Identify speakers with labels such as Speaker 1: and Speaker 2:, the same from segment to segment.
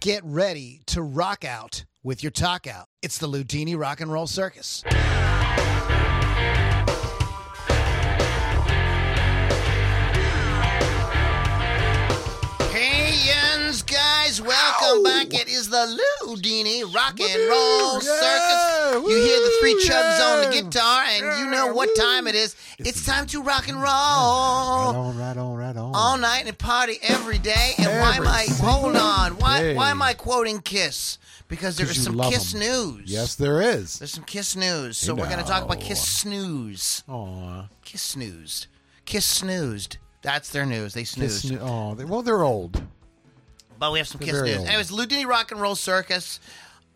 Speaker 1: Get ready to rock out with your talk out. It's the Ludini Rock and Roll Circus. Hey, Yuns, guys, welcome back. It is the Ludini Rock and Roll
Speaker 2: Yeah,
Speaker 1: Circus. You hear the three
Speaker 2: woo,
Speaker 1: chubs on the
Speaker 2: yeah.
Speaker 1: guitar, and you know what time it is. It's time to rock and roll
Speaker 2: Right on, right on, right on.
Speaker 1: all night and party every day. And why am
Speaker 2: Every
Speaker 1: I
Speaker 2: single
Speaker 1: hold on? Why
Speaker 2: day.
Speaker 1: why am I quoting Kiss? Because there
Speaker 2: 'Cause
Speaker 1: is
Speaker 2: you
Speaker 1: some
Speaker 2: love
Speaker 1: Kiss
Speaker 2: 'em.
Speaker 1: news.
Speaker 2: Yes, there is.
Speaker 1: there's some Kiss news. So we're gonna talk about Kiss snooze.
Speaker 2: Aw.
Speaker 1: Kiss snoozed. Kiss snoozed. That's their news. They snoozed.
Speaker 2: Kiss new- aw, they- well, they're old.
Speaker 1: But we have some
Speaker 2: They're
Speaker 1: Kiss
Speaker 2: very
Speaker 1: news.
Speaker 2: old.
Speaker 1: Anyways, Ludini Rock and Roll Circus.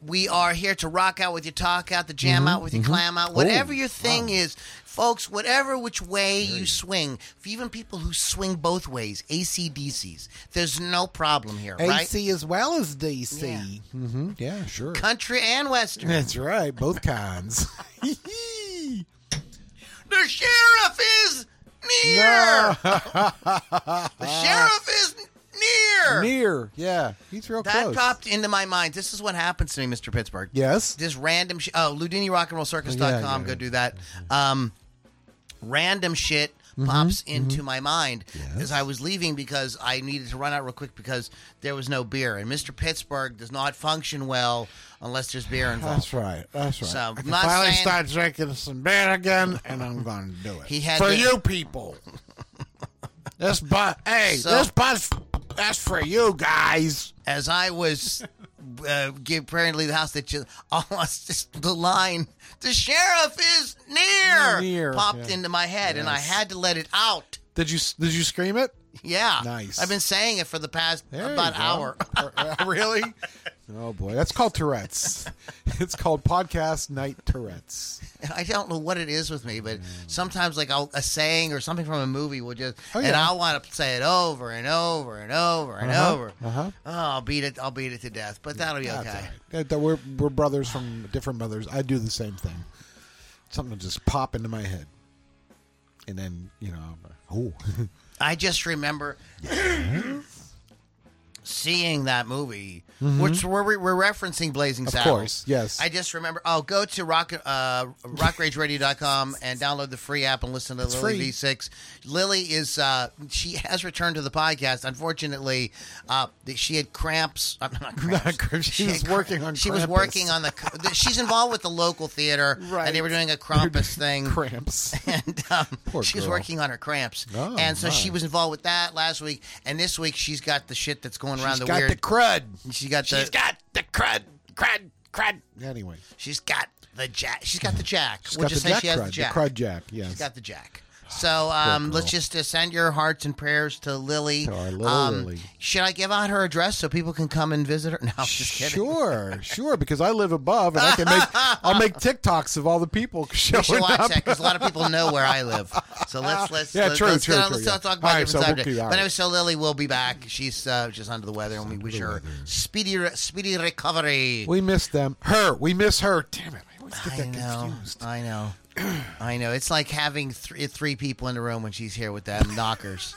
Speaker 1: We are here to rock out with your talk out, the jam
Speaker 2: Mm-hmm,
Speaker 1: out with your clam out, whatever
Speaker 2: Oh,
Speaker 1: your thing is, folks. Whatever which way you swing, for even people who swing both ways, ACDCs, there's no problem here, right?
Speaker 2: AC as well as DC. hmm Yeah, sure.
Speaker 1: Country and Western.
Speaker 2: That's right. Both kinds.
Speaker 1: the sheriff is near. The sheriff is near.
Speaker 2: Near. Yeah, he's real
Speaker 1: That
Speaker 2: close.
Speaker 1: popped into my mind. This is what happens to me, Mr. Pittsburgh.
Speaker 2: Yes.
Speaker 1: This random shit. Oh, Ludini Rock and Roll Circus.com.
Speaker 2: Yeah, yeah,
Speaker 1: Go
Speaker 2: yeah.
Speaker 1: do that. Um, random shit
Speaker 2: Mm-hmm,
Speaker 1: pops into my mind as I was leaving because I needed to run out real quick because there was no beer. And Mr. Pittsburgh does not function well unless there's beer involved.
Speaker 2: That's right. That's right.
Speaker 1: So,
Speaker 2: I can
Speaker 1: not
Speaker 2: finally
Speaker 1: saying-
Speaker 2: start drinking some beer again, and I'm going to do it.
Speaker 1: He had
Speaker 2: for
Speaker 1: the-
Speaker 2: you people. this but hey,
Speaker 1: So-
Speaker 2: this bus that's for you guys.
Speaker 1: as I was uh, get- preparing to leave the house, that just almost just the line, the sheriff is near,
Speaker 2: Near,
Speaker 1: popped
Speaker 2: yeah.
Speaker 1: into my head, and I had to let it out.
Speaker 2: Did you did you scream it?
Speaker 1: Yeah,
Speaker 2: Nice.
Speaker 1: I've been saying it for the past
Speaker 2: There
Speaker 1: about
Speaker 2: you go.
Speaker 1: hour.
Speaker 2: Uh, really? Oh boy, that's called Tourette's. It's called podcast night Tourette's.
Speaker 1: I don't know what it is with me,
Speaker 2: Mm.
Speaker 1: but sometimes like I'll, a saying or something from a movie will just,
Speaker 2: Oh,
Speaker 1: and
Speaker 2: yeah.
Speaker 1: I want to say it over and over and over and
Speaker 2: Uh-huh,
Speaker 1: over.
Speaker 2: uh-huh.
Speaker 1: Oh, I'll beat it. I'll beat it to death, but that'll be
Speaker 2: That's
Speaker 1: okay.
Speaker 2: all right. That- that We're, we're brothers from different mothers. I do the same thing. Something will just pop into my head, and then you know, I'm like, oh,
Speaker 1: I just remember seeing that movie, which we're, we're referencing Blazing
Speaker 2: Mm-hmm. Of
Speaker 1: Saddles.
Speaker 2: course, yes.
Speaker 1: I just remember. Oh, go to rock uh, rockrageradio.com and download the free app and listen to Lily
Speaker 2: free.
Speaker 1: V6. Lily is uh, she has returned to the podcast. Unfortunately, uh, that she had cramps. I'm not cramps.
Speaker 2: cramps. She
Speaker 1: had
Speaker 2: was working on
Speaker 1: She was
Speaker 2: Krampus.
Speaker 1: working on the. She's involved with the local theater,
Speaker 2: Right.
Speaker 1: and they were doing a Krampus thing
Speaker 2: cramps.
Speaker 1: and um,
Speaker 2: Poor
Speaker 1: she was
Speaker 2: girl.
Speaker 1: working on her cramps,
Speaker 2: Oh,
Speaker 1: and so she
Speaker 2: my.
Speaker 1: was involved with that last week, and this week she's got the shit that's going around
Speaker 2: She's
Speaker 1: the
Speaker 2: got
Speaker 1: weird.
Speaker 2: the crud.
Speaker 1: she got the.
Speaker 2: She's got the crud, crud, crud. Anyway,
Speaker 1: she's got the jack. She's got the jack.
Speaker 2: she's
Speaker 1: we'll
Speaker 2: got
Speaker 1: just
Speaker 2: the
Speaker 1: say
Speaker 2: jack
Speaker 1: she has
Speaker 2: crud,
Speaker 1: the jack.
Speaker 2: crud jack. Yes,
Speaker 1: She's got the jack. So um,
Speaker 2: girl.
Speaker 1: let's just uh, send your hearts and prayers to Lily.
Speaker 2: To our little
Speaker 1: um,
Speaker 2: Lily.
Speaker 1: Should I give out her address so people can come and visit her? No, I'm just kidding.
Speaker 2: Sure, sure, because I live above and I can make I'll make TikToks of all the people showing
Speaker 1: We should watch
Speaker 2: up.
Speaker 1: that because a lot of people know where I live. So let's let's
Speaker 2: Yeah,
Speaker 1: let's,
Speaker 2: true,
Speaker 1: let's,
Speaker 2: true,
Speaker 1: get on-
Speaker 2: true,
Speaker 1: let's
Speaker 2: yeah.
Speaker 1: not talk
Speaker 2: All
Speaker 1: about
Speaker 2: right,
Speaker 1: different
Speaker 2: so we'll
Speaker 1: subject.
Speaker 2: keep- all
Speaker 1: but anyway,
Speaker 2: right.
Speaker 1: so Lily will be back. She's uh, just under the weather, and we wish her speedy re- speedy recovery.
Speaker 2: We miss them. Her, we miss her. Damn it! I always get
Speaker 1: I
Speaker 2: that
Speaker 1: know, Uh,
Speaker 2: confused.
Speaker 1: I know, I know. It's like having three three people in the room when she's here with them knockers.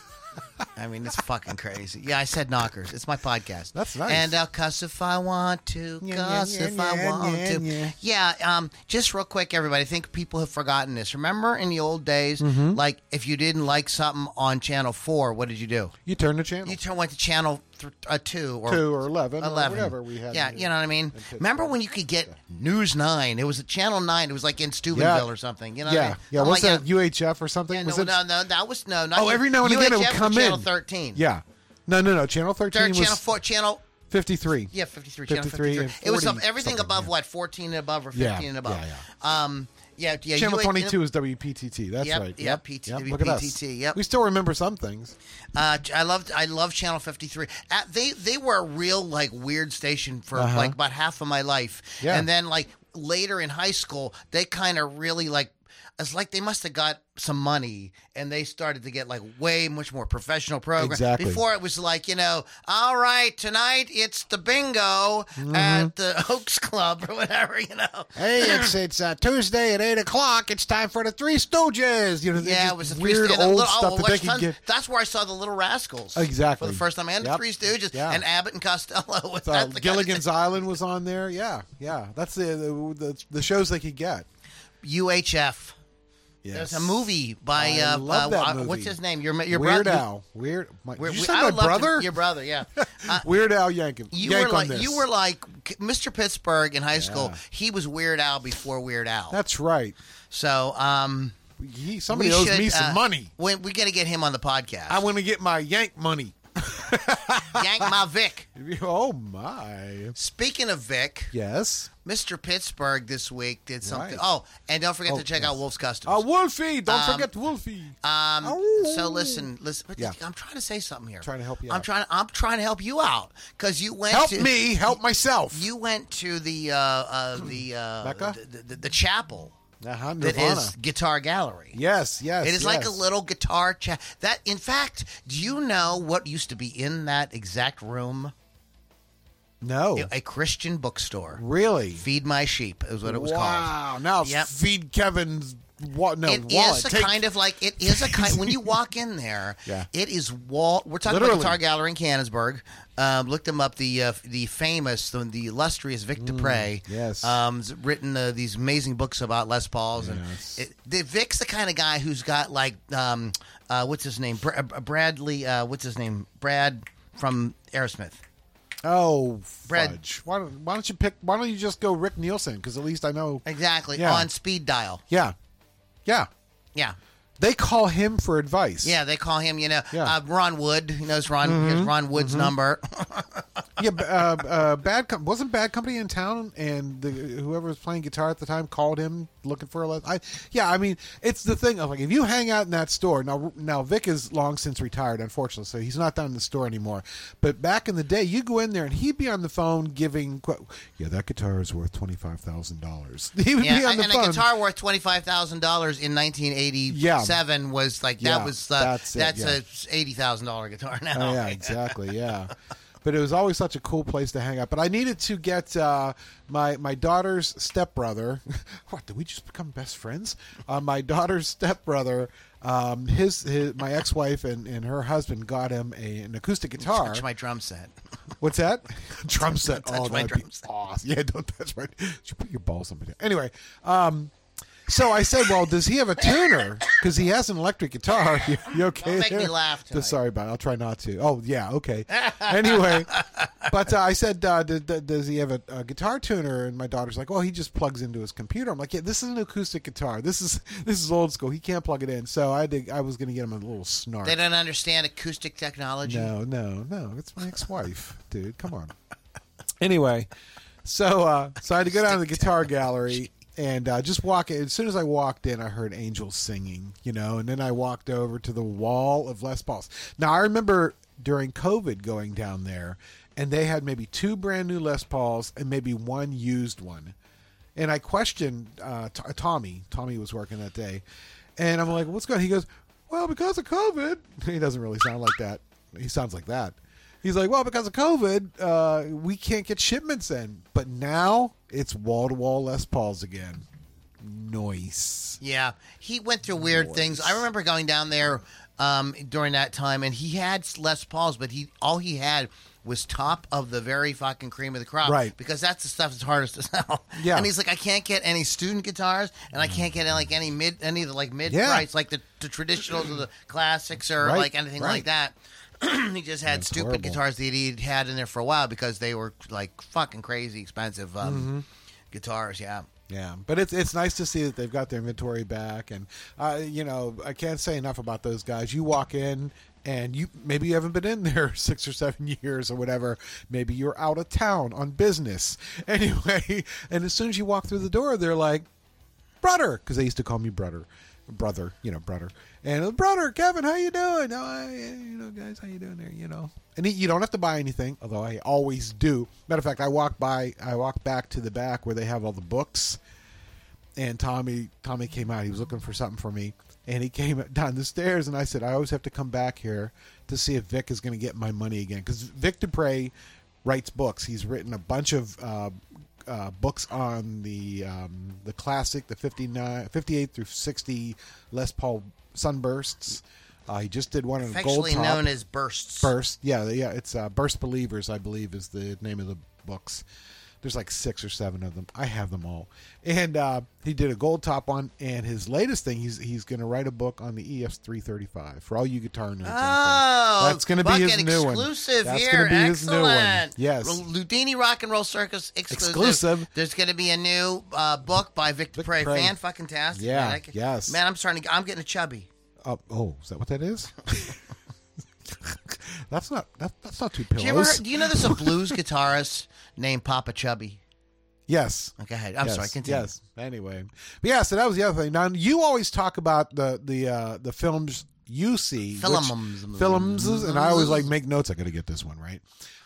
Speaker 1: I mean, it's fucking crazy. Yeah, I said knockers. It's my podcast.
Speaker 2: That's nice.
Speaker 1: And I'll cuss if I want to.
Speaker 2: Yeah, yeah,
Speaker 1: Cuss
Speaker 2: yeah,
Speaker 1: if I
Speaker 2: yeah,
Speaker 1: want
Speaker 2: yeah,
Speaker 1: to.
Speaker 2: yeah.
Speaker 1: Yeah, um, just real quick, everybody. I think people have forgotten this. Remember in the old days,
Speaker 2: Mm-hmm.
Speaker 1: like if you didn't like something on Channel 4, what did you do?
Speaker 2: You turn the channel.
Speaker 1: You turn, went to Channel th- uh, 2 or
Speaker 2: two or eleven, Or
Speaker 1: 11.
Speaker 2: whatever we had.
Speaker 1: Yeah,
Speaker 2: here.
Speaker 1: you know what I mean? Remember when you could get News 9? It was a Channel 9. It was like in Steubenville or something. You know what I
Speaker 2: Yeah,
Speaker 1: mean?
Speaker 2: yeah.
Speaker 1: I'm
Speaker 2: What's
Speaker 1: like,
Speaker 2: that?
Speaker 1: Yeah,
Speaker 2: UHF or something?
Speaker 1: yeah,
Speaker 2: was
Speaker 1: no,
Speaker 2: it?
Speaker 1: no, no, that was no. Not
Speaker 2: oh, every now and again it
Speaker 1: UHF
Speaker 2: would
Speaker 1: was
Speaker 2: come
Speaker 1: Channel
Speaker 2: in.
Speaker 1: 13.
Speaker 2: Yeah. No, no, no. Channel
Speaker 1: Third,
Speaker 2: thirteen
Speaker 1: Channel
Speaker 2: was
Speaker 1: 4, Channel
Speaker 2: fifty-three.
Speaker 1: yeah, 53, channel
Speaker 2: 53
Speaker 1: 53.
Speaker 2: and
Speaker 1: it was
Speaker 2: 40
Speaker 1: up, everything
Speaker 2: something,
Speaker 1: above
Speaker 2: yeah.
Speaker 1: what 14 and above or 15
Speaker 2: Yeah,
Speaker 1: and above.
Speaker 2: yeah,
Speaker 1: Um yeah, yeah.
Speaker 2: Channel
Speaker 1: you-
Speaker 2: twenty-two is WPTT. That's
Speaker 1: Yep,
Speaker 2: right.
Speaker 1: yep, PT,
Speaker 2: Look at us.
Speaker 1: WPTT, yep.
Speaker 2: We still remember some things.
Speaker 1: Uh, I loved I love Channel 53. Uh, they they were a real like weird station for
Speaker 2: Uh-huh.
Speaker 1: like about half of my life.
Speaker 2: Yeah.
Speaker 1: And then like later in high school, they kind of really like It's like they must have got some money and they started to get like way much more professional program.
Speaker 2: Exactly.
Speaker 1: Before it was like, you know, all right, tonight it's the bingo
Speaker 2: Mm-hmm.
Speaker 1: at the Oaks Club or whatever, you know.
Speaker 2: Hey, it's it's uh, Tuesday at eight o'clock. It's time for the Three Stooges. You know, they're
Speaker 1: Yeah,
Speaker 2: just
Speaker 1: it was the three
Speaker 2: weird
Speaker 1: Stooges.
Speaker 2: old
Speaker 1: Little- oh,
Speaker 2: stuff
Speaker 1: well,
Speaker 2: that they
Speaker 1: West
Speaker 2: can
Speaker 1: Side-
Speaker 2: get.
Speaker 1: That's where I saw the Little Rascals
Speaker 2: Exactly.
Speaker 1: for the first time, and the
Speaker 2: Yep.
Speaker 1: Three Stooges,
Speaker 2: Yeah.
Speaker 1: and Abbott and Costello. That's the
Speaker 2: Uh,
Speaker 1: kind of
Speaker 2: Gilligan's Island was on there. Yeah, yeah. That's the the, the, the shows they could get.
Speaker 1: thing. UHF.
Speaker 2: Yes.
Speaker 1: There's a movie by
Speaker 2: I
Speaker 1: uh,
Speaker 2: love
Speaker 1: uh,
Speaker 2: that
Speaker 1: uh,
Speaker 2: movie.
Speaker 1: what's his name? Your your
Speaker 2: Weird
Speaker 1: brother.
Speaker 2: Al. Weird. My,
Speaker 1: Weir-
Speaker 2: did
Speaker 1: Weir-
Speaker 2: you say
Speaker 1: I
Speaker 2: my
Speaker 1: would love to-
Speaker 2: brother?
Speaker 1: your brother, yeah. Uh,
Speaker 2: Weird Al Yankin.
Speaker 1: You
Speaker 2: Yank
Speaker 1: were
Speaker 2: on
Speaker 1: like
Speaker 2: this.
Speaker 1: you were like Mr. Pittsburgh in high school. He was Weird Al before Weird Al.
Speaker 2: That's right.
Speaker 1: so um,
Speaker 2: He,
Speaker 1: we
Speaker 2: somebody owes
Speaker 1: should,
Speaker 2: me some
Speaker 1: uh,
Speaker 2: money.
Speaker 1: We, we got to get him on the podcast.
Speaker 2: I want to get my Yank money.
Speaker 1: Yank my Vic.
Speaker 2: Oh my.
Speaker 1: Speaking of Vic,
Speaker 2: Yes.
Speaker 1: Mr. Pittsburgh this week did something.
Speaker 2: Right.
Speaker 1: Oh, and don't forget to check out Wolf's Customs.
Speaker 2: Uh, Wolfie, don't forget Wolfie.
Speaker 1: Um,
Speaker 2: Ow.
Speaker 1: so listen, listen. but
Speaker 2: oh. Yeah.
Speaker 1: I'm trying to say something here.
Speaker 2: Trying to help you
Speaker 1: I'm
Speaker 2: out.
Speaker 1: trying. I'm trying to help you out because you went.
Speaker 2: help
Speaker 1: to,
Speaker 2: me, help myself.
Speaker 1: You went to the uh, uh, the, uh,
Speaker 2: Mecca?
Speaker 1: the, the the chapel
Speaker 2: uh-huh,
Speaker 1: that
Speaker 2: Nirvana.
Speaker 1: is Guitar Gallery.
Speaker 2: yes, yes.
Speaker 1: It is like a
Speaker 2: yes.
Speaker 1: little guitar chat. That, in fact, do you know what used to be in that exact room?
Speaker 2: No.
Speaker 1: A Christian bookstore.
Speaker 2: really?
Speaker 1: Feed my sheep is what it was called.
Speaker 2: wow. Now
Speaker 1: Yep.
Speaker 2: feed Kevin's what no
Speaker 1: It is
Speaker 2: wallet.
Speaker 1: a
Speaker 2: Take-
Speaker 1: kind of like it is a kind. when you walk in there,
Speaker 2: Yeah.
Speaker 1: it is wall. We're talking about
Speaker 2: Literally.
Speaker 1: Guitar Gallery in Cannonsburg. Um, looked them up. The uh, the famous, the, the illustrious Vic Dupre.
Speaker 2: Mm, yes.
Speaker 1: um, has written uh, these amazing books about Les Pauls, and
Speaker 2: Yes.
Speaker 1: it, the Vic's the kind of guy who's got like um, uh, what's his name, Br- uh, Bradley. Uh, what's his name, Brad from Aerosmith.
Speaker 2: oh
Speaker 1: Bread.
Speaker 2: fudge. Why don't, why don't you pick why don't you just go Rick Nielsen because at least I know
Speaker 1: Exactly
Speaker 2: Yeah.
Speaker 1: on speed dial.
Speaker 2: Yeah. Yeah.
Speaker 1: Yeah.
Speaker 2: They call him for advice.
Speaker 1: Yeah, they call him, you know,
Speaker 2: Yeah. Mm-hmm.
Speaker 1: uh, Ron Wood. He knows Ron, he has Ron Wood's number.
Speaker 2: yeah. b- Uh, uh, bad com- wasn't bad company in town, and the, whoever was playing guitar at the time called him looking for a. Les- I yeah. I mean, it's the thing of like if you hang out in that store now. Now Vic is long since retired, unfortunately, so he's not down in the store anymore. But back in the day, you go in there and he'd be on the phone giving. Qu- yeah, that guitar is worth twenty five thousand dollars. He would be
Speaker 1: yeah,
Speaker 2: on
Speaker 1: and
Speaker 2: the
Speaker 1: and
Speaker 2: phone.
Speaker 1: a guitar worth twenty five thousand dollars in nineteen eighty seven was like that
Speaker 2: Yeah,
Speaker 1: was uh,
Speaker 2: that's
Speaker 1: that's,
Speaker 2: it,
Speaker 1: a eighty thousand dollar guitar now.
Speaker 2: Oh, yeah, exactly. Yeah. But it was always such a cool place to hang out. But I needed to get uh, my my daughter's stepbrother. What did we just become best friends? Uh, my daughter's stepbrother. Um, his, his my ex wife and, and her husband got him a, an acoustic guitar.
Speaker 1: Touch my drum set.
Speaker 2: What's that? drum set.
Speaker 1: Don't touch
Speaker 2: oh,
Speaker 1: my
Speaker 2: that'd be
Speaker 1: drum set.
Speaker 2: awesome. Yeah, don't touch my. You should put your balls somebody. Anyway, um, so I said, well, does he have a tuner? Because he has an electric guitar. You, you okay?
Speaker 1: Don't make me
Speaker 2: there?
Speaker 1: laugh
Speaker 2: Th-
Speaker 1: tonight.
Speaker 2: Sorry about. it. I'll try not to. Oh yeah, okay. Anyway, but uh, I said, uh, d- d- does he have a, a guitar tuner? And my daughter's like, oh, he just plugs into his computer. I'm like, yeah, this is an acoustic guitar. This is this is old school. He can't plug it in. So I had to, I was going to get him a little snark.
Speaker 1: They don't understand acoustic technology.
Speaker 2: No, no, no. It's my ex-wife, dude. Come on. Anyway, so uh, so I had to go down to the guitar gallery and uh, just walk. in. As soon as I walked in, I heard angels singing, you know, and then I walked over to the wall of Les Pauls. Now I remember during COVID going down there, and they had maybe two brand new Les Pauls and maybe one used one. And I questioned uh, T- Tommy. Tommy was working that day, and I'm like, "What's going?" on? He goes, "Well, because of COVID." He doesn't really sound like that. He sounds like that. He's like, "Well, because of COVID, uh, we can't get shipments in." But now it's wall to wall Les Pauls again. Noise.
Speaker 1: Yeah, he went through weird things. I remember going down there um, during that time, and he had Les Pauls, but he all he had was top of the very fucking cream of the crop,
Speaker 2: Right.
Speaker 1: Because that's the stuff that's hardest to sell.
Speaker 2: Yeah.
Speaker 1: and he's like, I can't get any student guitars, and I can't get like any mid, any of the like mid
Speaker 2: Yeah.
Speaker 1: price, like the, the traditionals or the classics or
Speaker 2: Right,
Speaker 1: like anything like
Speaker 2: right.
Speaker 1: that. he just had stupid
Speaker 2: horrible.
Speaker 1: guitars that he had in there for a while because they were like fucking crazy expensive um,
Speaker 2: Mm-hmm.
Speaker 1: guitars. Yeah.
Speaker 2: Yeah, but it's it's nice to see that they've got their inventory back, and uh, you know I can't say enough about those guys. You walk in, and you maybe you haven't been in there six or seven years or whatever. Maybe you're out of town on business anyway, and as soon as you walk through the door, they're like, "Brother," because they used to call me brother, brother, you know, brother, and brother Kevin, how you doing? Oh, I, you know, guys, how you doing there? You know, and he, you don't have to buy anything, although I always do. Matter of fact, I walk by, I walk back to the back where they have all the books and Tommy Tommy came out. He was looking for something for me, and he came down the stairs. And I said, I always have to come back here to see if Vic is going to get my money again because Vic Dupre writes books. He's written a bunch of uh, uh, books on the um, the classic, the 59, 58 through sixty Les Paul sunbursts. Uh, he just did one on gold
Speaker 1: affectionately
Speaker 2: top
Speaker 1: known as bursts.
Speaker 2: burst. Yeah, yeah. It's uh, Burst Believers, I believe, is the name of the books. There's like six or seven of them. I have them all. And uh, he did a gold top one. And his latest thing, he's he's going to write a book on the E ES 335 for all you guitar nerds. out
Speaker 1: Oh,
Speaker 2: there. that's going to be his
Speaker 1: bucket
Speaker 2: new one.
Speaker 1: exclusive
Speaker 2: That's
Speaker 1: here.
Speaker 2: gonna be
Speaker 1: Excellent.
Speaker 2: his new one. Yes.
Speaker 1: Ru- Ludini Rock and Roll Circus exclusive.
Speaker 2: Exclusive.
Speaker 1: There's going to be a new uh, book by Victor
Speaker 2: Vic
Speaker 1: Prey.
Speaker 2: Prey.
Speaker 1: Fan fucking tastic.
Speaker 2: Yeah,
Speaker 1: Man, I could-
Speaker 2: yes.
Speaker 1: Man, I'm starting. To, I'm getting a chubby.
Speaker 2: Uh, oh, is that what that is? that's not that, that's not two pillows.
Speaker 1: Do you, ever heard, do you know there's a blues guitarist named Papa Chubby?
Speaker 2: yes.
Speaker 1: Okay, ahead. I'm
Speaker 2: yes,
Speaker 1: sorry. Continue.
Speaker 2: Yes. Anyway, but yeah. So that was the other thing. Now you always talk about the the uh, the films you see, which-
Speaker 1: Films.
Speaker 2: films, and I
Speaker 1: Mm-hmm.
Speaker 2: always like make notes. I got to get this one right.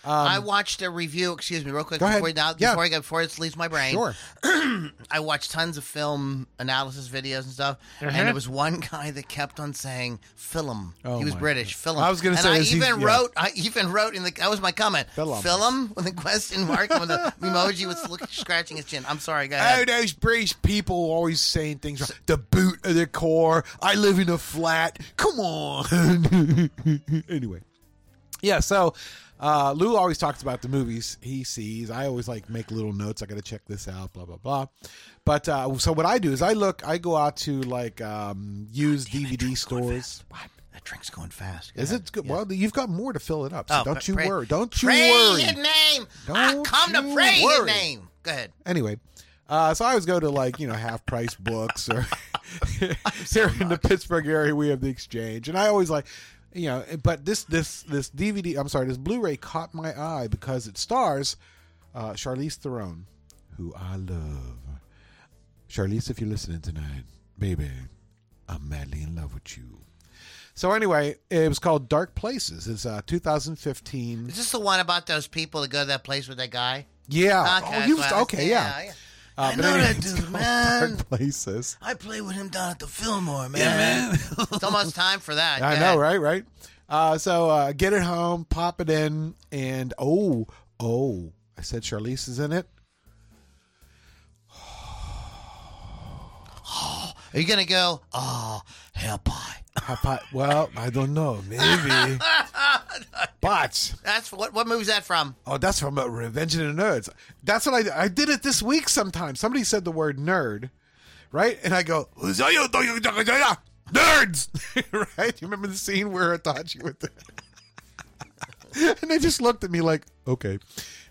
Speaker 1: I watched a review. Excuse me, real quick
Speaker 2: Um, Go ahead.
Speaker 1: before you- now,
Speaker 2: Yeah.
Speaker 1: before I go, before it leaves my brain.
Speaker 2: Sure.
Speaker 1: I watched tons of film analysis videos and stuff, and there was one guy that kept on saying "film."
Speaker 2: Oh,
Speaker 1: he was
Speaker 2: my
Speaker 1: British. Film.
Speaker 2: I was gonna
Speaker 1: and
Speaker 2: say,
Speaker 1: I
Speaker 2: is he-
Speaker 1: even
Speaker 2: yeah.
Speaker 1: wrote. I even wrote in the. That was my comment.
Speaker 2: Film.
Speaker 1: Film with a question mark with the emoji with look, scratching his chin. I'm sorry,
Speaker 2: Oh,
Speaker 1: guys.
Speaker 2: those British people always saying things. Like, the boot of the car. I live in a flat. Come on. anyway, yeah. So uh, Lou always talks about the movies he sees. I always like make little notes. I got to check this out. Blah blah blah. But uh, so what I do is I look. I go out to like um, used DVD stores.
Speaker 1: What? That drink's going fast. Go
Speaker 2: Is
Speaker 1: ahead.
Speaker 2: it good? Well, you've got more to fill it up. So
Speaker 1: Oh,
Speaker 2: don't
Speaker 1: pra-
Speaker 2: you
Speaker 1: pray-
Speaker 2: worry. Don't you
Speaker 1: praise
Speaker 2: worry.
Speaker 1: His name. I
Speaker 2: Don't
Speaker 1: come to
Speaker 2: you
Speaker 1: praise His
Speaker 2: worry.
Speaker 1: name. Go ahead.
Speaker 2: Anyway, uh, so I always go to like you know half price books or here in the Pittsburgh area we have the exchange, and I always like you know. But this this this DVD, I'm sorry, this Blu-ray caught my eye because it stars uh, Charlize Theron, who I love. Charlize, if you're listening tonight, baby, I'm madly in love with you. So anyway, it was called Dark Places. It's uh, 2015.
Speaker 1: Is this the one about those people that go to that place with that guy?
Speaker 2: Yeah.
Speaker 1: Okay,
Speaker 2: oh,
Speaker 1: that's
Speaker 2: you
Speaker 1: what I was-
Speaker 2: okay? Yeah. Uh,
Speaker 1: I
Speaker 2: but
Speaker 1: know
Speaker 2: anyway,
Speaker 1: that
Speaker 2: it's
Speaker 1: dude,
Speaker 2: called
Speaker 1: man.
Speaker 2: Dark places.
Speaker 1: I played with him down at the Fillmore, man. Yeah, man. it's almost time for that.
Speaker 2: I
Speaker 1: Go
Speaker 2: know,
Speaker 1: ahead.
Speaker 2: right? Right. Uh, so uh, get it home, pop it in, and oh, oh, I said Charlize is in it.
Speaker 1: Are you gonna go? Oh, hell pie.
Speaker 2: How po- well, I don't know, maybe. but
Speaker 1: That's what. What movie's that from?
Speaker 2: oh, that's from uh, Revenge of the Nerds. That's what I I did it this week. Sometimes somebody said the word nerd, right? And I go nerds, right? You remember the scene where Itachi with the and they just looked at me like, okay.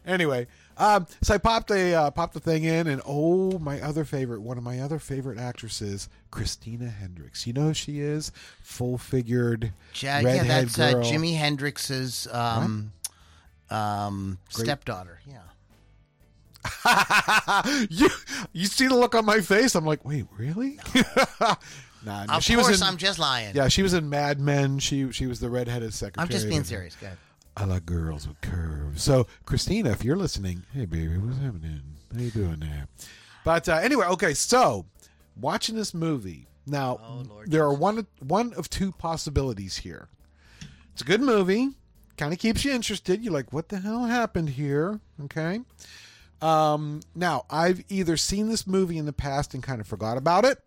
Speaker 2: Anyway, um, so I popped a uh, popped the thing in, and oh, my other favorite, one of my other favorite actresses, Christina Hendricks. You know who she is? Full figured,
Speaker 1: Ja-
Speaker 2: redhead
Speaker 1: yeah, that's uh,
Speaker 2: girl.
Speaker 1: Jimi Hendrix's um, um, stepdaughter. Yeah.
Speaker 2: you you see the look on my face? I'm like, wait, really? nah, no,
Speaker 1: Of
Speaker 2: she
Speaker 1: course,
Speaker 2: was in.
Speaker 1: I'm just lying.
Speaker 2: yeah, she was in Mad Men. She she was the redheaded secretary.
Speaker 1: I'm just being
Speaker 2: of-
Speaker 1: serious. Go ahead.
Speaker 2: I like girls with curves. So, Christina, if you're listening, hey baby, what's happening? How you doing there? But uh, anyway, okay. So, watching this movie now, there are one one of two possibilities here. It's a good movie, kind of keeps you interested. You're like, what the hell happened here? Okay. Um, now, I've either seen this movie in the past and kind of forgot about it.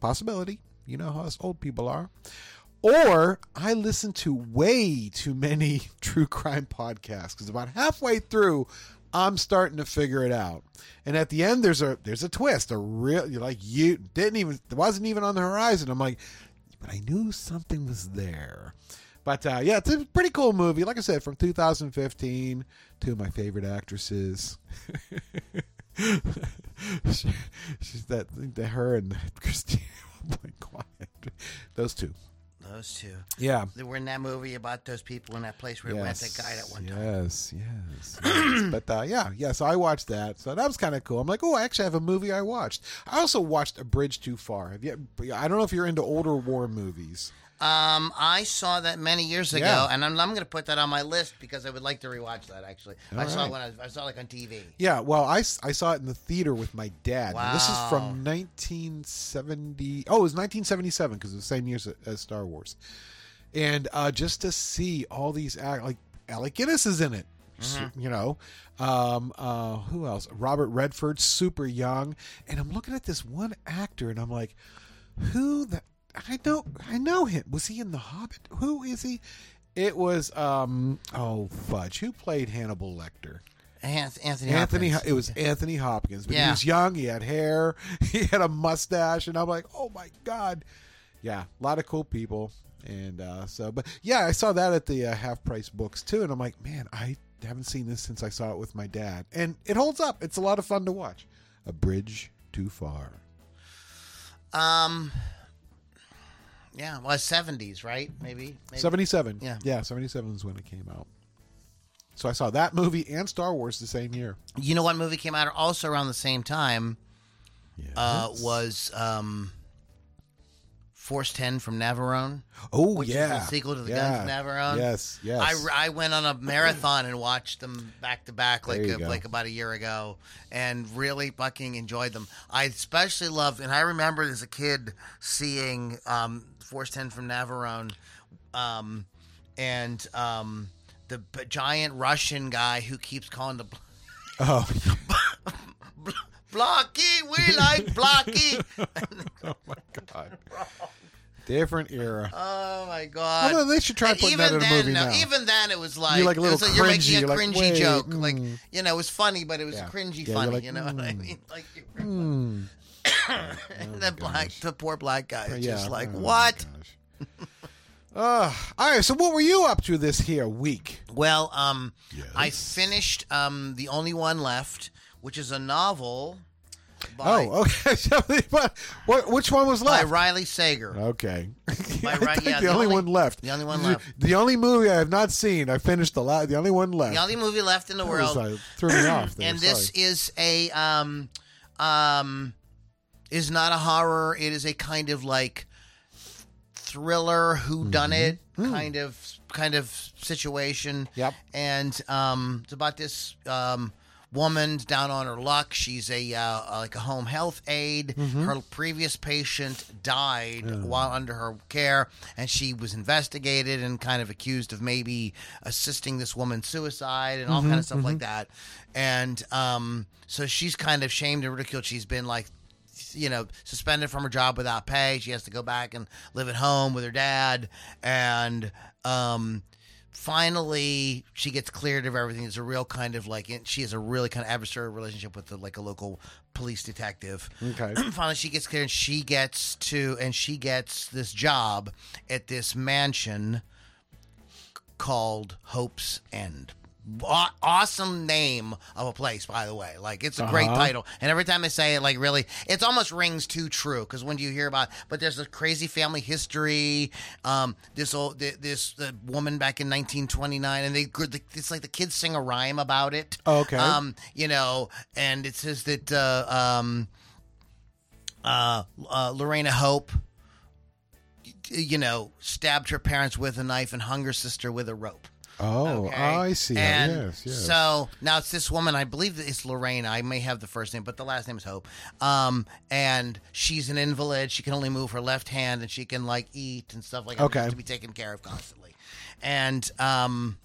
Speaker 2: Possibility. You know how us old people are or I listen to way too many true crime podcasts because about halfway through, I'm starting to figure it out. And at the end, there's a there's a twist, a real you're like you didn't even it wasn't even on the horizon. I'm like, but I knew something was there. But uh, yeah, it's a pretty cool movie. Like I said, from 2015, two of my favorite actresses. she, she's that, that her and Christina. Blink Quiet. Those two.
Speaker 1: Those two.
Speaker 2: Yeah.
Speaker 1: They were in that movie about those people in that place where we met that guy at one time.
Speaker 2: Yes, yes. yes. but uh, yeah, yeah. So I watched that. So that was kind of cool. I'm like, oh, I actually have a movie I watched. I also watched A Bridge Too Far. Have you, I don't know if you're into older war movies.
Speaker 1: Um, I saw that many years ago,
Speaker 2: Yeah.
Speaker 1: and I'm, I'm going to put that on my list because I would like to rewatch that. Actually, I saw
Speaker 2: right.
Speaker 1: it when I, I saw it like on TV.
Speaker 2: Yeah, well, I, s- I saw it in the theater with my dad. Now, this is
Speaker 1: Wow.
Speaker 2: from 1970. Oh, it was 1977 because it was the same year as, as Star Wars. And uh, just to see all these act like Alec Guinness is in it. S- You know, um, uh, who else? Robert Redford, super young, and I'm looking at this one actor, and I'm like, who the? I don't, I know him. Was he in The Hobbit? Who is he? It was um, oh fudge, who played Hannibal Lecter?
Speaker 1: Anth- Anthony.
Speaker 2: Anthony.
Speaker 1: Hopkins.
Speaker 2: It was Anthony Hopkins, but he
Speaker 1: Yeah.
Speaker 2: was young. He had hair. He had a mustache, and I'm like, oh my god, yeah, a lot of cool people. And uh, so, but yeah, I saw that at the uh, half price books too, and I'm like, man, I haven't seen this since I saw it with my dad, and it holds up. It's a lot of fun to watch. A bridge too far.
Speaker 1: Um. Yeah, well, seventies, right? Maybe. maybe.
Speaker 2: 77.
Speaker 1: Yeah.
Speaker 2: Yeah, 77 is when it came out. So I saw that movie and Star Wars the same year.
Speaker 1: You know what movie came out also around the same time?
Speaker 2: Yeah.
Speaker 1: Uh, was um, Force Ten from Navarone.
Speaker 2: oh,
Speaker 1: which is
Speaker 2: yeah.
Speaker 1: the sequel to the
Speaker 2: yeah.
Speaker 1: Guns Navarone.
Speaker 2: Yes, yes.
Speaker 1: I, I went on a marathon and watched them back to back like
Speaker 2: There
Speaker 1: a,
Speaker 2: you go.
Speaker 1: like about a year ago, and really fucking enjoyed them. I especially loved, and I remember as a kid seeing um, Force Ten from Navarone, um, and um, the b- giant Russian guy who keeps calling the.
Speaker 2: oh,
Speaker 1: Blocky, we like Blocky.
Speaker 2: oh my god. Different era.
Speaker 1: oh my god!
Speaker 2: Although they should try
Speaker 1: And
Speaker 2: putting that in a
Speaker 1: then,
Speaker 2: movie
Speaker 1: no,
Speaker 2: now.
Speaker 1: Even then, it was like,
Speaker 2: You're like a
Speaker 1: it was
Speaker 2: little
Speaker 1: you're
Speaker 2: cringy,
Speaker 1: making
Speaker 2: you're
Speaker 1: a
Speaker 2: like,
Speaker 1: cringy
Speaker 2: wait,
Speaker 1: joke.
Speaker 2: mm.
Speaker 1: Like you know, it was funny, but it was
Speaker 2: Yeah.
Speaker 1: cringy
Speaker 2: Yeah, you're
Speaker 1: funny.
Speaker 2: like,
Speaker 1: you know what I
Speaker 2: mm. Oh
Speaker 1: mean? Like, you were like and the black, the poor black guy is
Speaker 2: yeah.
Speaker 1: just like,
Speaker 2: oh my
Speaker 1: what?
Speaker 2: gosh. Ugh. all right. So what were you up to this here week?
Speaker 1: Well, um, I
Speaker 2: Yes.
Speaker 1: finished um the only one left, which is a novel by
Speaker 2: Oh, okay. Somebody- what, what? Which one was
Speaker 1: by
Speaker 2: left?
Speaker 1: Riley Sager.
Speaker 2: Okay.
Speaker 1: By
Speaker 2: I
Speaker 1: right-
Speaker 2: think
Speaker 1: yeah,
Speaker 2: the,
Speaker 1: the only-
Speaker 2: only, one left.
Speaker 1: the only one
Speaker 2: The-
Speaker 1: left.
Speaker 2: The only movie I have not seen. I finished the la- The only one left.
Speaker 1: The only movie left in the
Speaker 2: That
Speaker 1: world.
Speaker 2: was, uh, threw me off. There.
Speaker 1: and this
Speaker 2: sorry.
Speaker 1: is a um um is not a horror it is a kind of like thriller who done it kind of kind of situation
Speaker 2: Mm-hmm. Mm. Yep.
Speaker 1: and um it's about this um woman's down on her luck she's a uh, like a home health aide her previous patient died while under her care and she was investigated and kind of accused of maybe assisting this woman's suicide and all kind of stuff like that and um so she's kind of shamed and ridiculed she's been like you know, suspended from her job without pay. She has to go back and live at home with her dad. And um, finally, she gets cleared of everything. It's a real kind of like and she has a really kind of adversarial relationship with the, like a local police detective.
Speaker 2: Okay.
Speaker 1: finally, she gets cleared. And she gets to and she gets this job at this mansion called Hope's End. Aw- Awesome name of a place, by the way. Like it's a great
Speaker 2: Uh-huh.
Speaker 1: title, and every time I say it, like really, it's almost rings too true. Because when you hear about, but there's a crazy family history. Um, this old th- this the woman back in 1929, and they good. It's like the kids sing a rhyme about it.
Speaker 2: Oh, Okay.
Speaker 1: Um, you know, and it says that uh, um, uh, uh, Lorena Hope you know, stabbed her parents with a knife and hung her sister with a rope.
Speaker 2: Oh,
Speaker 1: Okay?
Speaker 2: I see.
Speaker 1: And
Speaker 2: yes, yes.
Speaker 1: So now it's this woman. I believe that it's Lorraine. I may have the first name, but the last name is Hope. Um, and she's an invalid. She can only move her left hand, and she can like eat and stuff like that. She
Speaker 2: Okay.
Speaker 1: has to be taken care of constantly. And um,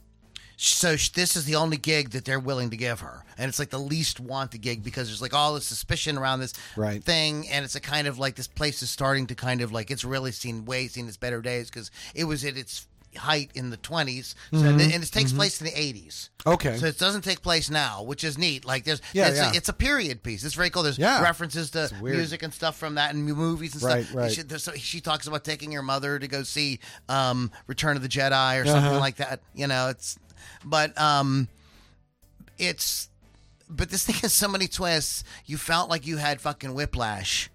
Speaker 1: so sh- this is the only gig that they're willing to give her, and it's like the least wanted gig because there's like all the suspicion around this
Speaker 2: Right.
Speaker 1: thing, and it's a kind of like this place is starting to kind of like it's really seen way seen its better days because it was at its height in the 20s, so, and, it, and it takes place in the 80s.
Speaker 2: okay.
Speaker 1: So it doesn't take place now, which is neat. Like there's,
Speaker 2: Yeah,
Speaker 1: it's,
Speaker 2: yeah.
Speaker 1: A, it's a period piece. It's very cool. There's
Speaker 2: Yeah.
Speaker 1: references to
Speaker 2: weird.
Speaker 1: music and stuff from that and mu- movies and
Speaker 2: Right,
Speaker 1: stuff.
Speaker 2: right.
Speaker 1: She, there's- so she talks about taking her mother to go see um, Return of the Jedi or something
Speaker 2: Uh-huh.
Speaker 1: like that. You know, it's, but um, it's, but this thing has so many twists. You felt like you had fucking
Speaker 2: Mm-hmm,
Speaker 1: whiplash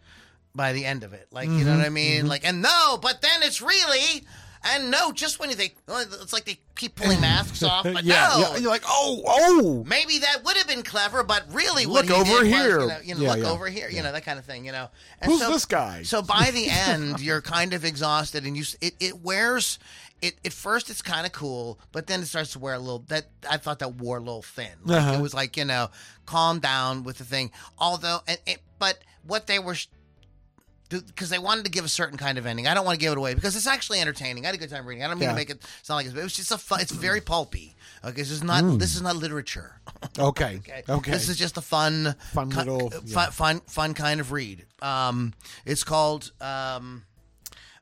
Speaker 1: by the end of it. Like, you know what I mean? Like, and no, but then it's really And no, just when you think oh, it's like they keep pulling masks off, but
Speaker 2: yeah,
Speaker 1: no,
Speaker 2: yeah. You're like, oh, oh.
Speaker 1: maybe that would have been clever, but really, what
Speaker 2: Look
Speaker 1: he did
Speaker 2: over
Speaker 1: was,
Speaker 2: here.
Speaker 1: you know, you know,
Speaker 2: Yeah,
Speaker 1: look
Speaker 2: yeah.
Speaker 1: over here, you know, that kind of thing, you know. And
Speaker 2: Who's this guy?
Speaker 1: So by the end, you're kind of exhausted, and you s- it, it wears. It, at first, it's kind of cool, but then it starts to wear a little. That I thought that wore a little thin. Like
Speaker 2: Uh-huh.
Speaker 1: It was like you know, calm down with the thing. Although, and it, but what they were. sh- Because they wanted to give a certain kind of ending, I don't want to give it away because it's actually entertaining. I had a good time reading. I don't mean
Speaker 2: Yeah.
Speaker 1: to make it sound like it's. It was just a fun. It's very pulpy. Okay, this is
Speaker 2: Mm.
Speaker 1: not. This is not literature.
Speaker 2: Okay. Okay.
Speaker 1: This is just a fun,
Speaker 2: Fun
Speaker 1: ki- uh,
Speaker 2: little-
Speaker 1: fun,
Speaker 2: yeah.
Speaker 1: fun, fun kind of read. Um, it's called um,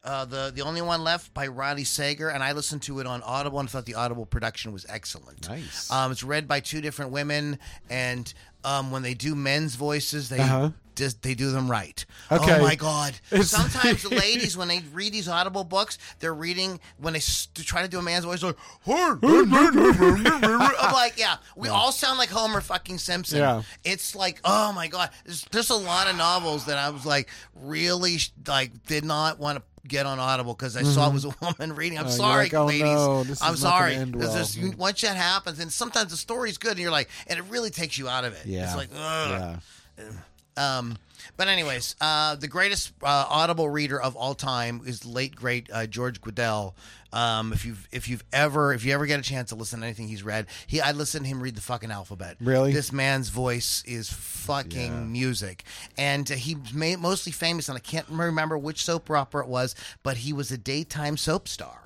Speaker 1: uh, the the only one left by Ronnie Sager, and I listened to it on Audible and thought the Audible production was excellent.
Speaker 2: Nice.
Speaker 1: Um, it's read by two different women, and um, when they do men's voices, they.
Speaker 2: Uh-huh.
Speaker 1: Just, they do them right.
Speaker 2: Okay.
Speaker 1: Oh my God!
Speaker 2: It's-
Speaker 1: Sometimes the ladies, when they read these audible books, they're reading when they s- to try to do a man's voice, like, I'm like, yeah, we all sound like Homer fucking Simpson.
Speaker 2: Yeah.
Speaker 1: It's like, oh my god, there's, there's a lot of novels that I was like, really, sh- like, did not want to get on Audible because I saw it was a woman reading. I'm
Speaker 2: Oh, you're
Speaker 1: sorry,
Speaker 2: like, oh,
Speaker 1: ladies.
Speaker 2: no, this is
Speaker 1: I'm
Speaker 2: not gonna
Speaker 1: sorry.
Speaker 2: end
Speaker 1: 'Cause
Speaker 2: well.
Speaker 1: there's- you- once that happens, and sometimes the story's good, and you're like, and it really takes you out of it.
Speaker 2: Yeah.
Speaker 1: It's like, ugh.
Speaker 2: Yeah.
Speaker 1: Um, but anyways, uh, the greatest uh, Audible reader of all time is the late great uh, George Guidel. Um, if you've if you've ever if you ever get a chance to listen to anything he's read, he I listened to him read the fucking alphabet.
Speaker 2: Really?
Speaker 1: this man's voice is fucking
Speaker 2: Yeah.
Speaker 1: music, and uh, he made mostly famous. And I can't remember which soap opera it was, but he was a daytime soap star.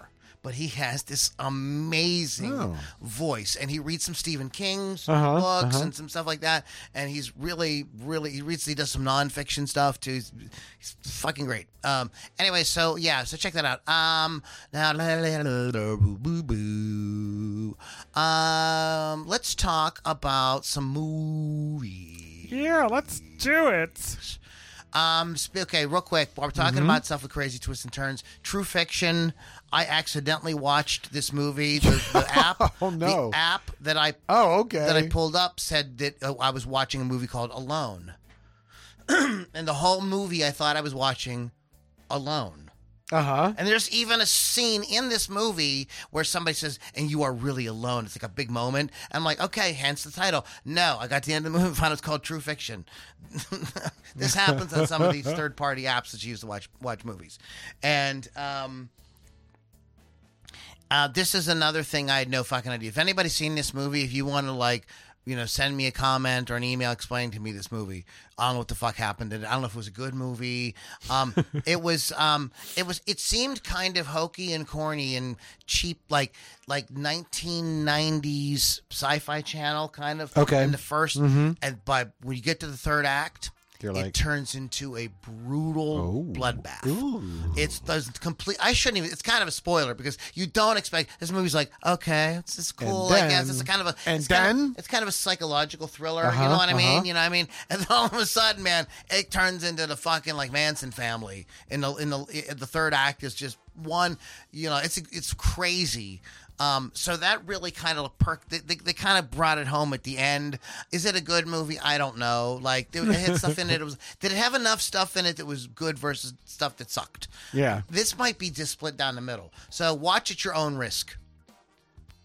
Speaker 1: But he has this amazing
Speaker 2: Oh.
Speaker 1: voice, and he reads some Stephen King's
Speaker 2: Uh-huh,
Speaker 1: books
Speaker 2: uh-huh.
Speaker 1: and some stuff like that. And he's really, really he reads. He does some nonfiction stuff too. He's, he's fucking great. Um. Anyway, so yeah, so check that out. Um. Now, la- la- la- la- boo boo boo. Um. Let's talk about some movies.
Speaker 3: Yeah, let's do it.
Speaker 1: Um, sp- okay, real quick. While we're talking
Speaker 2: Mm-hmm.
Speaker 1: about stuff with crazy twists and turns, True Fiction. I accidentally watched this movie. The, the app,
Speaker 2: Oh, no.
Speaker 1: the app that I
Speaker 2: Oh, okay.
Speaker 1: that I pulled up said that uh, I was watching a movie called Alone, and the whole movie I thought I was watching Alone.
Speaker 2: uh huh.
Speaker 3: Uh-huh.
Speaker 1: And there's even a scene in this movie where somebody says, and you are really alone. It's like a big moment. I'm like, okay, hence the title. No, I got to the end of the movie and found it's called True Fiction. this happens on some of these third party apps that you use to watch watch movies. And um uh, this is another thing I had no fucking idea. If anybody's seen this movie, if you want to like, you know, send me a comment or an email explaining to me this movie. I don't know what the fuck happened. in it. I don't know if it was a good movie. Um, it was. Um, it was. It seemed kind of hokey and corny and cheap, like like 1990s sci-fi channel kind of.
Speaker 2: Okay.
Speaker 1: In the 1st and by when you get to the third act,
Speaker 2: Mm-hmm. You're
Speaker 1: it
Speaker 2: like-
Speaker 1: turns into a brutal
Speaker 2: Oh.
Speaker 1: bloodbath.
Speaker 2: Ooh.
Speaker 1: It's does complete. I shouldn't even. It's kind of a spoiler because you don't expect this movie's like okay, it's it's cool. I guess it's a
Speaker 2: then-
Speaker 1: kind of a
Speaker 2: and
Speaker 1: it's kind of-
Speaker 2: then?
Speaker 1: it's kind of a psychological thriller.
Speaker 2: Uh-huh,
Speaker 1: you know what I mean?
Speaker 2: uh-huh.
Speaker 1: You know what I mean? And then all of a sudden, man, it turns into the fucking like Manson family. In the in the in the third act is just one. You know, it's it's crazy. Um, so that really kind of perked. They, they, they kind of brought it home at the end. Is it a good movie? I don't know. Like it had stuff in it. It was did it have enough stuff in it that was good versus stuff that sucked?
Speaker 2: Yeah.
Speaker 1: this might be just split down the middle. So watch at your own risk.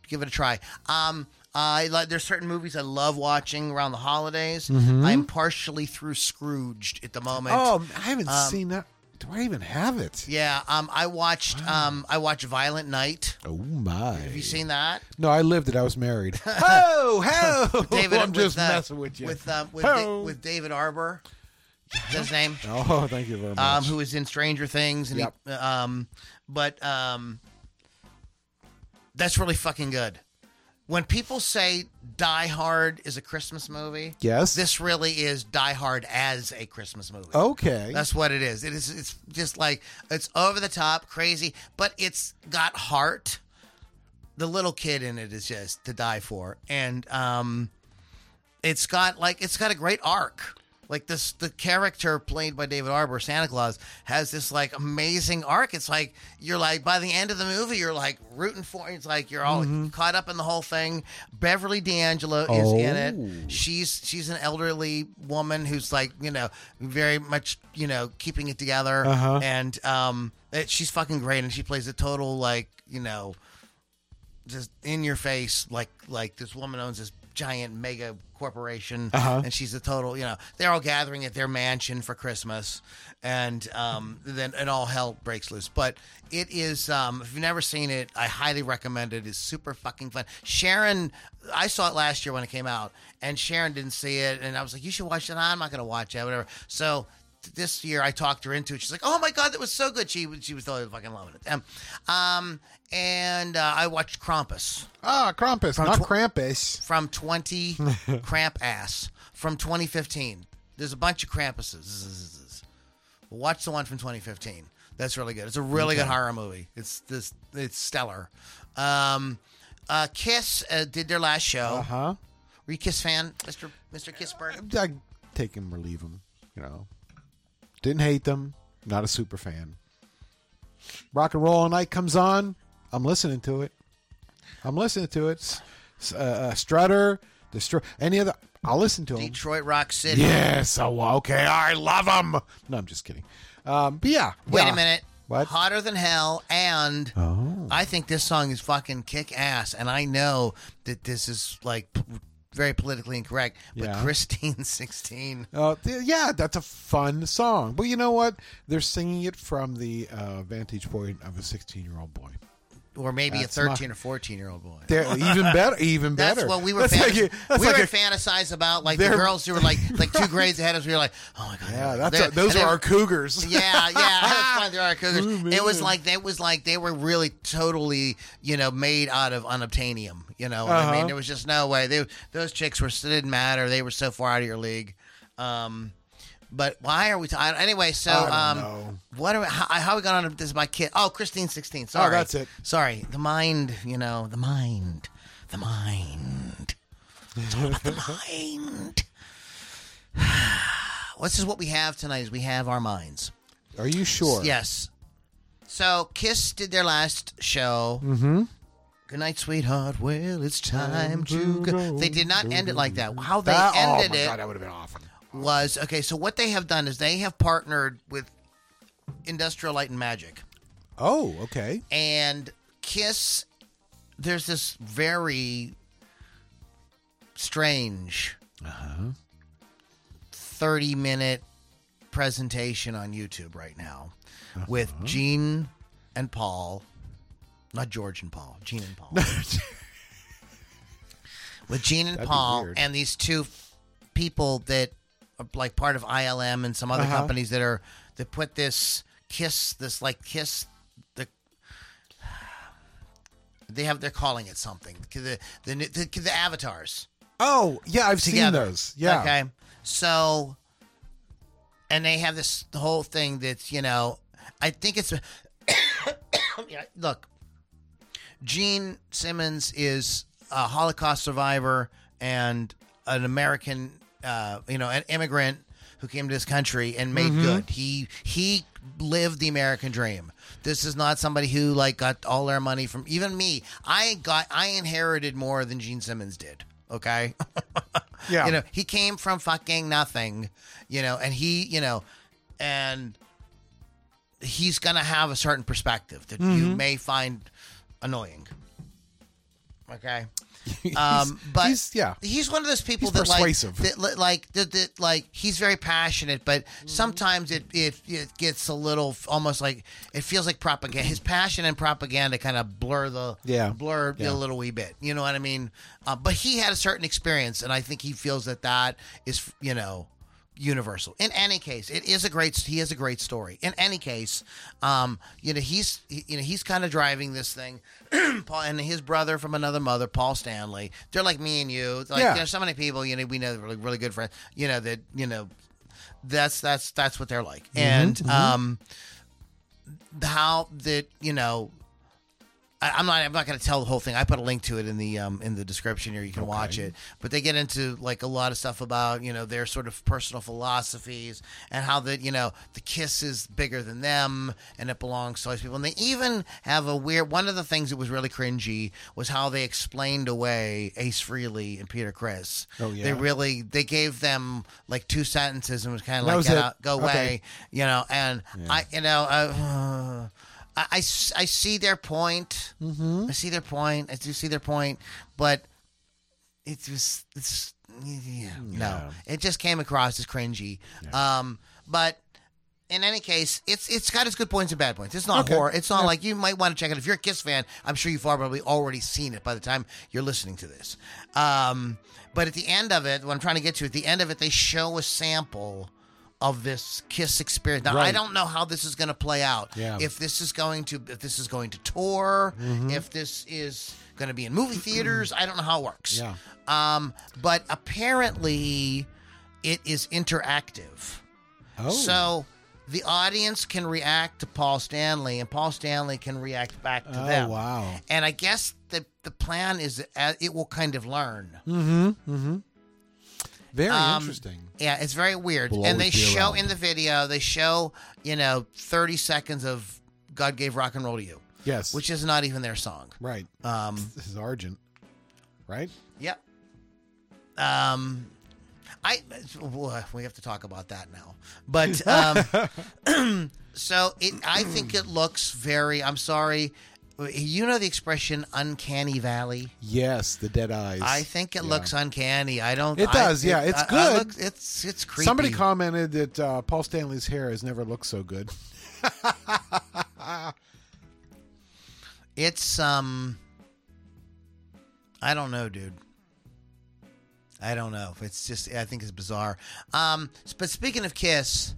Speaker 1: Give it a try. Um, I like there's certain movies I love watching around the holidays. I'm partially through Scrooged at the moment.
Speaker 2: Mm-hmm. Oh, I haven't seen that. Do I even have it?
Speaker 1: Um, yeah. Um, I watched um, I watched Violent Night.
Speaker 2: Oh my!
Speaker 1: Have you seen that,
Speaker 2: No, I lived it. I was married. oh, ho!
Speaker 1: David?
Speaker 2: I'm
Speaker 1: with,
Speaker 2: just
Speaker 1: uh,
Speaker 2: messing with you.
Speaker 1: With um, with, Da-
Speaker 2: Ho!
Speaker 1: with David Arbor, Is that his name.
Speaker 2: oh, thank you very much.
Speaker 1: um, who is in Stranger Things, and he,
Speaker 2: Yep.
Speaker 1: um, but um, that's really fucking good. When people say Die Hard is a Christmas movie,
Speaker 2: yes. Oh.
Speaker 1: this really is Die Hard as a Christmas movie.
Speaker 2: Okay.
Speaker 1: That's what it is. It is. It's just like it's over the top, crazy, but it's got heart. The little kid in it is just to die for, and um, it's got like it's got a great arc. Like this, the character played by David Arbor, Santa Claus, has this like amazing arc. It's like you're like by the end of the movie, you're like rooting for. It's like you're all
Speaker 2: Mm-hmm.
Speaker 1: caught up in the whole thing. Beverly D'Angelo is in
Speaker 2: Oh.
Speaker 1: it she's she's an elderly woman who's like you know very much you know keeping it together
Speaker 2: Uh-huh.
Speaker 1: and um That she's fucking great, and she plays a total like you know, just in your face like like this woman owns this giant mega corporation,
Speaker 2: Uh-huh.
Speaker 1: and she's a total you know. They're all gathering at their mansion for Christmas, and um, then and all hell breaks loose. But it is um, if you've never seen it, I highly recommend it. It's super fucking fun. Sharon, I saw it last year when it came out, and Sharon didn't see it, and I was like, you should watch it. "Nah, I'm not gonna watch it, whatever. So this year I talked her into it. She's like, "Oh my god, that was so good." She was- she was totally fucking loving it. Um, um and uh, I watched Krampus
Speaker 2: Ah, Krampus, not Krampus.
Speaker 1: from 20 Cramp Ass from 2015. There's a bunch of Krampuses. Watch the one from 2015. That's really good. It's a really good horror movie. It's this it's stellar. Um uh, Kiss uh, did their last show.
Speaker 2: Uh huh.
Speaker 1: Were you a Kiss fan, Mr. Mr. Kissberg?
Speaker 2: I take him or leave him. You know, didn't hate them. Not a super fan. Rock and roll all night comes on. I'm listening to it. I'm listening to it. S- s- Uh, uh, Strutter, Destroy, any other. I'll listen to them.
Speaker 1: Detroit Rock City.
Speaker 2: Yes. Oh, okay. I love them. No, I'm just kidding. Um, but yeah.
Speaker 1: Wait
Speaker 2: yeah.
Speaker 1: a minute.
Speaker 2: What? Oh.
Speaker 1: Hotter than hell, and I think this song is fucking kick ass. And I know that this is like p- very politically incorrect, but
Speaker 2: Yeah.
Speaker 1: Christine 16.
Speaker 2: Uh, th- yeah, that's a fun song. But you know what? They're singing it from the uh, vantage point of a 16 year old boy.
Speaker 1: or maybe
Speaker 2: That's
Speaker 1: a 13
Speaker 2: my-
Speaker 1: or 14 year old boy.
Speaker 2: They're even better. Even
Speaker 1: That's
Speaker 2: better.
Speaker 1: what we were.
Speaker 2: That's
Speaker 1: fantas-
Speaker 2: like a- that's
Speaker 1: we
Speaker 2: like
Speaker 1: were
Speaker 2: a-
Speaker 1: fantasized about, like the
Speaker 2: They're-
Speaker 1: girls who were like like two grades ahead of us. We were like, oh my god,
Speaker 2: Yeah, that's
Speaker 1: They-
Speaker 2: a, those
Speaker 1: and they
Speaker 2: are
Speaker 1: were-
Speaker 2: our cougars.
Speaker 1: yeah, yeah, that's fine. There are cougars.
Speaker 2: Ah. Ooh,
Speaker 1: it was
Speaker 2: man.
Speaker 1: like that was like they were really totally, you know, made out of unobtainium. You know, what I mean,
Speaker 2: Uh-huh.
Speaker 1: there was just no way. They, those chicks were it didn't matter. They were so far out of your league. Um, but why are we? T- I, anyway, so
Speaker 2: I don't
Speaker 1: um,
Speaker 2: know.
Speaker 1: what are we, how, how we got on to this? My kid. Oh, Christine sixteen. Sorry,
Speaker 2: that's it.
Speaker 1: Sorry, the mind. You know, the mind. The mind. It's all about the mind. Well, this is what we have tonight. Is we have our minds.
Speaker 2: Are you sure?
Speaker 1: Yes. So Kiss did their last show. Mm-hmm. Good night, sweetheart. Well, it's time to go. They did not end it like that. How they
Speaker 2: That, oh my
Speaker 1: ended it
Speaker 2: god, that would have been awful.
Speaker 1: was okay. So what they have done is they have partnered with Industrial Light and Magic
Speaker 2: Oh, okay.
Speaker 1: and Kiss. There's this very strange thirty minute presentation on YouTube right now with Gene and Paul, not George and Paul, Gene and Paul, with Gene and
Speaker 2: That'd be
Speaker 1: Paul
Speaker 2: weird.
Speaker 1: and these two people that are like part of ILM and some other
Speaker 2: Uh-huh.
Speaker 1: companies that are that put this kiss this like kiss the they have they're calling it something 'Cause the the the, the avatars
Speaker 2: oh, yeah, I've
Speaker 1: together.
Speaker 2: seen those. Yeah.
Speaker 1: Okay. So, and they have this whole thing that's you know, I think it's. Yeah, look, Gene Simmons is a Holocaust survivor and an American, uh, you know, an immigrant who came to this country and made good. He he lived the American dream. This is not somebody who like got all their money from even me. I got I inherited more than Gene Simmons did. Okay.
Speaker 2: Yeah.
Speaker 1: You know, he came from fucking nothing, you know, and he, you know, and he's going to have a certain perspective that
Speaker 2: Mm-hmm.
Speaker 1: you may find annoying. Okay. Um, but
Speaker 2: he's- yeah.
Speaker 1: he's one of those people
Speaker 2: He's
Speaker 1: that
Speaker 2: persuasive.
Speaker 1: like, that, li- like, that, that, like, he's very passionate, but
Speaker 2: Mm-hmm.
Speaker 1: sometimes it, it, it gets a little, f- almost like, it feels like propaganda. His passion and propaganda kind of blur the,
Speaker 2: Yeah.
Speaker 1: blur
Speaker 2: Yeah.
Speaker 1: a little wee bit. You know what I mean? Uh, but he had a certain experience, and I think he feels that that is, you know, universal. In any case, it is a great. He is a great story. In any case, um, you know, he's he- you know he's kind of driving this thing. Paul and his brother from another mother, Paul Stanley. They're like me and you. It's Like
Speaker 2: Yeah.
Speaker 1: there's so many people you know we know that are really really good friends. You know that you know. That's that's that's what they're like,
Speaker 2: Mm-hmm,
Speaker 1: and um, how that you know I, I'm not. I'm not going to tell the whole thing. I put a link to it in the um, in the description here. You can watch it. But they get into like a lot of stuff about you know their sort of personal philosophies and how that you know the kiss is bigger than them and it belongs to all these people. And they even have a weird. One of the things that was really cringy was how they explained away Ace Frehley and Peter Chris.
Speaker 2: Oh, yeah?
Speaker 1: They really they gave them like two sentences and was kind of
Speaker 2: That
Speaker 1: like
Speaker 2: was
Speaker 1: get
Speaker 2: it.
Speaker 1: out, go
Speaker 2: Okay.
Speaker 1: away you know and i you know uh, I, I s- I see their point
Speaker 2: Mm-hmm.
Speaker 1: i see their point i do see their point but it was it's yeah, no it just came across as cringy um but in any case, it's it's got its good points and bad points. It's not
Speaker 2: Okay.
Speaker 1: horror. It's not like you might want to check it. If you're a Kiss fan, I'm sure you've probably already seen it by the time you're listening to this. Um, but at the end of it, what I'm trying to get to, at the end of it, they show a sample of this Kiss experience. Now I
Speaker 2: Right.
Speaker 1: don't know how this is going to play out.
Speaker 2: Yeah. Mm-hmm.
Speaker 1: If this is going to if this is going to tour, if this is going to be in movie theaters, I don't know how it works.
Speaker 2: Yeah.
Speaker 1: Um, but apparently, it is interactive.
Speaker 2: Oh,
Speaker 1: So the audience can react to Paul Stanley, and Paul Stanley can react back to
Speaker 2: oh
Speaker 1: them.
Speaker 2: wow.
Speaker 1: And I guess the the plan is that uh, it will kind of learn.
Speaker 2: Hmm. Very
Speaker 1: Um,
Speaker 2: interesting.
Speaker 1: Yeah, it's very weird.
Speaker 2: Will
Speaker 1: and they
Speaker 2: always be
Speaker 1: show
Speaker 2: around.
Speaker 1: in the video, they show you know thirty seconds of "God Gave Rock and Roll to You,"
Speaker 2: Yes.
Speaker 1: which is not even their song.
Speaker 2: right.
Speaker 1: Um,
Speaker 2: This is Argent. Right?
Speaker 1: Yep. Um, I well, we have to talk about that now, but um, so it. I think it looks very. I'm sorry. You know the expression "uncanny valley."
Speaker 2: Yes, the dead eyes.
Speaker 1: I think it
Speaker 2: Yeah.
Speaker 1: looks uncanny. I don't.
Speaker 2: It
Speaker 1: I-
Speaker 2: does, yeah, it's
Speaker 1: I- I
Speaker 2: good.
Speaker 1: look- it's it's creepy.
Speaker 2: Somebody commented that uh, Paul Stanley's hair has never looked so good.
Speaker 1: It's um. I don't know, dude. I don't know. It's just I think it's bizarre. Um, s- but speaking of Kiss,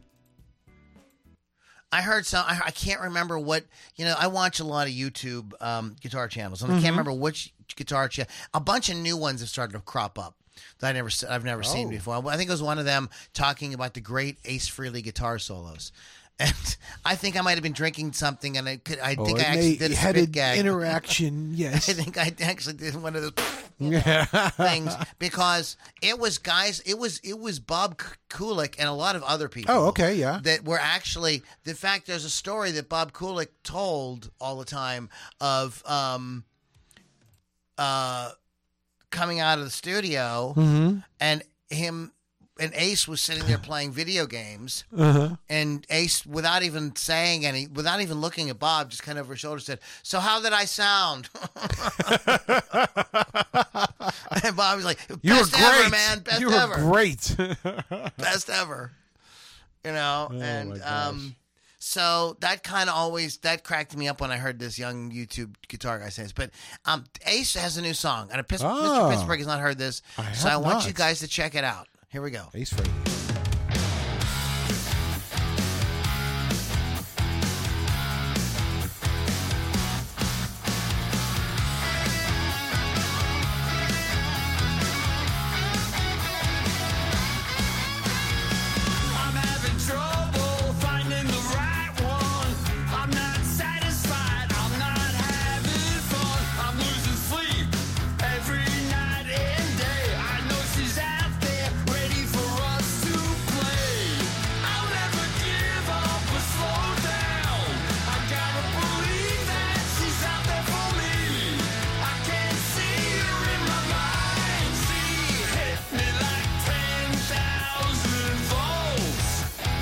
Speaker 1: I heard some. I, I can't remember what you know. I watch a lot of YouTube um, guitar channels, and I can't remember which guitar channel. A bunch of new ones have started to crop up that I never s- I've never seen
Speaker 2: Oh.
Speaker 1: before. I think it was one of them talking about the great Ace Frehley guitar solos. And I think I might have been drinking something, and I could. I
Speaker 2: Oh,
Speaker 1: think I actually did a spit gag.
Speaker 2: interaction.
Speaker 1: I
Speaker 2: Yes.
Speaker 1: think I actually did one of those
Speaker 2: yeah.
Speaker 1: things because it was guys. It was it was Bob K- Kulick and a lot of other people.
Speaker 2: Oh, okay, yeah.
Speaker 1: That were actually the fact. There's a story that Bob Kulick told all the time of um uh coming out of the studio
Speaker 2: Mm-hmm.
Speaker 1: and him and Ace was sitting there playing video games
Speaker 2: Uh-huh.
Speaker 1: and Ace without even saying any without even looking at Bob just kind of over his shoulder said so how did I sound and Bob was like best
Speaker 2: You were
Speaker 1: ever
Speaker 2: great,
Speaker 1: man best
Speaker 2: you were
Speaker 1: ever
Speaker 2: great.
Speaker 1: best ever. You know,
Speaker 2: Oh, my
Speaker 1: and
Speaker 2: gosh.
Speaker 1: um, so that kind of always that cracked me up when I heard this young YouTube guitar guy say this. But um, Ace has a new song, and a Pitts-
Speaker 2: Oh.
Speaker 1: Mr. Pittsburgh has not heard this,
Speaker 2: I
Speaker 1: so I
Speaker 2: have
Speaker 1: want
Speaker 2: not.
Speaker 1: you guys to check it out. Here we go.
Speaker 2: Ace Frehley.
Speaker 4: I'm having trouble finding the right one. I'm not satisfied. I'm not having fun. I'm losing sleep every night and day. I know she's out there ready for us to play. I'll never give up or slow down. I gotta believe that she's out there for me. I can see her in my mind. She hit me like ten thousand volts.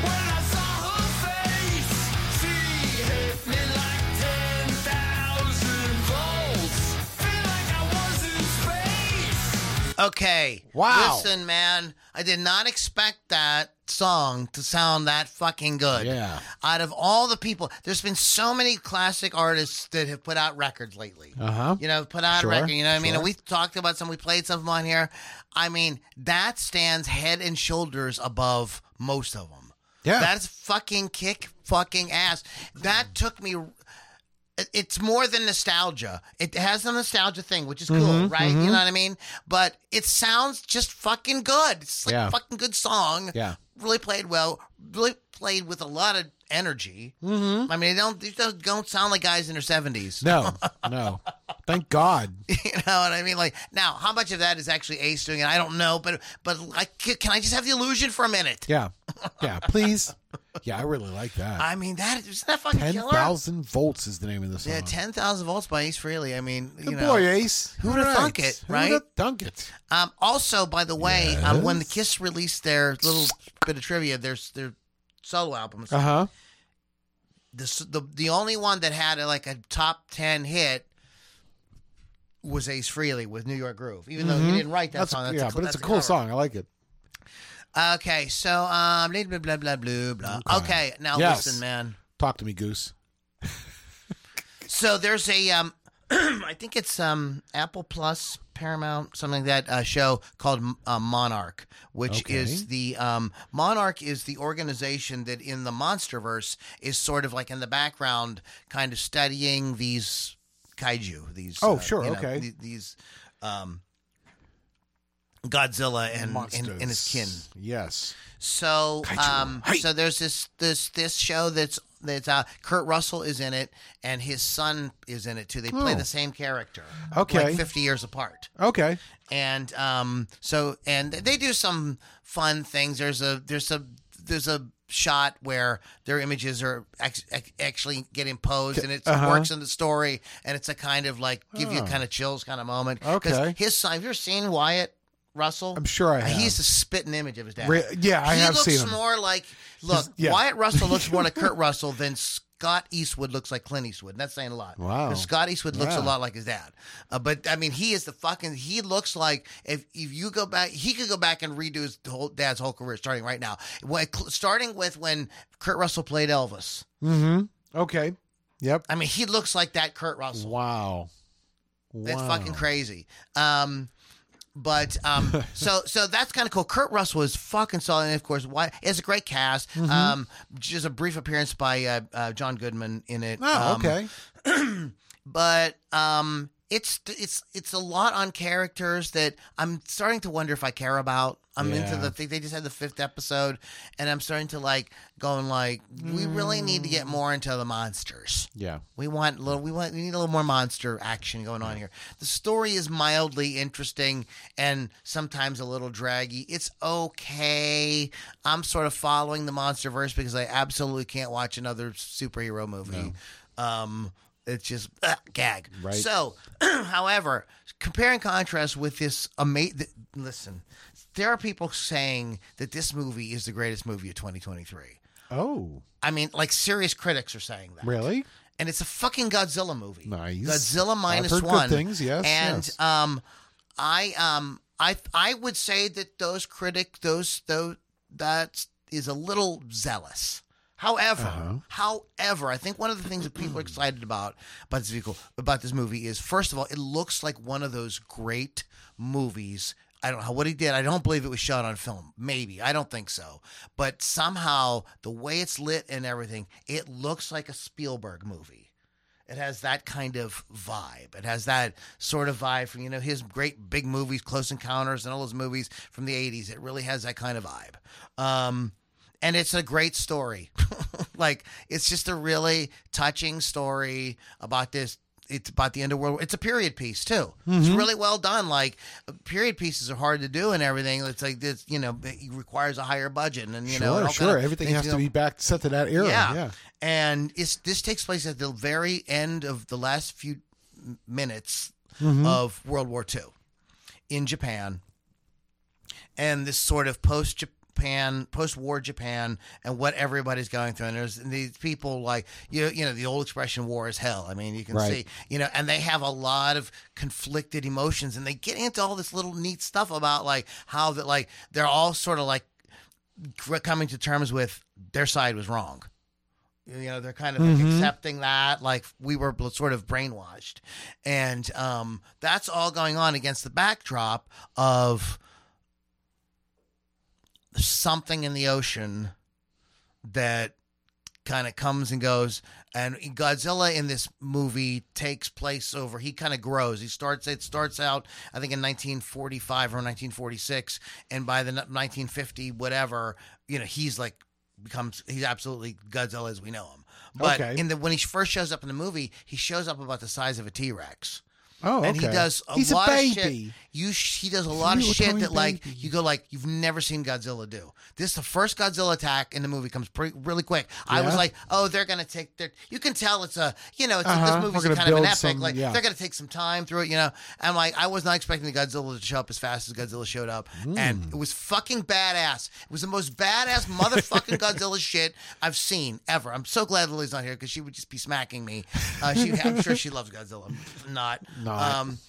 Speaker 4: When I saw her face, she hit me like ten thousand volts. Feel like I was in space.
Speaker 1: Okay.
Speaker 2: Wow.
Speaker 1: Listen, man, I did not expect that song to sound that fucking good.
Speaker 2: Yeah.
Speaker 1: Out of all the people, there's been so many classic artists that have put out records lately.
Speaker 2: Uh-huh.
Speaker 1: You know, put out
Speaker 2: Sure,
Speaker 1: records. You know what I mean?
Speaker 2: sure.
Speaker 1: And we talked about some, we played some of 'em on here. I mean, that stands head and shoulders above most of them.
Speaker 2: Yeah.
Speaker 1: That's fucking kick fucking ass. That took me. it- it's more than nostalgia. It has the nostalgia thing, which is cool,
Speaker 2: Mm-hmm,
Speaker 1: right? You know what I mean? But it sounds just fucking good. It's like
Speaker 2: Yeah.
Speaker 1: a fucking good song.
Speaker 2: Yeah.
Speaker 1: Really played well. Really played with a lot of energy. Mm-hmm. I mean, they don't these don't, don't sound like guys in their seventies.
Speaker 2: No, no. Thank God.
Speaker 1: You know what I mean? Like now, how much of that is actually Ace doing it? I don't know, but but like, can I just have the illusion for a minute?
Speaker 2: Yeah, yeah. Please. Yeah, I really like that.
Speaker 1: I mean, that isn't that fucking
Speaker 2: Ten
Speaker 1: killer.
Speaker 2: thousand volts is the name of the song.
Speaker 1: Yeah, ten thousand volts by Ace Frehley. I mean, you
Speaker 2: Good
Speaker 1: know.
Speaker 2: boy, Ace. Who
Speaker 1: would've thunk it, right?
Speaker 2: Who would have thunk it?
Speaker 1: Um, also, by the way, um, when the
Speaker 2: Yes.
Speaker 1: Kiss released their little bit of trivia, their their solo albums,
Speaker 2: Uh huh.
Speaker 1: the, s- the the only one that had a, like a top ten hit was Ace Frehley with New York Groove. Even though he didn't write that
Speaker 2: Mm-hmm. That's,
Speaker 1: song, that's
Speaker 2: yeah,
Speaker 1: a, cl-
Speaker 2: but
Speaker 1: that's
Speaker 2: it's a cool
Speaker 1: cover.
Speaker 2: song. I like it.
Speaker 1: Okay, so um, blah blah blah blah blah. blah. Okay. now
Speaker 2: Yes.
Speaker 1: listen, man.
Speaker 2: Talk to me, Goose.
Speaker 1: So there's a um, I think it's um Apple Plus Paramount something like that uh, show called uh, Monarch, which
Speaker 2: Okay.
Speaker 1: is the um Monarch is the organization that in the MonsterVerse is sort of like in the background, kind of studying these kaiju, these
Speaker 2: Oh,
Speaker 1: uh,
Speaker 2: sure,
Speaker 1: you know,
Speaker 2: okay.
Speaker 1: the- these um. Godzilla and, and, and his kin.
Speaker 2: Yes.
Speaker 1: So
Speaker 2: Kaiju.
Speaker 1: um
Speaker 2: Hey.
Speaker 1: so there's this this this show that's that's uh Kurt Russell is in it and his son is in it too. They play
Speaker 2: Oh.
Speaker 1: the same character.
Speaker 2: Okay.
Speaker 1: Like 50 years apart.
Speaker 2: Okay.
Speaker 1: And um so and they do some fun things. There's a there's a there's a shot where their images are ac- ac- actually get imposed and it's,
Speaker 2: uh-huh.
Speaker 1: it works in the story and it's a kind of like give you kind of chills kind of moment 'Cause
Speaker 2: Okay.
Speaker 1: his son have you ever seen wyatt russell
Speaker 2: I'm sure I have.
Speaker 1: he's a spitting image of his dad
Speaker 2: Re- yeah, I
Speaker 1: he
Speaker 2: have
Speaker 1: looks
Speaker 2: seen him.
Speaker 1: more like look.
Speaker 2: yeah.
Speaker 1: Wyatt Russell looks more like Kurt Russell than Scott Eastwood looks like Clint Eastwood. And that's saying a lot.
Speaker 2: Wow.
Speaker 1: 'Cause Scott Eastwood looks a
Speaker 2: Yeah.
Speaker 1: lot like his dad, uh, but I mean, he is the fucking. He looks like if if you go back, he could go back and redo his whole dad's whole career starting right now. When, cl- starting with when Kurt Russell played Elvis.
Speaker 2: Mm-hmm. Okay. Yep.
Speaker 1: I mean, he looks like that Kurt Russell.
Speaker 2: Wow.
Speaker 1: That's fucking crazy. Um, but um, so so that's kind of cool. Kurt Russell is fucking solid, and of course, why it's a great cast.
Speaker 2: Mm-hmm.
Speaker 1: Um, just a brief appearance by uh, uh, John Goodman in it.
Speaker 2: Oh,
Speaker 1: Um,
Speaker 2: okay.
Speaker 1: but um, it's it's it's a lot on characters that I'm starting to wonder if I care about. I'm into
Speaker 2: Yeah.
Speaker 1: the thing. They just had the fifth episode, and I'm starting to like going like, we really need to get
Speaker 2: Mm.
Speaker 1: more into the monsters.
Speaker 2: Yeah.
Speaker 1: We want a little. We want. We need a little more monster action going on here. The story is mildly interesting and sometimes a little draggy. It's okay. I'm sort of following the monster verse because I absolutely can't watch another superhero movie. Um, it's just ugh, gag.
Speaker 2: Right.
Speaker 1: So, however, compare and contrast with this amazing. Listen, there are people saying that this movie is the greatest movie of 2023.
Speaker 2: Oh,
Speaker 1: I mean, like serious critics are saying that
Speaker 2: really?
Speaker 1: and it's a fucking Godzilla movie.
Speaker 2: Nice.
Speaker 1: Godzilla minus
Speaker 2: heard good
Speaker 1: one.
Speaker 2: things, yes,
Speaker 1: And
Speaker 2: yes.
Speaker 1: um, I um, I I would say that those critic those though that is a little zealous. However, however, I think one of the things that people are excited about about this vehicle about this movie is first of all, it looks like one of those great movies. I don't know what he did. I don't believe it was shot on film. Maybe I don't think so, but somehow the way it's lit and everything, it looks like a Spielberg movie. It has that kind of vibe. It has that sort of vibe from you know his great big movies, Close Encounters, and all those movies from the '80s. It really has that kind of vibe, um, and it's a great story. like it's just a really touching story about this. It's about the end of World War. It's a period piece too. It's
Speaker 2: Mm-hmm.
Speaker 1: really well done. Like period pieces are hard to do and everything. It's like this, you know, it requires a higher budget and you
Speaker 2: Sure,
Speaker 1: know, and all
Speaker 2: sure.
Speaker 1: kind of
Speaker 2: Everything
Speaker 1: things
Speaker 2: has
Speaker 1: go-
Speaker 2: to be back set to that era.
Speaker 1: yeah.
Speaker 2: Yeah.
Speaker 1: And it's this takes place at the very end of the last few m- minutes
Speaker 2: Mm-hmm.
Speaker 1: of World War II in Japan. And this sort of post Japan, post war Japan, and what everybody's going through. And there's these people like, you know, you know, the old expression, war is hell. I mean, you can
Speaker 2: Right.
Speaker 1: see, you know, and they have a lot of conflicted emotions. And they get into all this little neat stuff about like how that, like, they're all sort of like gr- coming to terms with their side was wrong. You know, they're kind of like accepting that, like we were bl- sort of brainwashed, and um, that's all going on against the backdrop of something in the ocean that kind of comes and goes. And Godzilla in this movie takes place over. He kind of grows. He starts. It starts out, I think, in 1945 or 1946, and by the n- 1950, whatever, you know, he's like becomes. He's absolutely Godzilla as we know him. But
Speaker 2: Okay.
Speaker 1: in the when he first shows up in the movie, he shows up about the size of a T Rex
Speaker 2: Oh,
Speaker 1: and he
Speaker 2: okay.
Speaker 1: does a
Speaker 2: He's
Speaker 1: lot
Speaker 2: a baby.
Speaker 1: of shit. You sh- he does a lot of
Speaker 2: little
Speaker 1: shit
Speaker 2: tiny
Speaker 1: that like
Speaker 2: baby.
Speaker 1: you go like you've never seen Godzilla do. This the first Godzilla attack in the movie comes pretty really quick. I was
Speaker 2: Yeah.
Speaker 1: like, oh, they're gonna take their. You can tell it's a you know it's
Speaker 2: Uh-huh.
Speaker 1: this movie's
Speaker 2: We're gonna
Speaker 1: kind of an
Speaker 2: build
Speaker 1: epic.
Speaker 2: some-
Speaker 1: like
Speaker 2: yeah.
Speaker 1: they're gonna take some time through it. You know, and like I was not expecting the Godzilla to show up as fast as Godzilla showed up, and it was fucking badass. It was the most badass motherfucking Godzilla shit I've seen ever. I'm so glad Lily's not here because she would just be smacking me. Uh, she, I'm sure she loves Godzilla. Not.
Speaker 2: Not.
Speaker 1: Um,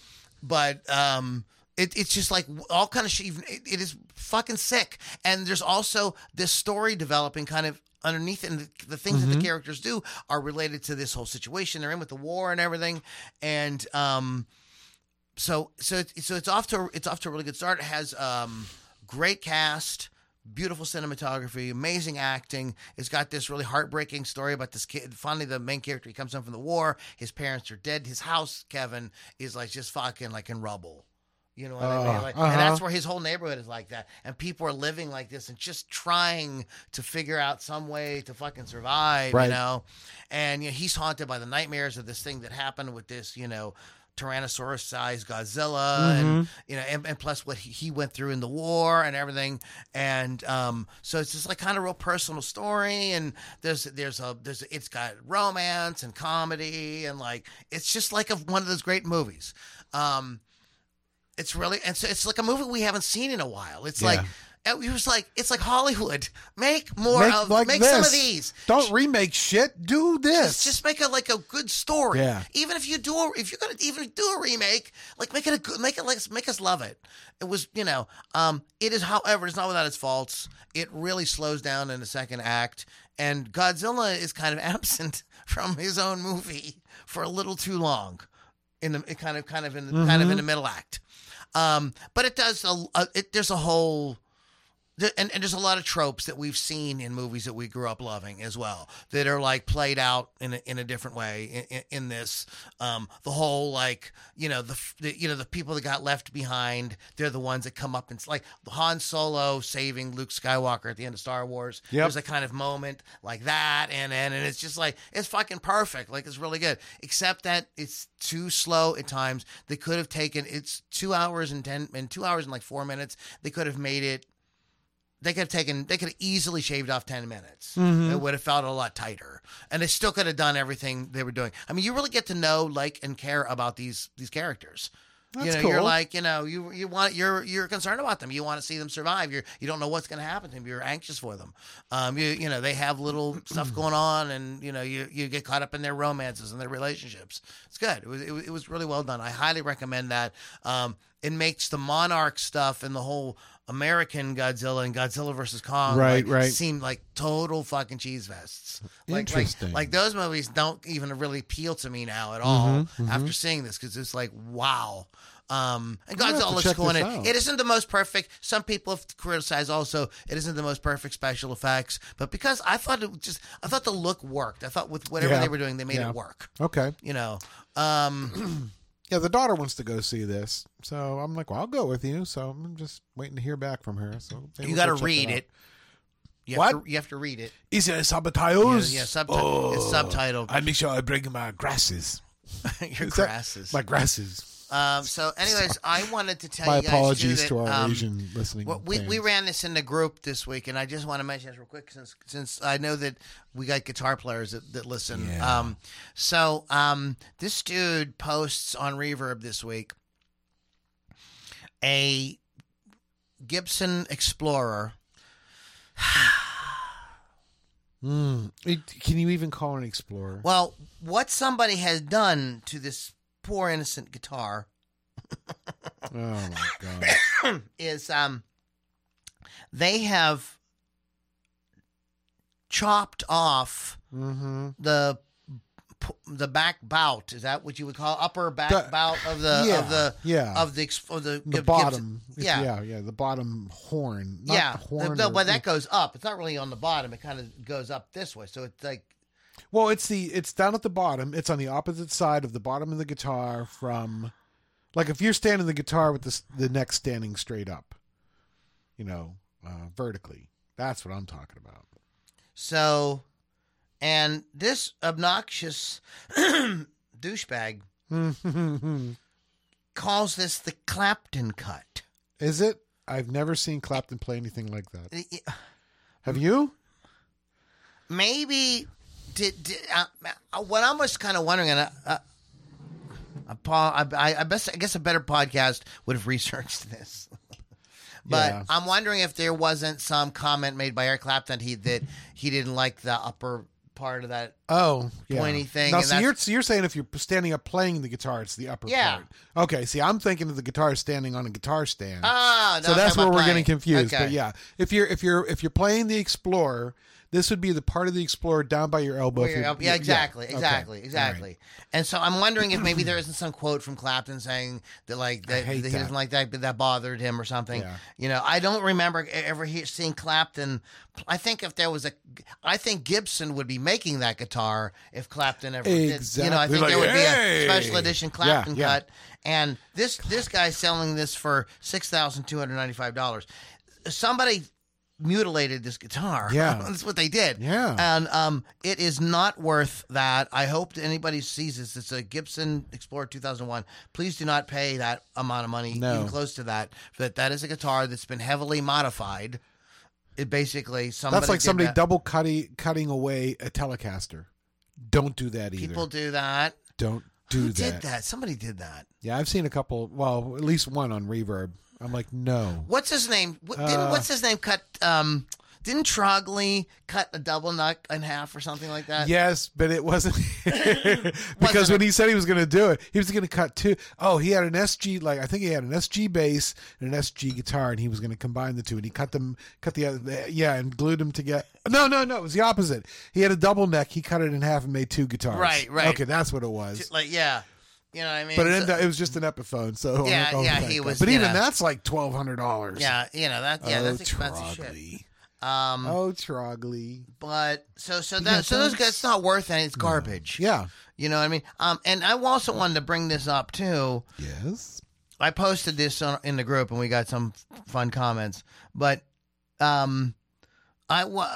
Speaker 1: but um it, it's just like all kind of shit even- it, it is fucking sick and there's also this story developing kind of underneath it and the, the things that the characters do are related to this whole situation they're in with the war and everything and um so so it's so it's off to it's off to a really good start it has um great cast beautiful cinematography amazing acting it's got this really heartbreaking story about this kid finally the main character he comes home from the war his parents are dead his house kevin is like just fucking like in rubble you know what I mean?
Speaker 2: Oh,
Speaker 1: Like,
Speaker 2: uh-huh.
Speaker 1: And that's where his whole neighborhood is like that. And people are living like this and just trying to figure out some way to fucking survive,
Speaker 2: Right.
Speaker 1: you know? And you know, he's haunted by the nightmares of this thing that happened with this, you know, Tyrannosaurus sized Godzilla and you know and, and plus what he, he went through in the war and everything and um so it's just like kind of real personal story and there's there's a there's it's got romance and comedy and like it's just like a, one of those great movies um it's really and so it's like a movie we haven't seen in a while. It's like it was like it's like Hollywood. Make more
Speaker 2: Make,
Speaker 1: of
Speaker 2: like
Speaker 1: make
Speaker 2: this.
Speaker 1: some of these.
Speaker 2: Don't remake shit. Do this.
Speaker 1: Just, just make a like a good story.
Speaker 2: Yeah.
Speaker 1: Even if you do a, if you're gonna even do a remake, like make it a good make it like make us love it. It was you know um it is however it's not without its faults. It really slows down in the second act, and Godzilla is kind of absent from his own movie for a little too long. In the it kind of kind of in the kind of in the middle act, um, but it does a, a it, there's a whole there- and, and there's a lot of tropes that we've seen in movies that we grew up loving as well that are like played out in a, in a different way in, in, in this um, the whole like you know the, f- the you know the people that got left behind they're the ones that come up and it's like Han Solo saving Luke Skywalker at the end of Star Wars
Speaker 2: Yep.
Speaker 1: there's a kind of moment like that and and and it's just like it's fucking perfect like it's really good except that it's too slow at times they could have taken it's 2 hours and 10 and 2 hours and like 4 minutes they could have made it they could have taken they could have easily shaved off 10 minutes it would have felt a lot tighter and they still could have done everything they were doing i mean you really get to know like and care about these these characters you
Speaker 2: That's
Speaker 1: know you're
Speaker 2: cool.
Speaker 1: like you know you you want you're you're concerned about them you want to see them survive you're you don't know what's going to happen to them you're anxious for them um you you know they have little stuff going on and you know you you get caught up in their romances and their relationships it's good it was it was, it was really well done i highly recommend that um it makes the monarch stuff and the whole American Godzilla and Godzilla versus Kong like,
Speaker 2: Right, right.
Speaker 1: seem like total fucking cheese vests. Like,
Speaker 2: Interesting.
Speaker 1: Like, like those movies don't even really appeal to me now at all
Speaker 2: Mm-hmm,
Speaker 1: after seeing this because it's like wow. Um, and
Speaker 2: I'm gonna have to
Speaker 1: Godzilla's
Speaker 2: check
Speaker 1: cool in
Speaker 2: this
Speaker 1: it.
Speaker 2: out.
Speaker 1: It isn't the most perfect. Some people have criticized also it isn't the most perfect special effects, but because I thought it just I thought the look worked. I thought with whatever
Speaker 2: Yeah.
Speaker 1: they were doing, they made
Speaker 2: Yeah.
Speaker 1: it work.
Speaker 2: okay.
Speaker 1: You know. Um,
Speaker 2: Yeah, the daughter wants to go see this, so I'm like, well, I'll go with you. So I'm just waiting to hear back from her. So maybe
Speaker 1: you got
Speaker 2: we'll
Speaker 1: to
Speaker 2: go check
Speaker 1: read
Speaker 2: that out.
Speaker 1: it. You Have
Speaker 2: What?
Speaker 1: to, you have to read it.
Speaker 2: Is it
Speaker 1: Yeah,
Speaker 2: subtitles?
Speaker 1: yeah, subti- it's subtitled.
Speaker 2: make sure Oh. I bring my grasses.
Speaker 1: Your grasses.
Speaker 2: My grasses.
Speaker 1: Um, so, anyways, I wanted to tell
Speaker 2: My
Speaker 1: you guys
Speaker 2: apologies
Speaker 1: too, that,
Speaker 2: to our
Speaker 1: um,
Speaker 2: Asian listening.
Speaker 1: what- we, we
Speaker 2: fans.
Speaker 1: ran this in the group this week, and I just want to mention this real quick since since I know that we got guitar players that, that listen.
Speaker 2: Yeah.
Speaker 1: Um, so um, this dude posts on Reverb this week a Gibson Explorer.
Speaker 2: Mm. It- can you even call it an explorer?
Speaker 1: Well, what somebody has done to this poor innocent guitar
Speaker 2: Oh my god!
Speaker 1: is um they have chopped off
Speaker 2: Mm-hmm.
Speaker 1: the p- the back bout. Is that what you would call upper back
Speaker 2: The-
Speaker 1: bout of the
Speaker 2: yeah,
Speaker 1: of the
Speaker 2: yeah.
Speaker 1: of the ex- of the,
Speaker 2: the
Speaker 1: gives-
Speaker 2: bottom. if-
Speaker 1: yeah.
Speaker 2: yeah, yeah, the bottom horn. Not
Speaker 1: yeah,
Speaker 2: the horn.
Speaker 1: no,
Speaker 2: or-
Speaker 1: but that goes up. It's not really on the bottom. It kind of goes up this way. So it's like
Speaker 2: Well, it's the it's down at the bottom. It's on the opposite side of the bottom of the guitar from, like if you're standing the guitar with the s- the neck standing straight up, you know, uh, vertically. That's what I'm talking about.
Speaker 1: so, and this obnoxious douchebag calls this the Clapton cut.
Speaker 2: Is it? I've never seen Clapton play anything like that.
Speaker 1: It- it-
Speaker 2: Have you?
Speaker 1: maybe did, did uh, uh, what I'm just kind of wondering, and I, uh, I, pa- I, I, I best, I guess a better podcast would have researched this. But
Speaker 2: Yeah.
Speaker 1: I'm wondering if there wasn't some comment made by Eric Clapton that he that he didn't like the upper part of that.
Speaker 2: Oh, yeah.
Speaker 1: Pointy thing,
Speaker 2: Now,
Speaker 1: and
Speaker 2: so
Speaker 1: that's-
Speaker 2: you're so you're saying if you're standing up playing the guitar, it's the upper
Speaker 1: Yeah.
Speaker 2: part. Okay. See, I'm thinking of the guitar standing on a guitar stand.
Speaker 1: Ah, no,
Speaker 2: so
Speaker 1: I'm
Speaker 2: that's
Speaker 1: talking
Speaker 2: where
Speaker 1: about
Speaker 2: we're
Speaker 1: playing.
Speaker 2: getting confused.
Speaker 1: Okay.
Speaker 2: But yeah, if you're if you're if you're playing the Explorer, this would be the part of the Explorer down by your elbow.
Speaker 1: Where
Speaker 2: if
Speaker 1: you're
Speaker 2: you're-
Speaker 1: up- yeah, exactly,
Speaker 2: okay.
Speaker 1: exactly,
Speaker 2: All right.
Speaker 1: exactly. And so I'm wondering if maybe there isn't some quote from Clapton saying that like that, that he
Speaker 2: hate that.
Speaker 1: doesn't like that, but that bothered him or something.
Speaker 2: Yeah.
Speaker 1: You know, I don't remember e- ever he- seeing Clapton. I think if there was a, I think Gibson would be making that guitar if Clapton ever did. You know, I
Speaker 2: Exactly.
Speaker 1: think
Speaker 2: Like,
Speaker 1: there would
Speaker 2: "Hey!"
Speaker 1: be a special edition Clapton
Speaker 2: yeah.
Speaker 1: cut. And this this guy's selling this for six thousand two hundred ninety five dollars. Somebody mutilated this guitar.
Speaker 2: Yeah.
Speaker 1: that's what they did.
Speaker 2: Yeah.
Speaker 1: And um, it is not worth that. I hope that anybody sees this. It's a Gibson Explorer 2001. Please do not pay that amount of money,
Speaker 2: No.
Speaker 1: even close to that. That that is a guitar that's been heavily modified. It basically somebody
Speaker 2: That's like
Speaker 1: did
Speaker 2: somebody
Speaker 1: that.
Speaker 2: double cutting cutting away a Telecaster. Don't do that either.
Speaker 1: people do that.
Speaker 2: don't do
Speaker 1: Who
Speaker 2: that.
Speaker 1: did that? Somebody did that.
Speaker 2: Yeah, I've seen a couple. Well, at least one on Reverb. I'm like, no.
Speaker 1: What's his name? Wh- Didn't,
Speaker 2: Uh,
Speaker 1: what's his name? Cut. Um, didn't Trogley cut a double nut in half or something like that?
Speaker 2: Yes, but it wasn't because
Speaker 1: Wasn't
Speaker 2: when he said he was going to do it, he was going to cut two oh he had an SG like I think he had an SG bass and an SG guitar, and he was going to combine the two, and he cut them, cut the other, yeah, and glued them together. No, no, no, it was the opposite. He had a double neck. He cut it in half and made two guitars.
Speaker 1: Right, right.
Speaker 2: Okay, that's what it was.
Speaker 1: Like yeah. You know what I mean?
Speaker 2: But it
Speaker 1: So-
Speaker 2: ended up, it was just an Epiphone. So I'm
Speaker 1: Yeah,
Speaker 2: like, oh,
Speaker 1: yeah,
Speaker 2: thank
Speaker 1: he
Speaker 2: God.
Speaker 1: was,
Speaker 2: But
Speaker 1: you
Speaker 2: even
Speaker 1: know.
Speaker 2: that's like twelve hundred dollars.
Speaker 1: Yeah, you know that. Yeah,
Speaker 2: oh,
Speaker 1: that's expensive shit.
Speaker 2: Trogly.
Speaker 1: Um,
Speaker 2: Oh, Trogly.
Speaker 1: but so so that so those guys it's not worth it. It's garbage.
Speaker 2: Yeah.
Speaker 1: you know what I mean. Um, and I also wanted to bring this up too.
Speaker 2: Yes.
Speaker 1: I posted this on, in the group, and we got some f- fun comments. But um, I wa-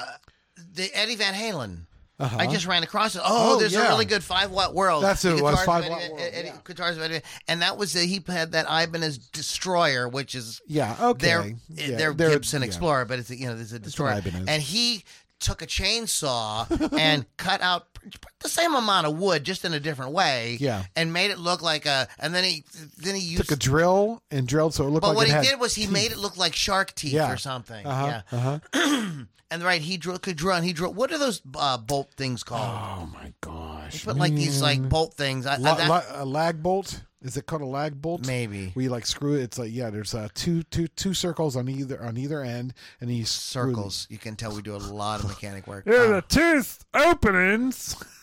Speaker 1: the Eddie Van Halen.
Speaker 2: Uh-huh.
Speaker 1: I just ran across it. Oh,
Speaker 2: Oh,
Speaker 1: there's
Speaker 2: yeah.
Speaker 1: a really good Five Watt World.
Speaker 2: That's
Speaker 1: The
Speaker 2: who it was,
Speaker 1: guitars
Speaker 2: Five
Speaker 1: of
Speaker 2: Watt
Speaker 1: Eddie-
Speaker 2: World,
Speaker 1: Eddie-
Speaker 2: yeah.
Speaker 1: Guitars of Eddie, and that was the, he had that Ibanez Destroyer, which is
Speaker 2: Yeah. Okay.
Speaker 1: their
Speaker 2: yeah,
Speaker 1: their
Speaker 2: they're-
Speaker 1: Gibson
Speaker 2: yeah.
Speaker 1: Explorer, but it's a, you know there's a destroyer,
Speaker 2: what Ibanez.
Speaker 1: and he took a chainsaw and cut out pr- pr- the same amount of wood just in a different way,
Speaker 2: Yeah.
Speaker 1: and made it look like a, and then he then he used.
Speaker 2: took a drill and drilled so it looked
Speaker 1: but
Speaker 2: like
Speaker 1: what
Speaker 2: it
Speaker 1: he
Speaker 2: had
Speaker 1: did was he made it look like shark teeth
Speaker 2: Yeah.
Speaker 1: or something.
Speaker 2: uh-huh,
Speaker 1: Yeah.
Speaker 2: uh-huh.
Speaker 1: And right, he drew, could draw and he drew. What are those uh, bolt things called?
Speaker 2: oh my gosh
Speaker 1: But like these like
Speaker 2: man.
Speaker 1: bolt things. I, I-
Speaker 2: La-
Speaker 1: that-
Speaker 2: la- Mm. a lag bolt is it called a lag bolt
Speaker 1: Maybe.
Speaker 2: we like screw it it's like yeah there's uh, two two two circles on either on either end and you screw them.
Speaker 1: circles. You can tell we do a lot of mechanic work.
Speaker 3: There
Speaker 1: Uh,
Speaker 3: are the two s- openings.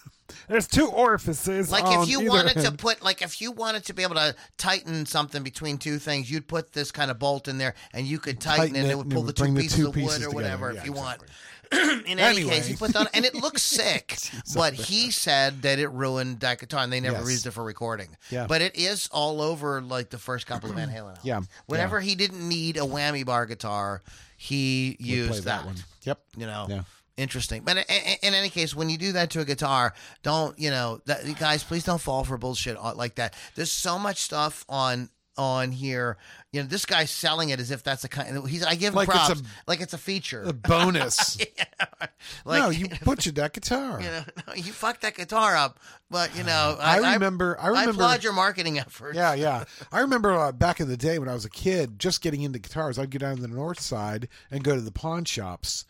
Speaker 3: There's two orifices.
Speaker 1: Like
Speaker 3: on
Speaker 1: if you
Speaker 3: either
Speaker 1: wanted to
Speaker 3: end.
Speaker 1: put like if you wanted to be able to tighten something between two things, you'd put this kind of bolt in there and you could tighten,
Speaker 2: Tighten
Speaker 1: it and
Speaker 2: it
Speaker 1: it would
Speaker 2: and
Speaker 1: pull
Speaker 2: it
Speaker 1: the
Speaker 2: would
Speaker 1: two
Speaker 2: bring the
Speaker 1: pieces
Speaker 2: two
Speaker 1: of
Speaker 2: pieces
Speaker 1: wood or
Speaker 2: together.
Speaker 1: whatever
Speaker 2: Yeah,
Speaker 1: if you
Speaker 2: exactly.
Speaker 1: want. in any
Speaker 2: Anyway.
Speaker 1: case, you put that on and it looks sick. but he said that it ruined that guitar and they never
Speaker 2: Yes.
Speaker 1: used it for recording.
Speaker 2: Yeah.
Speaker 1: But it is all over like the first couple of Van Halen albums.
Speaker 2: Yeah,
Speaker 1: Whenever he didn't need a whammy bar guitar, he
Speaker 2: Play
Speaker 1: used that.
Speaker 2: one yep
Speaker 1: You know,
Speaker 2: Yeah.
Speaker 1: interesting. But in, in any case, when you do that to a guitar, don't you know that you guys? Please don't fall for bullshit on- like that. There's so much stuff on on here. You know, this guy's selling it as if that's a kind. He's I give him
Speaker 2: Like it's
Speaker 1: props,
Speaker 2: a-
Speaker 1: like it's a feature.
Speaker 2: a bonus
Speaker 1: like
Speaker 2: no you butchered that guitar
Speaker 1: you know, you fucked that guitar up. But you know,
Speaker 2: I remember- I remember-
Speaker 1: applaud your marketing efforts.
Speaker 2: Yeah, yeah. I remember uh, back in the day when I was a kid, just getting into guitars, I'd go down to the north side and go to the pawn shops.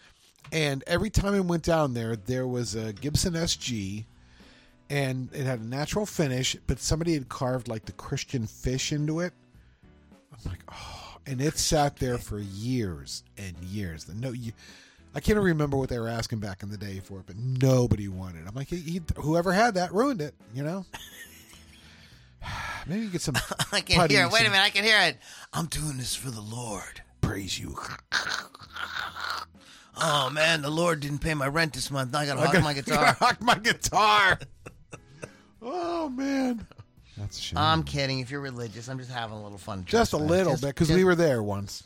Speaker 2: And every time I went down there, there was a Gibson SG, and it had a natural finish, but somebody had carved like the Christian fish into it. I'm like, oh, and it sat there for years and years. And no, you, I can't even remember what they were asking back in the day for it, but nobody wanted. it. I'm like, he, he, whoever had that ruined it. You know. Maybe you get some.
Speaker 1: I can
Speaker 2: putty,
Speaker 1: hear it. Wait a
Speaker 2: some-
Speaker 1: minute, I can hear it. I'm doing this for the Lord.
Speaker 2: Praise you.
Speaker 1: Oh man, the Lord didn't pay my rent this month. Now I gotta hawk my guitar.
Speaker 2: Rock my guitar. oh man, that's a shame.
Speaker 1: I'm kidding. If you're religious, I'm just having a little fun.
Speaker 2: just a
Speaker 1: trust me.
Speaker 2: little
Speaker 1: Um, Just-
Speaker 2: bit because
Speaker 1: just- mm,
Speaker 2: we were there once.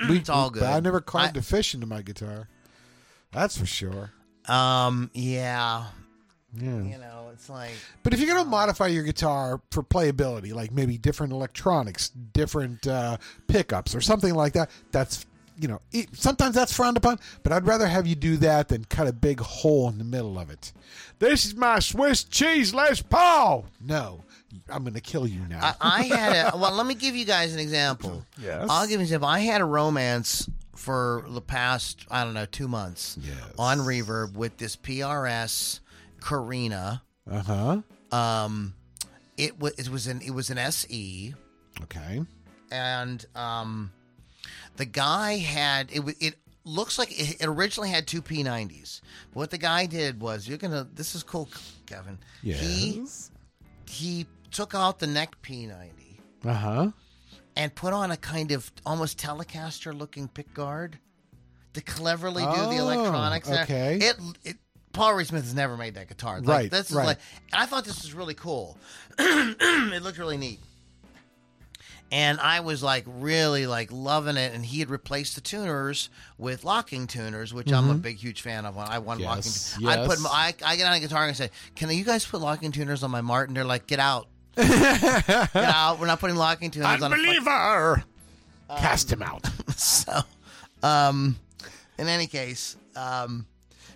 Speaker 1: It's all good.
Speaker 2: But I never carved
Speaker 1: I-
Speaker 2: a fish into my guitar. That's for sure.
Speaker 1: Um. Yeah.
Speaker 2: Yeah.
Speaker 1: You know, it's like
Speaker 2: But if you're going to modify your guitar for playability, like maybe different electronics, different uh, pickups, or something like that, that's you know it, sometimes that's frowned upon. But I'd rather have you do that than cut a big hole in the middle of it. This is my Swiss cheese Les Paul. No, I'm going to kill you now.
Speaker 1: I, I had a well. Let me give you guys an example.
Speaker 2: Yes.
Speaker 1: I'll give you an example. I had a romance for the past I don't know two months
Speaker 2: Yes.
Speaker 1: on Reverb with this PRS Carina.
Speaker 2: uh huh.
Speaker 1: Um, it was it was an it was an E. SE.
Speaker 2: Okay.
Speaker 1: and um, the guy had it. wa- It looks like it it originally had two P90s. But what the guy did was, you're gonna. This is cool, Kevin. He
Speaker 2: Yes.
Speaker 1: he took out the neck P90
Speaker 2: Uh huh.
Speaker 1: and put on a kind of almost Telecaster looking pickguard to cleverly do the
Speaker 2: Oh,
Speaker 1: electronics. there.
Speaker 2: okay.
Speaker 1: It it. Paul Reed Smith has never made that guitar. Like,
Speaker 2: Right,
Speaker 1: This is
Speaker 2: right.
Speaker 1: like, and I thought this was really cool. it looked really neat and I was like really like loving it. And he had replaced the tuners with locking tuners, which I'm a big huge fan of. I want
Speaker 2: Mm-hmm. Yes,
Speaker 1: locking. I put
Speaker 2: yes.
Speaker 1: I, I get on a guitar and I say, "Can you guys put locking tuners on my Martin?" They're like, "Get out." Get out! We're not putting locking tuners on. a fuck-"
Speaker 2: Unbeliever. Cast him out.
Speaker 1: So, um, in any case, um,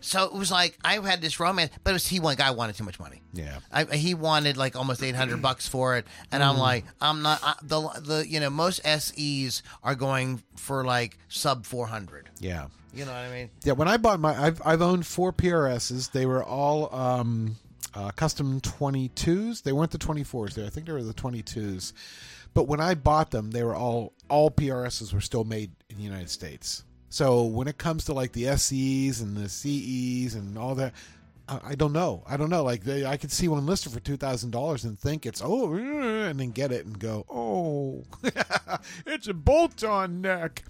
Speaker 1: so it was like I had this romance, but it was he one guy wanted too much money.
Speaker 2: Yeah.
Speaker 1: I, he wanted like almost 800 bucks for it and
Speaker 2: Mm.
Speaker 1: i'm like i'm not I, the the you know most ses are going for like sub 400
Speaker 2: Yeah.
Speaker 1: you know what i mean
Speaker 2: Yeah, when I bought my, I've, I've owned four PRSs. They were all um, uh, custom 22s. They weren't the 24s there. I think they were the 22s. But when I bought them, they were all all PRSs were still made in the United States. So when it comes to like the SEs and the CEs and all that, I, I don't know. I don't know. Like they, I could see one listed for two thousand dollars and think it's oh, eh, and then get it and go oh, it's a bolt-on neck.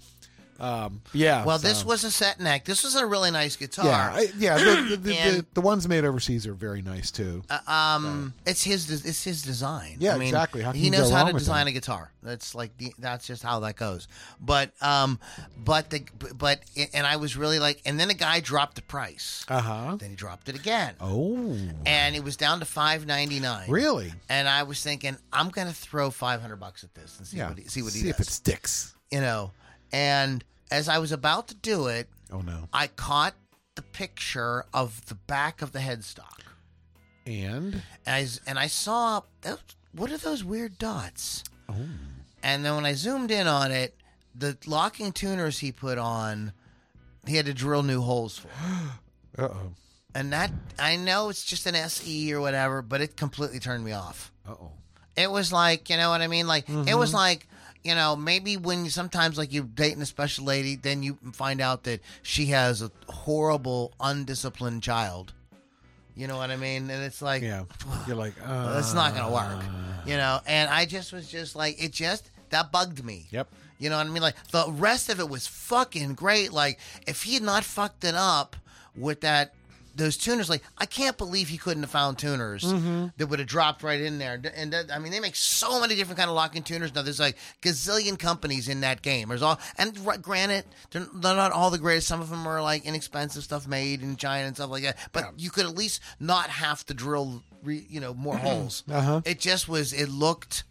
Speaker 2: Um, yeah.
Speaker 1: well
Speaker 2: so-
Speaker 1: this was a set neck this was a really nice guitar
Speaker 2: yeah, I, yeah. The, the, the,
Speaker 1: And-
Speaker 2: the, the ones made overseas are very nice too.
Speaker 1: Uh, um, it's his de- it's his design.
Speaker 2: Yeah,
Speaker 1: I mean,
Speaker 2: exactly. How can
Speaker 1: he
Speaker 2: you go
Speaker 1: knows how
Speaker 2: wrong
Speaker 1: to
Speaker 2: with
Speaker 1: design
Speaker 2: that?
Speaker 1: a guitar. That's like the, that's just how that goes. But um, but the but and I was really like, and then the guy dropped the price.
Speaker 2: Uh huh.
Speaker 1: Then he dropped it again,
Speaker 2: Oh,
Speaker 1: and it was down to five ninety nine.
Speaker 2: really?
Speaker 1: and I was thinking, I'm gonna throw 500 bucks at this and see
Speaker 2: Yeah.
Speaker 1: what he, see what he
Speaker 2: if it
Speaker 1: does,
Speaker 2: sticks.
Speaker 1: you know. And as I was about to do it,
Speaker 2: Oh no.
Speaker 1: I caught the picture of the back of the headstock,
Speaker 2: And
Speaker 1: and I, s- and I saw those, what are those weird dots?
Speaker 2: oh,
Speaker 1: And then when I zoomed in on it, the locking tuners he put on, he had to drill new holes for.
Speaker 2: uh oh,
Speaker 1: And that I know it's just an SE or whatever, but it completely turned me off.
Speaker 2: uh oh.
Speaker 1: It was like, you know what I mean? Like, it was like, you know, maybe when you sometimes like you're dating a special lady, then you find out that she has a horrible, undisciplined child. You know what I mean? And it's like,
Speaker 2: Yeah. You're like, uh,
Speaker 1: that's not going to work. You know, and I just was just like, it just, that bugged me.
Speaker 2: Yep.
Speaker 1: You know what I mean? Like, the rest of it was fucking great. Like, if he had not fucked it up with that, those tuners, like, I can't believe he couldn't have found tuners that would have dropped right in there. And that, I mean, they make so many different kind of locking tuners now. There's like gazillion companies in that game. There's all, and r- granted, they're, they're not all the greatest. Some of them are like inexpensive stuff made in China and stuff like that. But you could at least not have to drill, re, you know, more holes.
Speaker 2: Uh-huh.
Speaker 1: It just was, it looked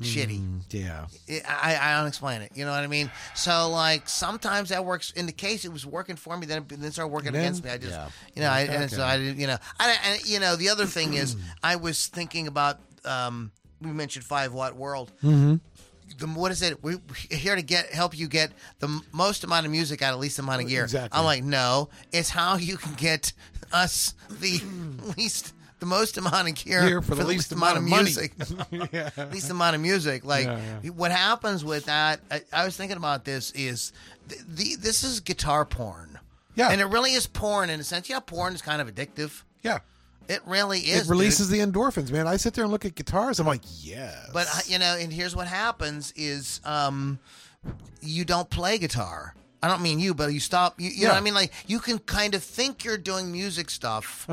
Speaker 1: shitty.
Speaker 2: Yeah.
Speaker 1: It- I, I don't explain it. You know what I mean? So like sometimes that works. In the case, it was working for me. Then it, then it started working
Speaker 2: Then-
Speaker 1: against me. I just
Speaker 2: yeah.
Speaker 1: you know. I, and so I didn't. You know. I and you know the other thing is I was thinking about um we mentioned five watt world. Mm-hmm. The what is it? We we're here to get help you get the m- most amount of music out of least amount of gear.
Speaker 2: Exactly.
Speaker 1: I'm like no, it's how you can get us the least. the most amount of gear
Speaker 2: Gear for the least amount of money.
Speaker 1: music. Least amount of music. Like
Speaker 2: Yeah,
Speaker 1: what happens with that? I, I was thinking about this. Is th- the this is guitar porn?
Speaker 2: Yeah.
Speaker 1: and it really is porn in a sense. Yeah, porn is kind of addictive.
Speaker 2: Yeah.
Speaker 1: It really is.
Speaker 2: It releases the endorphins, man. I sit there and look at guitars. I'm like, yes.
Speaker 1: But uh, you know, and here's what happens: is um, you don't play guitar. I don't mean you, but you stop. You, you know
Speaker 2: Yeah.
Speaker 1: what I mean? Like you can kind of think you're doing music stuff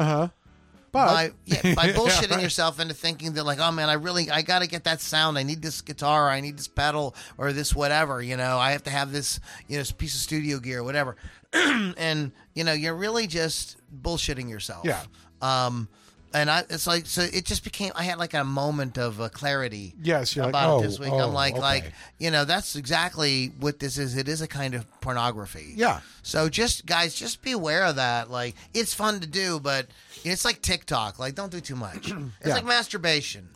Speaker 2: but
Speaker 1: by yeah, by bullshitting
Speaker 2: right.
Speaker 1: yourself into thinking that like, oh man, I really I got to get that sound. I need this guitar. I need this pedal or this whatever. You know, I have to have this you know piece of studio gear, whatever. and you know, you're really just bullshitting yourself.
Speaker 2: Yeah.
Speaker 1: Um. And I, it's like so. It just became. I had like a moment of uh, clarity.
Speaker 2: Yes, you're like,
Speaker 1: about it
Speaker 2: oh,
Speaker 1: this week.
Speaker 2: oh,
Speaker 1: I'm like, like
Speaker 2: okay.
Speaker 1: you know, that's exactly what this is. It is a kind of pornography.
Speaker 2: Yeah.
Speaker 1: So just guys, just be aware of that. Like it's fun to do, but it's like TikTok. Like don't do too much. It's
Speaker 2: Yeah.
Speaker 1: like masturbation,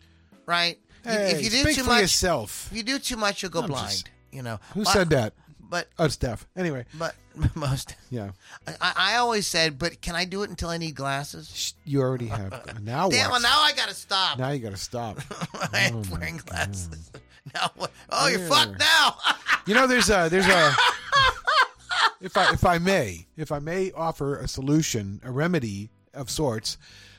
Speaker 1: right? You-
Speaker 2: Hey,
Speaker 1: if you do
Speaker 2: speak
Speaker 1: too
Speaker 2: for
Speaker 1: much,
Speaker 2: yourself.
Speaker 1: if you do too much, you'll go blind.
Speaker 2: just-
Speaker 1: you know
Speaker 2: Who
Speaker 1: But-
Speaker 2: said that?
Speaker 1: But
Speaker 2: Oh, Steph. Anyway,
Speaker 1: but most.
Speaker 2: yeah,
Speaker 1: I, I always said, but can I do it until I need glasses?
Speaker 2: Sh- you already have. Now
Speaker 1: Damn, well
Speaker 2: what?
Speaker 1: now I gotta stop.
Speaker 2: Now you got to stop.
Speaker 1: I
Speaker 2: Oh,
Speaker 1: ain't wearing glasses. Now what? Oh, you're fucked now.
Speaker 2: You know, there's a there's a. If I if I may if I may offer a solution a remedy of sorts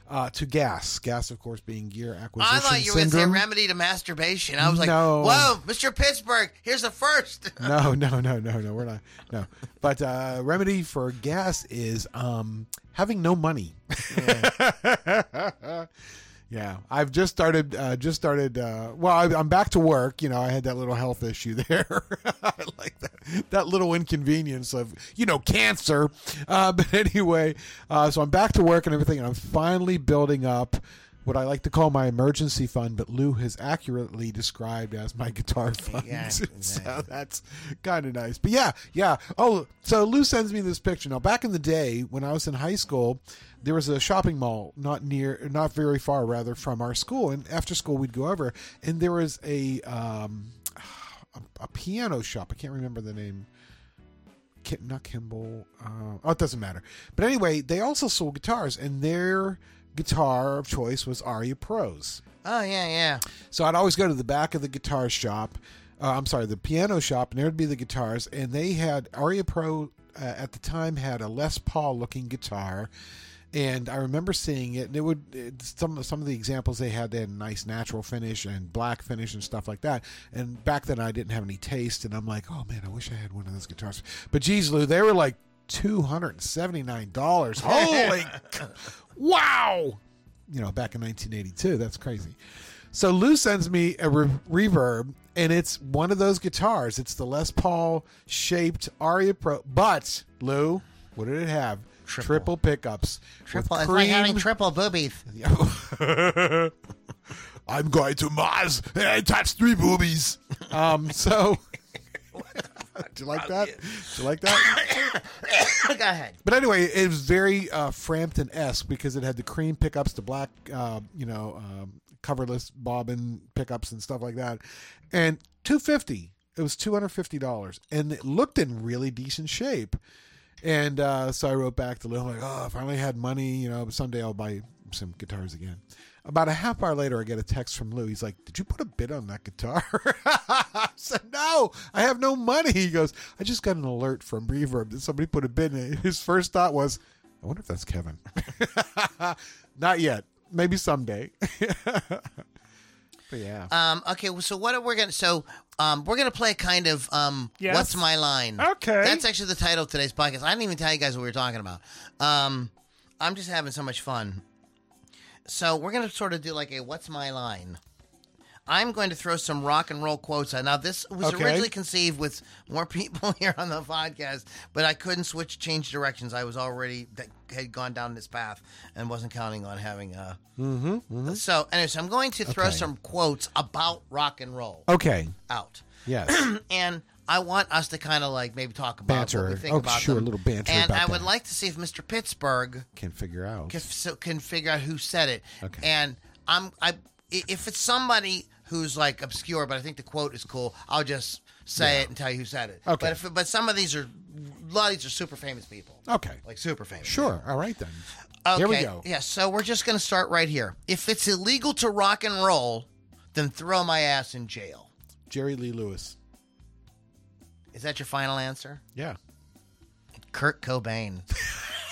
Speaker 2: uh, to gas gas of course being gear acquisition
Speaker 1: I thought you were going to say
Speaker 2: syndrome.
Speaker 1: remedy to masturbation. I was like,
Speaker 2: No.
Speaker 1: whoa, Mr. Pittsburgh, here's a first.
Speaker 2: no no no no no we're not no but uh, remedy for gas is um, having no money. Yeah, I've just started. Uh, just started. Uh, well, I, I'm back to work. You know, I had that little health issue there, I like that that little inconvenience of you know cancer. Uh, but anyway, uh, so I'm back to work and everything, and I'm finally building up what I like to call my emergency fund, but Lou has accurately described as my guitar fund.
Speaker 1: Yeah,
Speaker 2: so
Speaker 1: exactly.
Speaker 2: that's kind of nice. But yeah, yeah. Oh, so Lou sends me this picture. Now, back in the day when I was in high school, there was a shopping mall not near, not very far rather from our school. And after school, we'd go over, and there was a um, a, a piano shop. I can't remember the name. Kim, not Kimball. Uh, oh, it doesn't matter. But anyway, they also sold guitars, and their guitar of choice was Aria Pros.
Speaker 1: oh, yeah, yeah.
Speaker 2: So I'd always go to the back of the guitar shop. Uh, I'm sorry, the piano shop, and there'd be the guitars. And they had Aria Pro uh, at the time had a Les Paul looking guitar, and I remember seeing it. And it would it, some some of the examples they had. They had a nice natural finish and black finish and stuff like that. And back then I didn't have any taste, and I'm like, oh man, I wish I had one of those guitars. But geez, Lou, they were like two hundred and seventy nine dollars. Holy, c- wow! you know, back in 1982. That's crazy. So Lou sends me a re- reverb, and it's one of those guitars. It's the Les Paul shaped Aria Pro. But Lou, what did it have? Triple, pickups. with
Speaker 1: Triple, it's like
Speaker 2: cream-
Speaker 1: having triple boobies.
Speaker 2: I'm going to Mars. and I touched three boobies. Um, so. Do you like that? Do you like that?
Speaker 1: Go ahead.
Speaker 2: But anyway, it was very uh, Frampton esque because it had the cream pickups, the black, uh, you know, um, coverless bobbin pickups and stuff like that, and two fifty. It was two hundred fifty dollars, and it looked in really decent shape. And uh, so I wrote back to Lou. I'm like, oh, I finally had money. You know, someday I'll buy some guitars again. About a half hour later, I get a text from Lou. He's like, "Did you put a bid on that guitar?" I said, "No, I have no money." He goes, "I just got an alert from Reverb that somebody put a bid in." it." His first thought was, "I wonder if that's Kevin." Not yet. Maybe someday. but yeah,
Speaker 1: Um, okay, well, so what are we going to... So um, we're going to play a kind of um,
Speaker 3: Yes.
Speaker 1: What's My Line.
Speaker 3: Okay.
Speaker 1: That's actually the title of today's podcast. I didn't even tell you guys what we were talking about. Um, I'm just having so much fun. So we're going to sort of do like a What's My Line. I'm going to throw some rock and roll quotes out. Now, this was
Speaker 2: Okay.
Speaker 1: originally conceived with more people here on the podcast, but I couldn't switch, change directions. I was already that had gone down this path and wasn't counting on having a. So, anyway, so I'm going to throw
Speaker 2: Okay.
Speaker 1: some quotes about rock and roll
Speaker 2: okay,
Speaker 1: out,
Speaker 2: yes.
Speaker 1: and I want us to kind of like maybe talk about what we
Speaker 2: Banter.
Speaker 1: think
Speaker 2: Oh,
Speaker 1: about
Speaker 2: sure, a
Speaker 1: them.
Speaker 2: little banter
Speaker 1: And
Speaker 2: about
Speaker 1: I would
Speaker 2: that.
Speaker 1: like to see if Mr. Pittsburgh
Speaker 2: Can figure out.
Speaker 1: can, so, can figure out who said it.
Speaker 2: Okay.
Speaker 1: And I'm I i- if it's somebody who's like obscure, but I think the quote is cool, I'll just say it and tell you who said it.
Speaker 2: Okay.
Speaker 1: But if but some of these are lot of these are super famous people.
Speaker 2: Okay.
Speaker 1: Like super famous.
Speaker 2: Sure. All right then.
Speaker 1: Okay.
Speaker 2: Oh. Here we go.
Speaker 1: Yeah, so we're just going to start right here. If it's illegal to rock and roll, then throw my ass in jail.
Speaker 2: Jerry Lee Lewis.
Speaker 1: Is that your final answer?
Speaker 2: Yeah.
Speaker 1: Kurt Cobain.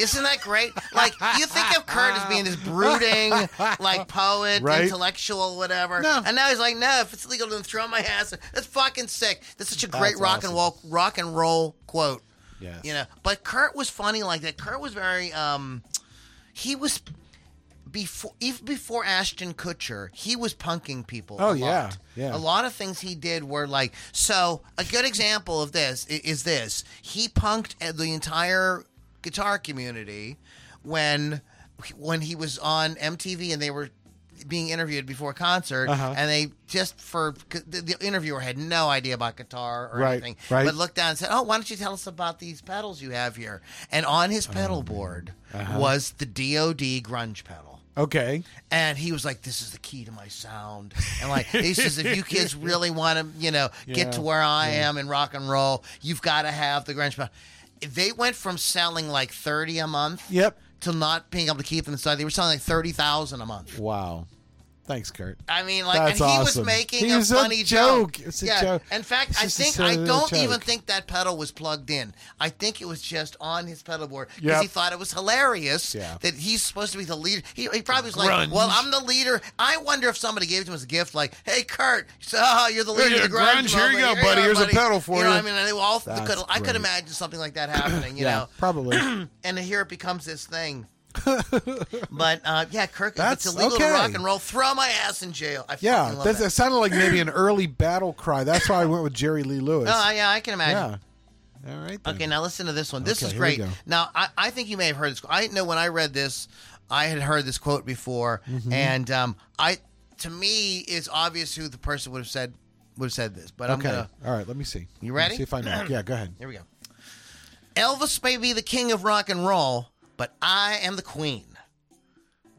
Speaker 1: Isn't that great? Like you think of Kurt as being this brooding, like poet,
Speaker 2: Right.
Speaker 1: intellectual, whatever,
Speaker 2: No.
Speaker 1: and now he's like, "No, if it's legal, then throw my ass." That's fucking sick. That's such a great
Speaker 2: That's
Speaker 1: rock
Speaker 2: awesome.
Speaker 1: and roll, rock and roll quote.
Speaker 2: Yes.
Speaker 1: You know, but Kurt was funny like that. Kurt was very, um, he was before even before Ashton Kutcher, he was punking people.
Speaker 2: Oh,
Speaker 1: a
Speaker 2: yeah,
Speaker 1: lot.
Speaker 2: yeah.
Speaker 1: A lot of things he did were like so. A good example of this i- is this: he punked uh, the entire guitar community when when he was on MTV and they were being interviewed before a concert
Speaker 2: Uh-huh.
Speaker 1: and they just for the, the interviewer had no idea about guitar or
Speaker 2: Right,
Speaker 1: anything
Speaker 2: right.
Speaker 1: but looked down and said oh why don't you tell us about these pedals you have here and on his
Speaker 2: Oh,
Speaker 1: pedal board
Speaker 2: Uh-huh.
Speaker 1: was the DOD grunge pedal
Speaker 2: Okay.
Speaker 1: and he was like, "This is the key to my sound." And like he says, "If you kids really want to, you know, get to where I am in rock and roll, you've got to have the grunge." Band. They went from selling like thirty a month,
Speaker 2: Yep.
Speaker 1: to not being able to keep them inside. They were selling like thirty thousand a month.
Speaker 2: Wow. Thanks, Kurt.
Speaker 1: I mean, like,
Speaker 2: That's
Speaker 1: and he was
Speaker 2: awesome.
Speaker 1: making
Speaker 2: He was
Speaker 1: a
Speaker 2: a
Speaker 1: funny
Speaker 2: joke. It's a
Speaker 1: yeah.
Speaker 2: joke.
Speaker 1: In fact,
Speaker 2: It's
Speaker 1: I
Speaker 2: just a
Speaker 1: think
Speaker 2: silly
Speaker 1: I
Speaker 2: little
Speaker 1: don't even
Speaker 2: joke.
Speaker 1: think that pedal was plugged in. I think it was just on his pedal board because
Speaker 2: Yep.
Speaker 1: he thought it was hilarious
Speaker 2: Yeah.
Speaker 1: that he's supposed to be the leader. He, he probably was like, "Well, I'm the leader." I wonder if somebody gave it to him as a gift, like, "Hey, Kurt, so, oh, you're the leader
Speaker 2: you're
Speaker 1: of the grunge.
Speaker 2: grunge. Here you
Speaker 1: movement.
Speaker 2: go, buddy. Here's a
Speaker 1: buddy."
Speaker 2: pedal for
Speaker 1: Know
Speaker 2: you.
Speaker 1: what I mean, and they all
Speaker 2: That's
Speaker 1: could. I
Speaker 2: great.
Speaker 1: could imagine something like that happening. You know,
Speaker 2: Probably.
Speaker 1: and here it becomes this thing. but uh, yeah, Kirk,
Speaker 2: That's
Speaker 1: if it's illegal
Speaker 2: okay.
Speaker 1: to rock and roll, throw my ass in jail. I
Speaker 2: yeah.
Speaker 1: fucking love
Speaker 2: That's,
Speaker 1: that.
Speaker 2: that sounded like maybe an early battle cry. That's why I went with Jerry Lee Lewis.
Speaker 1: No, I- yeah, I can imagine.
Speaker 2: yeah. All right. Then.
Speaker 1: Okay, now listen to this one. This
Speaker 2: Okay,
Speaker 1: is
Speaker 2: here we
Speaker 1: great.
Speaker 2: go.
Speaker 1: Now, I, I think you may have heard this. I know when I read this, I had heard this quote before,
Speaker 2: Mm-hmm.
Speaker 1: and um, I to me it's obvious who the person would have said would have said this. But I'm
Speaker 2: Okay.
Speaker 1: gonna
Speaker 2: All right. Let me see.
Speaker 1: You
Speaker 2: Let me
Speaker 1: ready?
Speaker 2: see if I know. yeah. Go ahead.
Speaker 1: here we go. Elvis may be the king of rock and roll, but I am the queen.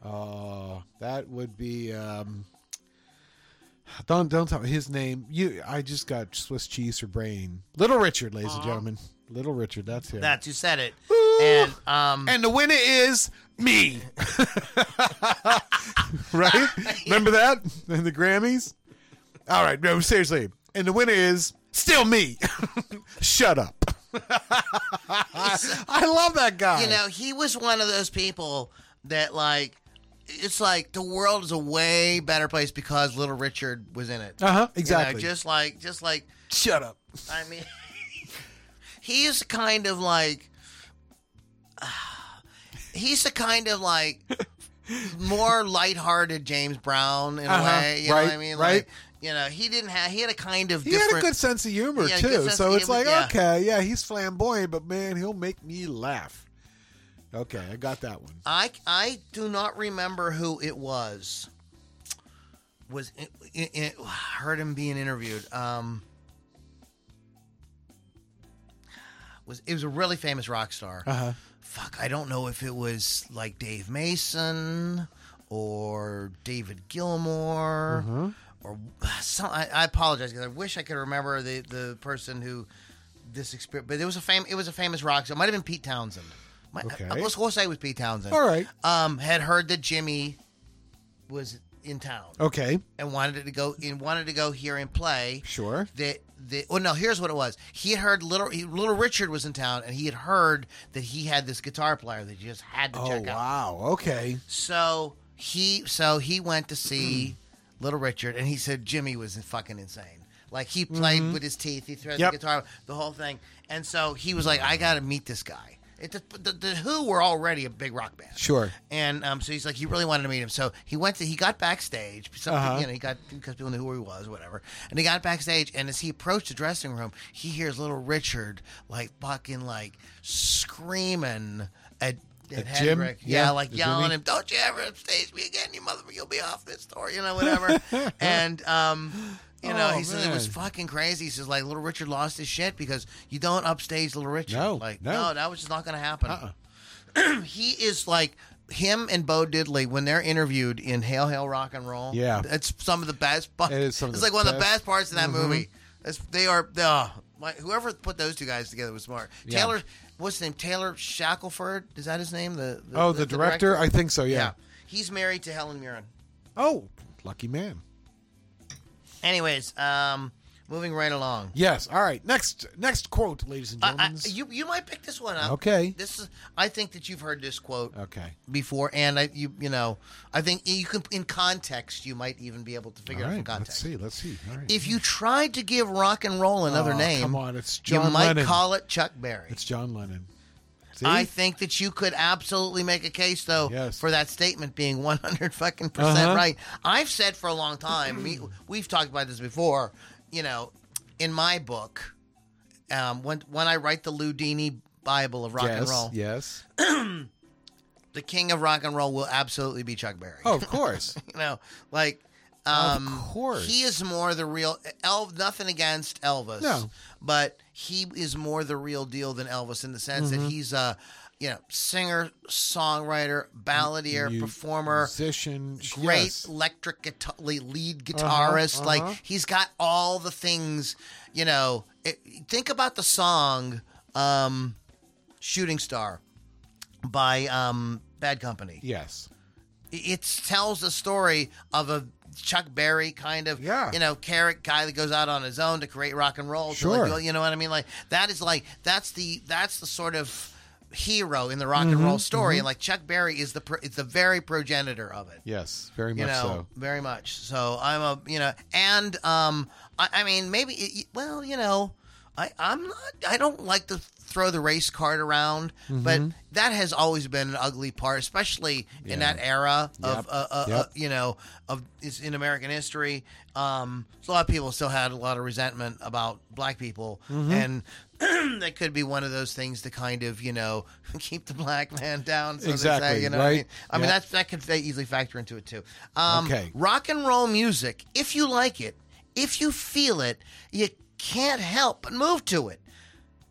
Speaker 2: Uh, that would be. Um, don't don't tell me his name. You, I just got Swiss cheese for brain. Little Richard, ladies and gentlemen. Little Richard. That's him.
Speaker 1: That's who said it. And um,
Speaker 2: and the winner is me. right? Remember that in the Grammys? All right, no, seriously. And the winner is still me. Shut up. I love that guy.
Speaker 1: you know, he was one of those people that like it's like the world is a way better place because Little Richard was in it.
Speaker 2: uh huh.
Speaker 1: You know,
Speaker 2: Exactly.
Speaker 1: just like just like
Speaker 2: shut up.
Speaker 1: I mean he's kind of like he's the kind of like more lighthearted James Brown in
Speaker 2: Uh-huh.
Speaker 1: a way. You know what
Speaker 2: Right,
Speaker 1: I mean?
Speaker 2: right.
Speaker 1: Like you know, he didn't have he had a kind of
Speaker 2: He
Speaker 1: different
Speaker 2: had a good sense of humor
Speaker 1: He had a good
Speaker 2: too,
Speaker 1: sense
Speaker 2: so
Speaker 1: of
Speaker 2: it's
Speaker 1: humor,
Speaker 2: like
Speaker 1: yeah.
Speaker 2: okay, yeah, he's flamboyant, but man, he'll make me laugh. Okay, I got that one.
Speaker 1: I I do not remember who it was. Was it, it, it, I heard him being interviewed. Um, was it was a really famous rock star.
Speaker 2: Uh-huh.
Speaker 1: Fuck, I don't know if it was like Dave Mason or David Gilmour or some. I, I apologize because I wish I could remember the the person who this experience. But it was a fam- It was a famous rock star. It might have been Pete Townsend. My,
Speaker 2: Okay.
Speaker 1: I, let's, let's say it was Pete Townsend
Speaker 2: All right.
Speaker 1: um, had heard that Jimmy was in town
Speaker 2: Okay,
Speaker 1: and wanted to go and wanted to go here and play.
Speaker 2: sure.
Speaker 1: That the well, no, here's what it was. He had heard little he, little Richard was in town, and he had heard that he had this guitar player that he just had to
Speaker 2: Oh
Speaker 1: check out.
Speaker 2: wow. Okay.
Speaker 1: So he so he went to see Little Richard, and he said Jimmy was fucking insane. Like he played with his teeth, he threw
Speaker 2: Mm-hmm. Yep.
Speaker 1: the guitar, the whole thing. And so he was like, I got to meet this guy. It, the, the, the Who were already a big rock band,
Speaker 2: Sure.
Speaker 1: And um, so he's like, he really wanted to meet him. So he went to, he got backstage. Some,
Speaker 2: Uh-huh.
Speaker 1: You know, he got because people knew who he was, whatever. And he got backstage, and as he approached the dressing room, he hears Little Richard like fucking like screaming at. At
Speaker 2: At Jim?
Speaker 1: Hendrick.
Speaker 2: Yeah,
Speaker 1: Yeah, like
Speaker 2: at
Speaker 1: yelling
Speaker 2: Jimmy?
Speaker 1: him, "Don't you ever upstage me again, you motherfucker! You'll be off this tour, you know, whatever." and um, you know,
Speaker 2: Oh,
Speaker 1: he says it was
Speaker 2: man.
Speaker 1: fucking crazy. He says like Little Richard lost his shit because you don't upstage Little Richard.
Speaker 2: No,
Speaker 1: like
Speaker 2: no. Uh-uh.
Speaker 1: that was just not going to happen. he is like. Him and Bo Diddley, when they're interviewed in Hail Hail Rock and Roll,
Speaker 2: Yeah.
Speaker 1: it's some of the best. Part.
Speaker 2: It is some of
Speaker 1: it's
Speaker 2: the
Speaker 1: like one of the
Speaker 2: best. Mm-hmm.
Speaker 1: best parts in that movie. It's, they are, uh, my, whoever put those two guys together was smart.
Speaker 2: Yeah.
Speaker 1: Taylor, what's his name? Taylor Shackelford is that his name? The,
Speaker 2: Oh, the, director? I think so. Yeah.
Speaker 1: yeah. he's married to Helen Mirren.
Speaker 2: Oh, lucky man.
Speaker 1: Anyways, um, moving right along.
Speaker 2: Yes. All right. Next next quote, ladies and
Speaker 1: I, I,
Speaker 2: gentlemen.
Speaker 1: Uh, you you might pick this one up.
Speaker 2: Okay.
Speaker 1: This is I think that you've heard this quote
Speaker 2: okay.
Speaker 1: before, and I you you know I think you can in context you might even be able to
Speaker 2: All
Speaker 1: figure it out from
Speaker 2: right. Let's
Speaker 1: context.
Speaker 2: see. Let's see. All right.
Speaker 1: If you tried to give rock and roll another
Speaker 2: Oh,
Speaker 1: name,
Speaker 2: come on, it's John
Speaker 1: you might
Speaker 2: Lennon.
Speaker 1: call it Chuck Berry.
Speaker 2: it's John Lennon. See?
Speaker 1: I think that you could absolutely make a case though
Speaker 2: Yes.
Speaker 1: for that statement being 100 fucking percent
Speaker 2: Uh-huh.
Speaker 1: right. I've said for a long time, we, we've talked about this before, you know, in my book, um, when when I write the Lou Dini Bible of rock
Speaker 2: yes.
Speaker 1: and roll,
Speaker 2: Yes.
Speaker 1: the king of rock and roll will absolutely be Chuck Berry.
Speaker 2: Oh, of course.
Speaker 1: You know, like um
Speaker 2: Of course.
Speaker 1: he is more the real El nothing against Elvis.
Speaker 2: No.
Speaker 1: But he is more the real deal than Elvis in the sense
Speaker 2: Mm-hmm.
Speaker 1: that he's a you know, singer, songwriter, balladeer,
Speaker 2: Mu-
Speaker 1: performer,
Speaker 2: musician,
Speaker 1: great
Speaker 2: yes. Uh-huh,
Speaker 1: electric guitar, lead guitarist. Like he's got all the things, you know. It, think about the song um, "Shooting Star" by um, Bad Company
Speaker 2: Yes.
Speaker 1: it tells the story of a Chuck Berry kind of,
Speaker 2: Yeah.
Speaker 1: you know, carrot guy that goes out on his own to create rock and roll. to, like,
Speaker 2: Sure.
Speaker 1: go- you know what I mean? Like that is like that's the that's the sort of hero in the rock
Speaker 2: Mm-hmm.
Speaker 1: and roll story, and like Chuck Berry is the pro, is the very progenitor of it.
Speaker 2: Yes. Very
Speaker 1: You
Speaker 2: much
Speaker 1: know, very much. So I'm a, you know, and um, I, I mean, maybe, it, well, you know, I, I'm not, I don't like to throw the race card around, but
Speaker 2: Mm-hmm.
Speaker 1: that has always been an ugly part, especially in
Speaker 2: Yeah.
Speaker 1: that era of,
Speaker 2: Yep.
Speaker 1: uh, uh, uh,
Speaker 2: Yep.
Speaker 1: you know, of is in American history. Um, so a lot of people still had a lot of resentment about black people,
Speaker 2: Mm-hmm.
Speaker 1: and that could be one of those things to kind of, you know, keep the black man down. So
Speaker 2: Exactly,
Speaker 1: They say, you know what I
Speaker 2: right?
Speaker 1: mean? I mean
Speaker 2: Yep.
Speaker 1: that's that could fa- easily factor into it too. Um,
Speaker 2: Okay.
Speaker 1: Rock and roll music, if you like it, if you feel it, you can't help but move to it.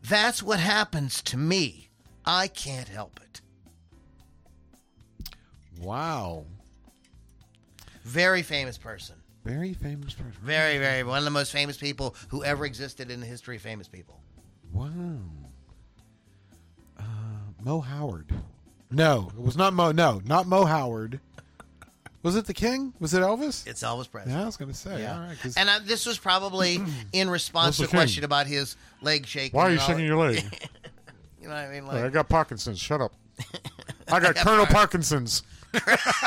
Speaker 1: That's what happens to me. I can't help it.
Speaker 2: so. Wow.
Speaker 1: Very famous person.
Speaker 2: Very famous person.
Speaker 1: Very, very one of the most famous people who ever existed in the history of famous people.
Speaker 2: Wow. Uh, Mo Howard. No, it was not Mo. No, not Mo Howard. Was it the King? Was it Elvis?
Speaker 1: It's Elvis Presley.
Speaker 2: yeah, I was going to say.
Speaker 1: Yeah.
Speaker 2: All right, 'cause-
Speaker 1: and uh, this was probably in response to a
Speaker 3: Mr. King.
Speaker 1: question about his leg shaking.
Speaker 3: Why are
Speaker 1: and
Speaker 3: you
Speaker 1: all
Speaker 3: shaking
Speaker 1: that.
Speaker 3: your leg?
Speaker 1: You know what I mean? Like,
Speaker 3: I got Parkinson's. Shut up. I got Colonel Parkinson's.
Speaker 1: I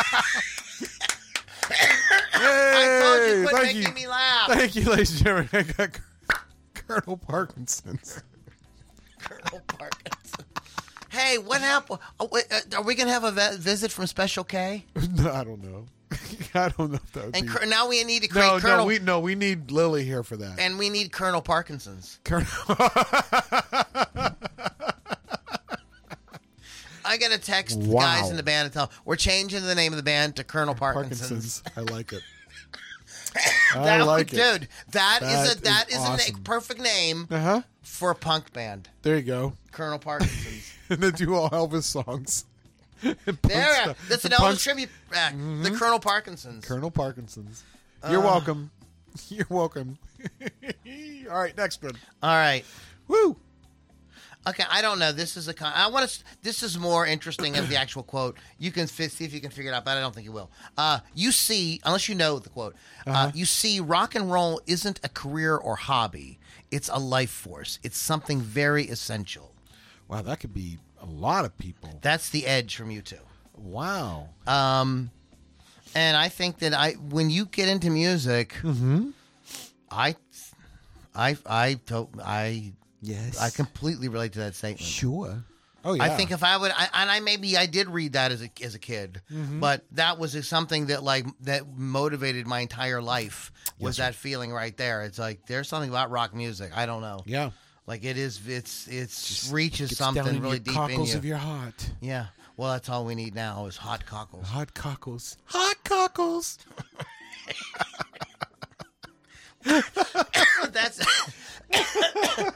Speaker 1: told
Speaker 2: Hey,
Speaker 1: you, quit
Speaker 2: thank
Speaker 1: making
Speaker 2: you.
Speaker 1: me laugh.
Speaker 2: Thank you, ladies and gentlemen. I got Colonel Parkinson's.
Speaker 1: Colonel Parkinson. Hey, what happened? Oh, uh, Are we gonna have a vi- visit from Special K?
Speaker 2: No, I don't know. I don't know if that would
Speaker 1: And
Speaker 2: be.
Speaker 1: cur- now we need to create
Speaker 2: no,
Speaker 1: Colonel,
Speaker 2: no, we no, we need Lily here for that.
Speaker 1: and we need Colonel Parkinson's.
Speaker 2: Colonel,
Speaker 1: I got to text the
Speaker 2: Wow.
Speaker 1: guys in the band and tell 'em, we're changing the name of the band to Colonel Parkinson's.
Speaker 2: Parkinson's. I like it.
Speaker 1: That
Speaker 2: I like
Speaker 1: would,
Speaker 2: it.
Speaker 1: dude. that is a
Speaker 2: That
Speaker 1: that
Speaker 2: is
Speaker 1: is, a na-
Speaker 2: awesome.
Speaker 1: perfect name
Speaker 2: Uh huh.
Speaker 1: for a punk band.
Speaker 2: There you go.
Speaker 1: Colonel Parkinson's.
Speaker 2: and they do all Elvis songs.
Speaker 1: there,
Speaker 2: stuff.
Speaker 1: that's an Elvis
Speaker 2: The punk's- Mm-hmm.
Speaker 1: tribute act. The Colonel Parkinson's.
Speaker 2: Colonel Parkinson's.
Speaker 1: Uh.
Speaker 2: You're welcome. You're welcome. all right, next one.
Speaker 1: All right.
Speaker 2: Woo.
Speaker 1: Okay, I don't know. This is a con- I want to. This is more interesting of the actual quote. You can fi- see if you can figure it out, but I don't think you will. Uh, you see, unless you know the quote, uh you see, rock and roll isn't a career or hobby. It's a life force. It's something very essential.
Speaker 2: Wow, that could be a lot of people.
Speaker 1: That's the edge from you two.
Speaker 2: Wow.
Speaker 1: Um, and I think that I, when you get into music, I, I, I, to- I,
Speaker 2: yes.
Speaker 1: I completely relate to that statement.
Speaker 2: Sure. Oh yeah.
Speaker 1: I think if I would, I, and I maybe I did read that as a as a kid,
Speaker 2: Mm-hmm.
Speaker 1: but that was something that like that motivated my entire life was that feeling right there. It's like there's something about rock music. I don't know.
Speaker 2: yeah.
Speaker 1: like it is. It's it's
Speaker 2: Just
Speaker 1: reaches
Speaker 2: gets
Speaker 1: something
Speaker 2: down in
Speaker 1: really
Speaker 2: your
Speaker 1: deep
Speaker 2: cockles
Speaker 1: in you.
Speaker 2: of your heart.
Speaker 1: yeah. Well, that's all we need now is hot cockles.
Speaker 2: Hot cockles. Hot cockles.
Speaker 1: that's.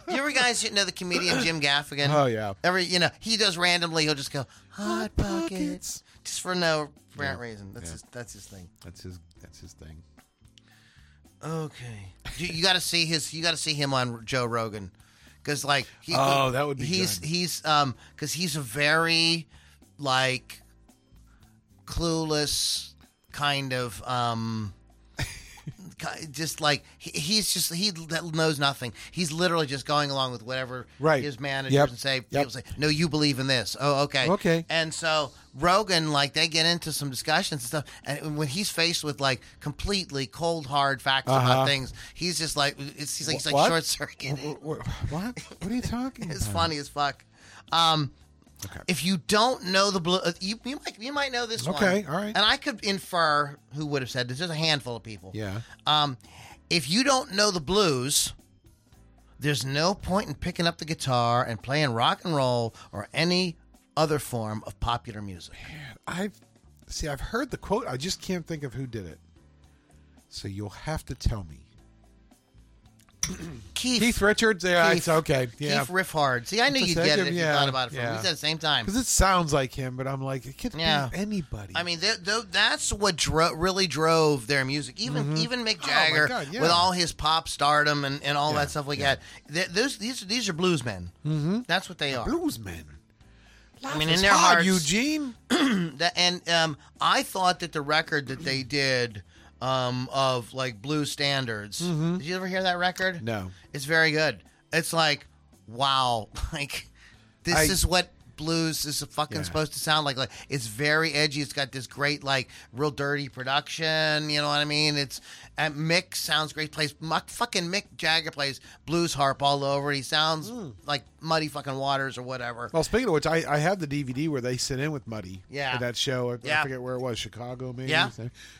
Speaker 1: you ever guys know the comedian Jim Gaffigan?
Speaker 2: Oh, yeah.
Speaker 1: Every you know he does randomly. He'll just go hot
Speaker 2: Hot
Speaker 1: pockets
Speaker 2: pockets.
Speaker 1: just for no apparent reason. That's his, that's his thing.
Speaker 2: That's his. That's his thing.
Speaker 1: Okay. You, you got to see his. You got to see him on Joe Rogan, because like. He,
Speaker 2: Oh, that would be
Speaker 1: He's
Speaker 2: good.
Speaker 1: he's um because he's a very, like, clueless kind of um. ki- Just like he- he's just he that knows nothing. He's literally just going along with whatever
Speaker 2: Right.
Speaker 1: his managers
Speaker 2: Yep.
Speaker 1: and say
Speaker 2: Yep.
Speaker 1: people say, "No, you believe in this." Oh, okay,
Speaker 2: Okay.
Speaker 1: and so Rogan, like, they get into some discussions and stuff. And when he's faced with like completely cold hard facts
Speaker 2: Uh-huh.
Speaker 1: about things, he's just like, it's, he's like, he's like
Speaker 2: What?
Speaker 1: short circuit.
Speaker 2: Wh- wh- What? What are you talking
Speaker 1: It's
Speaker 2: about?
Speaker 1: funny as fuck. Um, If you don't know the blue, uh, you, you might you might know this one.
Speaker 2: Okay, all right.
Speaker 1: And I could infer who would have said this. There's a handful of people.
Speaker 2: Yeah.
Speaker 1: Um, if you don't know the blues, there's no point in picking up the guitar and playing rock and roll or any other form of popular music.
Speaker 2: I've see. I've heard the quote. I just can't think of who did it. So you'll have to tell me.
Speaker 1: Keith,
Speaker 2: Keith Richards. Yeah,
Speaker 1: Keith-
Speaker 2: it's okay. Yeah,
Speaker 1: Keith Riffhard. See, I knew
Speaker 2: It's
Speaker 1: you'd
Speaker 2: a
Speaker 1: get it if
Speaker 2: second-
Speaker 1: you
Speaker 2: yeah,
Speaker 1: thought about it. For
Speaker 2: yeah.
Speaker 1: We said the same time.
Speaker 2: because it sounds like him, but I'm like, it could
Speaker 1: Yeah.
Speaker 2: be anybody.
Speaker 1: I mean, th th that's what dro- really drove their music. Even even Mick Jagger,
Speaker 2: Mm-hmm. Oh, God, yeah.
Speaker 1: with all his pop stardom and, and all
Speaker 2: Yeah,
Speaker 1: that stuff like
Speaker 2: yeah.
Speaker 1: that. Th- those these these are blues men. Mm-hmm. That's what they are.
Speaker 2: bluesmen. Life
Speaker 1: I mean,
Speaker 2: is
Speaker 1: in their
Speaker 2: hard,
Speaker 1: hearts-
Speaker 2: Eugene.
Speaker 1: That- and um, I thought that the record that they did um, of like blues standards. Did you ever hear that record?
Speaker 2: Mm-hmm. No.
Speaker 1: It's very good. It's like, wow, like this
Speaker 2: I-
Speaker 1: is what blues is fucking
Speaker 2: Yeah.
Speaker 1: supposed to sound like. Like it's very edgy. It's got this great like real dirty production. You know what I mean? It's and Mick sounds great. Plays Muck, fucking Mick Jagger plays blues harp all over. He sounds like Muddy fucking Waters or whatever.
Speaker 2: Mm. Well, speaking of which, I, I have the DVD where they sit in with Muddy.
Speaker 1: Yeah.
Speaker 2: at that show. I, I
Speaker 1: Yeah.
Speaker 2: forget where it was, Chicago, maybe.
Speaker 1: Yeah.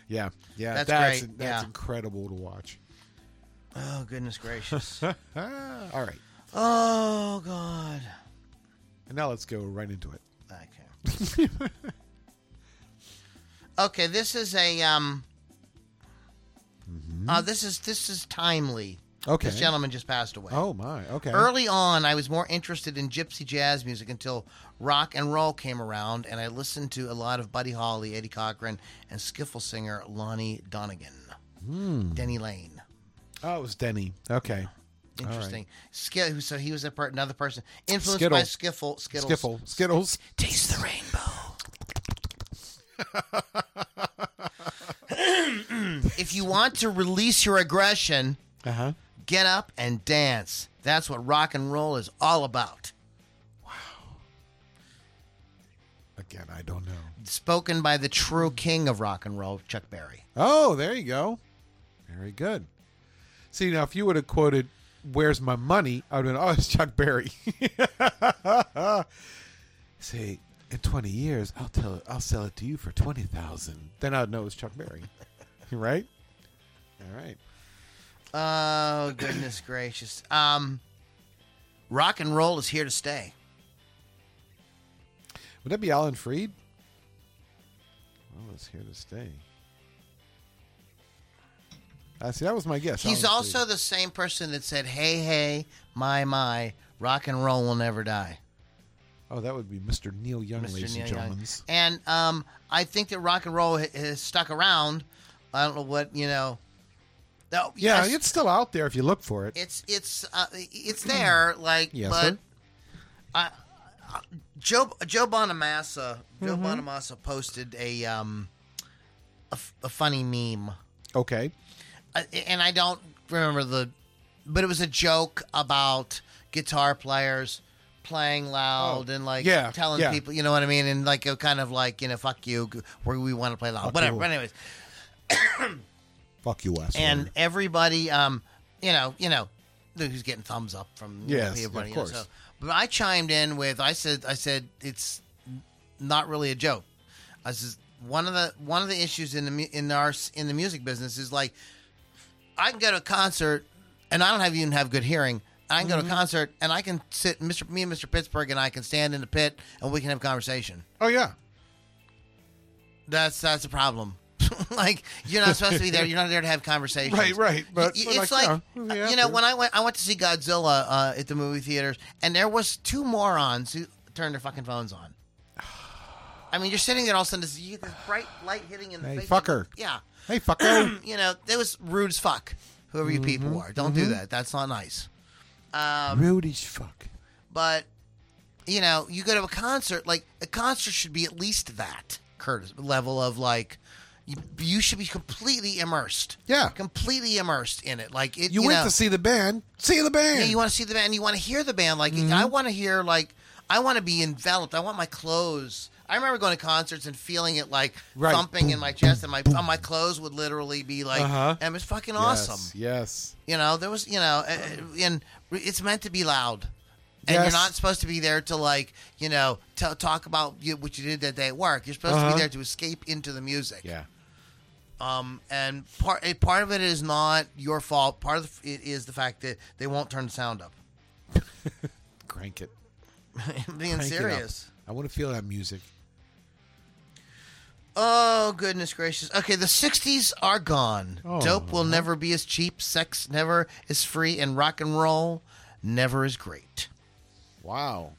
Speaker 2: yeah, yeah.
Speaker 1: That's great,
Speaker 2: That's
Speaker 1: yeah.
Speaker 2: incredible to watch.
Speaker 1: Oh goodness gracious.
Speaker 2: Ah, all right,
Speaker 1: oh god.
Speaker 2: and now let's go right into it.
Speaker 1: Okay. okay, this is a um. Uh, this is this is timely.
Speaker 2: Mm-hmm. Okay.
Speaker 1: This gentleman just passed away.
Speaker 2: Oh my. Okay.
Speaker 1: Early on, I was more interested in gypsy jazz music until rock and roll came around, and I listened to a lot of Buddy Holly, Eddie Cochran, and skiffle singer Lonnie Donegan,
Speaker 2: Hmm.
Speaker 1: Denny Lane.
Speaker 2: Oh, it was Denny. Okay.
Speaker 1: Interesting. Ski- so he was a per- another person influenced
Speaker 2: Skittle.
Speaker 1: by skiffle. Skittles.
Speaker 2: Skiffle. Skittles.
Speaker 1: Taste the rainbow. if you want to release your aggression,
Speaker 2: Uh huh.
Speaker 1: get up and dance. That's what rock and roll is all about.
Speaker 2: Again, I don't know.
Speaker 1: Spoken by the true king of rock and roll, Chuck Berry.
Speaker 2: Oh, there you go. Very good. See, now if you would have quoted, Where's my money? I would have been, Oh, it's Chuck Berry. See, in 20 years, I'll tell it, I'll sell it to you for 20000 Then I'd know it's Chuck Berry. right? All right.
Speaker 1: Oh, goodness gracious. Um, rock and roll is here to stay.
Speaker 2: Would that be Alan Freed? Well, it's here to stay. I Ah, see. That was my guess.
Speaker 1: He's
Speaker 2: Alan
Speaker 1: also the same person that said, hey, hey, my, my, rock and roll will never die.
Speaker 2: Freed. Oh, that would be Mr. Neil Young, ladies and
Speaker 1: Neil Young.
Speaker 2: gentlemen.
Speaker 1: And um, I think that rock and roll ha- has stuck around. I don't know what you know. No,
Speaker 2: Yeah,
Speaker 1: yes,
Speaker 2: it's still out there if you look for it.
Speaker 1: it's it's uh, it's there. Like,
Speaker 2: Yes,
Speaker 1: but
Speaker 2: sir.
Speaker 1: I, I- Joe Joe Bonamassa Joe
Speaker 2: Mm-hmm.
Speaker 1: Bonamassa posted a um a, f- a funny meme,
Speaker 2: Okay.
Speaker 1: I, and I don't remember the, but it was a joke about guitar players playing loud and like
Speaker 2: Oh, yeah,
Speaker 1: telling
Speaker 2: yeah.
Speaker 1: people, you know what I mean, and like a kind of like you know, fuck you, g- where we want to play loud, whatever.
Speaker 2: you.
Speaker 1: But anyways,
Speaker 2: Fuck you, Wes.
Speaker 1: and everybody, um, you know, you know, who's getting thumbs up from you know,
Speaker 2: Yes,
Speaker 1: everybody,
Speaker 2: of
Speaker 1: you know,
Speaker 2: course.
Speaker 1: so- but I chimed in with I said I said it's not really a joke. I says one of the one of the issues in the mu- in our s- in the music business is like I can go to a concert and I don't have even have good hearing. I can go
Speaker 2: Mm-hmm.
Speaker 1: to a concert and I can sit Mr. me and Mr. Pittsburgh and I can stand in the pit and we can have conversation.
Speaker 2: oh yeah,
Speaker 1: That's that's a problem. like you're not supposed to be there. You're not there to have conversations.
Speaker 2: Right, right, but-
Speaker 1: Y-
Speaker 2: but
Speaker 1: it's
Speaker 2: like,
Speaker 1: like,
Speaker 2: yeah, we have
Speaker 1: you know
Speaker 2: to.
Speaker 1: when I went I went to see Godzilla uh, at the movie theaters, and there was two morons who turned their fucking phones on. I mean, you're sitting there all of a sudden, this- you get this bright light hitting in the
Speaker 2: Hey,
Speaker 1: face.
Speaker 2: fucker.
Speaker 1: Yeah,
Speaker 2: Hey fucko.
Speaker 1: you know that was rude as fuck. whoever you
Speaker 2: Mm-hmm.
Speaker 1: people are. Don't do that. That's not nice. Um,
Speaker 2: Rude as fuck.
Speaker 1: But you know, you go to a concert. Like a concert should be at least that Curtis level of like. You, you should be completely immersed.
Speaker 2: Yeah.
Speaker 1: completely immersed in it. Like it,
Speaker 2: You,
Speaker 1: you,
Speaker 2: went
Speaker 1: know,
Speaker 2: to see the band. See the band.
Speaker 1: yeah, you want to see the band. You want to hear the band. Like
Speaker 2: Mm-hmm.
Speaker 1: I want to hear. Like I want to be enveloped. I want my clothes. I remember going to concerts and feeling it like
Speaker 2: Right.
Speaker 1: thumping in
Speaker 2: Boom,
Speaker 1: my chest, and my uh, my clothes would literally be like,
Speaker 2: Uh-huh.
Speaker 1: and it was fucking
Speaker 2: Yes,
Speaker 1: awesome.
Speaker 2: Yes.
Speaker 1: You know, there was you know, uh, and it's meant to be loud, and
Speaker 2: Yes.
Speaker 1: you're not supposed to be there to like you know tell talk about you, what you did that day at work. You're supposed to
Speaker 2: Uh-huh.
Speaker 1: be there to escape into the music.
Speaker 2: Yeah.
Speaker 1: Um, and part eh, part of it is not your fault. Part of it is the fact that they won't turn the sound up.
Speaker 2: Crank it.
Speaker 1: I'm being
Speaker 2: Crank it up.
Speaker 1: serious.
Speaker 2: I want to feel that music.
Speaker 1: Oh goodness gracious. Okay, the '60s are gone.
Speaker 2: Oh.
Speaker 1: Dope will never be as cheap. Sex never is free, and rock and roll never is great.
Speaker 2: Wow.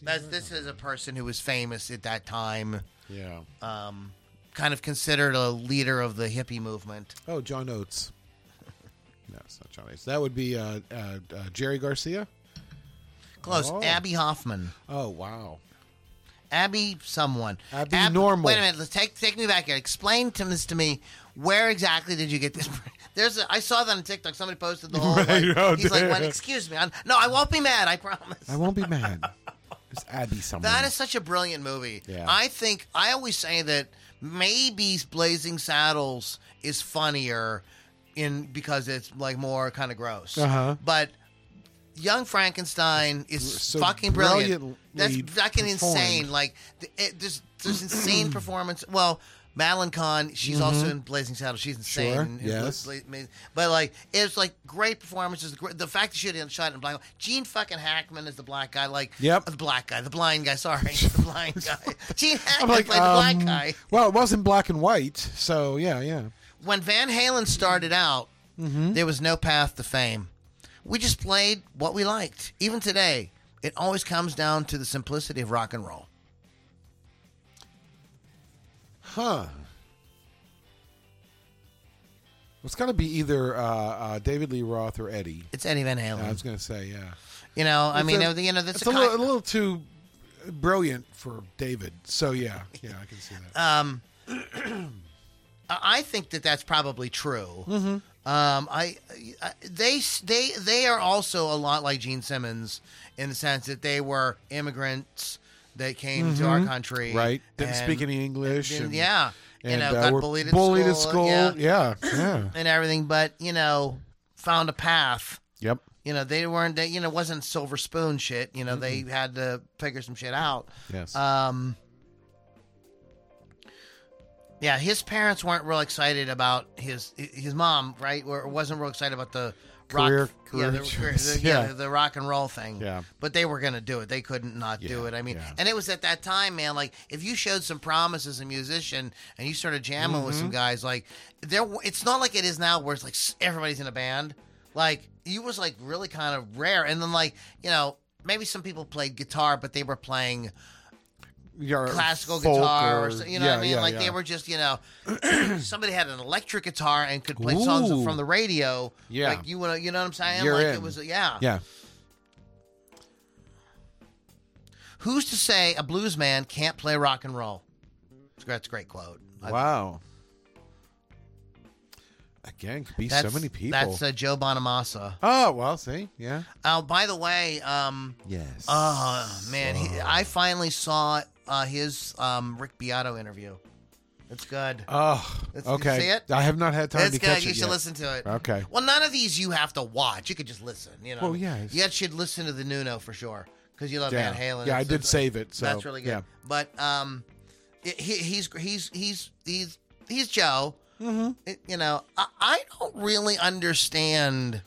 Speaker 1: That's, this is a person who was famous at that time,
Speaker 2: Yeah.
Speaker 1: um, kind of considered a leader of the hippie movement.
Speaker 2: oh, John Oates. No, it's not John Oates. That would be uh, uh, uh, Jerry Garcia.
Speaker 1: Close.
Speaker 2: Oh.
Speaker 1: Abby Hoffman.
Speaker 2: Oh, wow.
Speaker 1: Abby someone.
Speaker 2: Abby Normal.
Speaker 1: Wait a minute. Let's take take me back here. Explain to this to me. Where exactly did you get this? There's a, I saw that on TikTok. Somebody posted the whole. like,
Speaker 2: oh,
Speaker 1: he's like,
Speaker 2: damn.
Speaker 1: "Well, excuse me. I'm, no, I won't be mad. I promise.
Speaker 2: I won't be mad. It's Abby someone.
Speaker 1: That is such a brilliant movie.
Speaker 2: Yeah.
Speaker 1: I think I always say that maybe Blazing Saddles is funnier in because it's like more kind of gross.
Speaker 2: Uh-huh.
Speaker 1: But Young Frankenstein is
Speaker 2: So
Speaker 1: fucking brilliant.
Speaker 2: brilliantly
Speaker 1: That's fucking
Speaker 2: performed.
Speaker 1: insane. Like th- it, there's there's insane performance. Well, Madeline Kahn, she's also in Blazing Saddles. She's insane.
Speaker 2: Mm-hmm. Sure,
Speaker 1: in- in
Speaker 2: yes.
Speaker 1: Bla- Bla- But like it's like great performances. gr- The fact that she didn't shot it in black. Gene fucking Hackman is the black guy. Like
Speaker 2: Yep.
Speaker 1: the black guy, the blind guy. Sorry, the blind guy. Gene
Speaker 2: I'm
Speaker 1: Hackman
Speaker 2: like,
Speaker 1: played
Speaker 2: um,
Speaker 1: the black guy.
Speaker 2: well, it wasn't black and white, so yeah, yeah.
Speaker 1: When Van Halen started out,
Speaker 2: Mm-hmm.
Speaker 1: there was no path to fame. We just played what we liked. Even today, it always comes down to the simplicity of rock and roll.
Speaker 2: Huh. Well, it's got to be either uh, uh, David Lee Roth or Eddie.
Speaker 1: It's Eddie Van Halen.
Speaker 2: I was going to say, yeah.
Speaker 1: you know, I
Speaker 2: It's
Speaker 1: mean,
Speaker 2: a-
Speaker 1: uh, you know, that's
Speaker 2: it's
Speaker 1: a
Speaker 2: a,
Speaker 1: kind-
Speaker 2: little, a little too brilliant for David. So yeah, yeah, I can see that.
Speaker 1: Uh, I I think that that's probably true. Um,
Speaker 2: Mm-hmm.
Speaker 1: I, I they they they are also a lot like Gene Simmons in the sense that they were immigrants that came to our country,
Speaker 2: Mm-hmm. right? Didn't
Speaker 1: and-
Speaker 2: speak any English.
Speaker 1: and-
Speaker 2: and,
Speaker 1: yeah, you
Speaker 2: and,
Speaker 1: know,
Speaker 2: uh,
Speaker 1: got
Speaker 2: were
Speaker 1: bullied at
Speaker 2: bullied
Speaker 1: school,
Speaker 2: At
Speaker 1: yeah.
Speaker 2: school. Yeah, yeah.
Speaker 1: and everything, but you know, found a path.
Speaker 2: yep.
Speaker 1: You know, they weren't. They, you know, it wasn't silver spoon shit. You know, they had to figure some shit out.
Speaker 2: Yes.
Speaker 1: Um, yeah, his parents weren't real excited about his his mom, right? Or wasn't real excited about the
Speaker 2: Career-
Speaker 1: rock,
Speaker 2: career
Speaker 1: yeah, the,
Speaker 2: choice,
Speaker 1: the- yeah,
Speaker 2: yeah.
Speaker 1: the, the rock and roll thing.
Speaker 2: Yeah.
Speaker 1: but they were gonna do it. They couldn't not do
Speaker 2: Yeah,
Speaker 1: it. I mean,
Speaker 2: yeah.
Speaker 1: and it was at that time, man. Like, if you showed some promise as a musician and you started jamming with
Speaker 2: Mm-hmm.
Speaker 1: some guys, like there, w- it's not like it is now where it's like s- everybody's in a band. Like, you was like really kind of rare. And then like you know. Maybe some people played guitar, but they were playing
Speaker 2: Yeah, or
Speaker 1: classical
Speaker 2: folk
Speaker 1: guitar, or,
Speaker 2: or-
Speaker 1: so- you know
Speaker 2: yeah,
Speaker 1: what I mean?
Speaker 2: yeah,
Speaker 1: like
Speaker 2: yeah.
Speaker 1: they were just, you know, somebody had an electric guitar and could play songs
Speaker 2: Ooh.
Speaker 1: from the radio.
Speaker 2: Yeah.
Speaker 1: like you want you know what I'm saying?
Speaker 2: You're
Speaker 1: like
Speaker 2: in.
Speaker 1: it was, yeah.
Speaker 2: Yeah.
Speaker 1: Who's to say a blues man can't play rock and roll? That's a great quote. I-
Speaker 2: Wow. Again, could be so
Speaker 1: that's-
Speaker 2: many people.
Speaker 1: That's uh, Joe Bonamassa.
Speaker 2: oh well, see, yeah.
Speaker 1: Oh, by the way, um,
Speaker 2: Yes.
Speaker 1: oh man, he, I finally saw uh, his um, Rick Beato interview. It's good.
Speaker 2: oh,
Speaker 1: Let's- you
Speaker 2: okay.
Speaker 1: see it?
Speaker 2: I have not had time
Speaker 1: It's
Speaker 2: to
Speaker 1: good.
Speaker 2: catch
Speaker 1: You
Speaker 2: it
Speaker 1: should
Speaker 2: yet.
Speaker 1: listen to it.
Speaker 2: Okay.
Speaker 1: Well, none of these you have to watch. You could just listen. You know.
Speaker 2: Well, yeah, it's-
Speaker 1: You should listen to the Nuno for sure because you love
Speaker 2: Yeah.
Speaker 1: Van Halen.
Speaker 2: Yeah, I
Speaker 1: It's-
Speaker 2: did
Speaker 1: it's-
Speaker 2: save it, so,
Speaker 1: that's really good.
Speaker 2: yeah.
Speaker 1: But um, it, he, he's he's he's he's he's Joe. Mm-hmm. you know, I, I don't really understand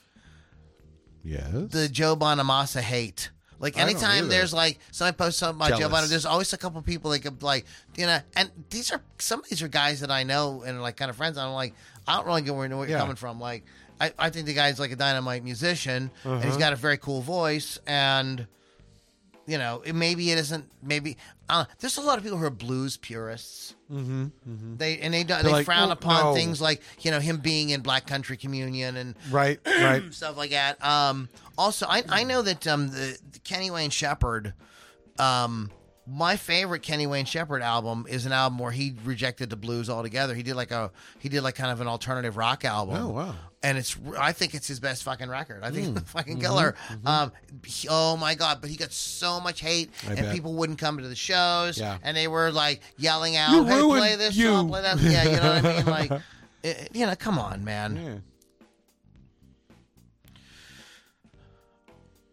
Speaker 2: Yes.
Speaker 1: the Joe Bonamassa hate. Like
Speaker 2: I don't
Speaker 1: anytime
Speaker 2: either.
Speaker 1: there's like somebody posts something about Joe
Speaker 2: Jealous.
Speaker 1: Bonamassa, there's always a couple people that could like you know, and these are some of these are guys that I know and are like kind of friends. I'm like, I don't really get where, where you're
Speaker 2: Yeah.
Speaker 1: coming from. Like, I, I
Speaker 2: Uh-huh.
Speaker 1: think the guy's like a dynamite musician and he's got a very cool voice and you know, it, maybe it isn't. Maybe uh, there's a lot of people who are blues purists. Mm-hmm, They and they don't- they
Speaker 2: like,
Speaker 1: frown
Speaker 2: "Oh,
Speaker 1: upon
Speaker 2: no."
Speaker 1: things like you know him being in Black Country Communion and
Speaker 2: Right, right.
Speaker 1: stuff like that. Um, also, I, I know that um, the, the Kenny Wayne Shepherd, um, my favorite Kenny Wayne Shepherd album is an album where he rejected the blues altogether. He did like a he did like kind of an alternative rock album.
Speaker 2: Oh, wow. Hmm.
Speaker 1: And it's I think it's his best fucking record. I think it's the
Speaker 2: Mm-hmm.
Speaker 1: fucking killer. Um, he- oh my god! But he got so much hate, and
Speaker 2: bet.
Speaker 1: people wouldn't come to the shows,
Speaker 2: Yeah.
Speaker 1: and they were like yelling out,
Speaker 2: You
Speaker 1: "Hey, play
Speaker 2: ruined
Speaker 1: this
Speaker 2: you."
Speaker 1: song, play that." Yeah, you know what I mean? Like, it, you know, come on, man.
Speaker 2: Yeah.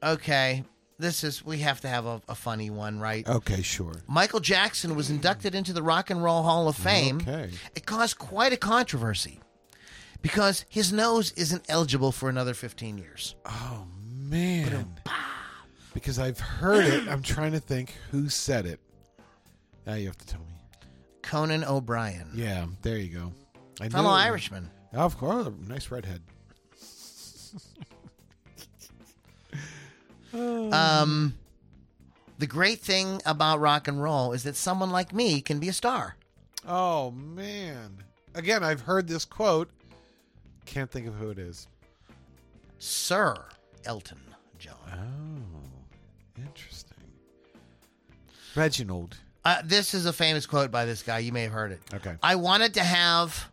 Speaker 1: Okay, this is we have to have a, a funny one, right?
Speaker 2: Okay, sure.
Speaker 1: Michael Jackson was inducted into the Rock and Roll Hall of Fame.
Speaker 2: Okay.
Speaker 1: It caused quite a controversy because his nose isn't eligible for another 15 years.
Speaker 2: Oh man. Because I've heard it. I'm trying to think who said it. Now you have to tell me.
Speaker 1: Conan O'Brien,
Speaker 2: Yeah, there you go. I
Speaker 1: fellow
Speaker 2: knew- Oh,
Speaker 1: Irishman.
Speaker 2: Of course, nice redhead.
Speaker 1: Um, the great thing about rock and roll is that someone like me can be a star.
Speaker 2: Oh man. Again, I've heard this quote. Can't think of who it is.
Speaker 1: Sir Elton John.
Speaker 2: Oh, interesting. Reginald.
Speaker 1: Uh, this is a famous quote by this guy. You may have heard it.
Speaker 2: Okay.
Speaker 1: I wanted to have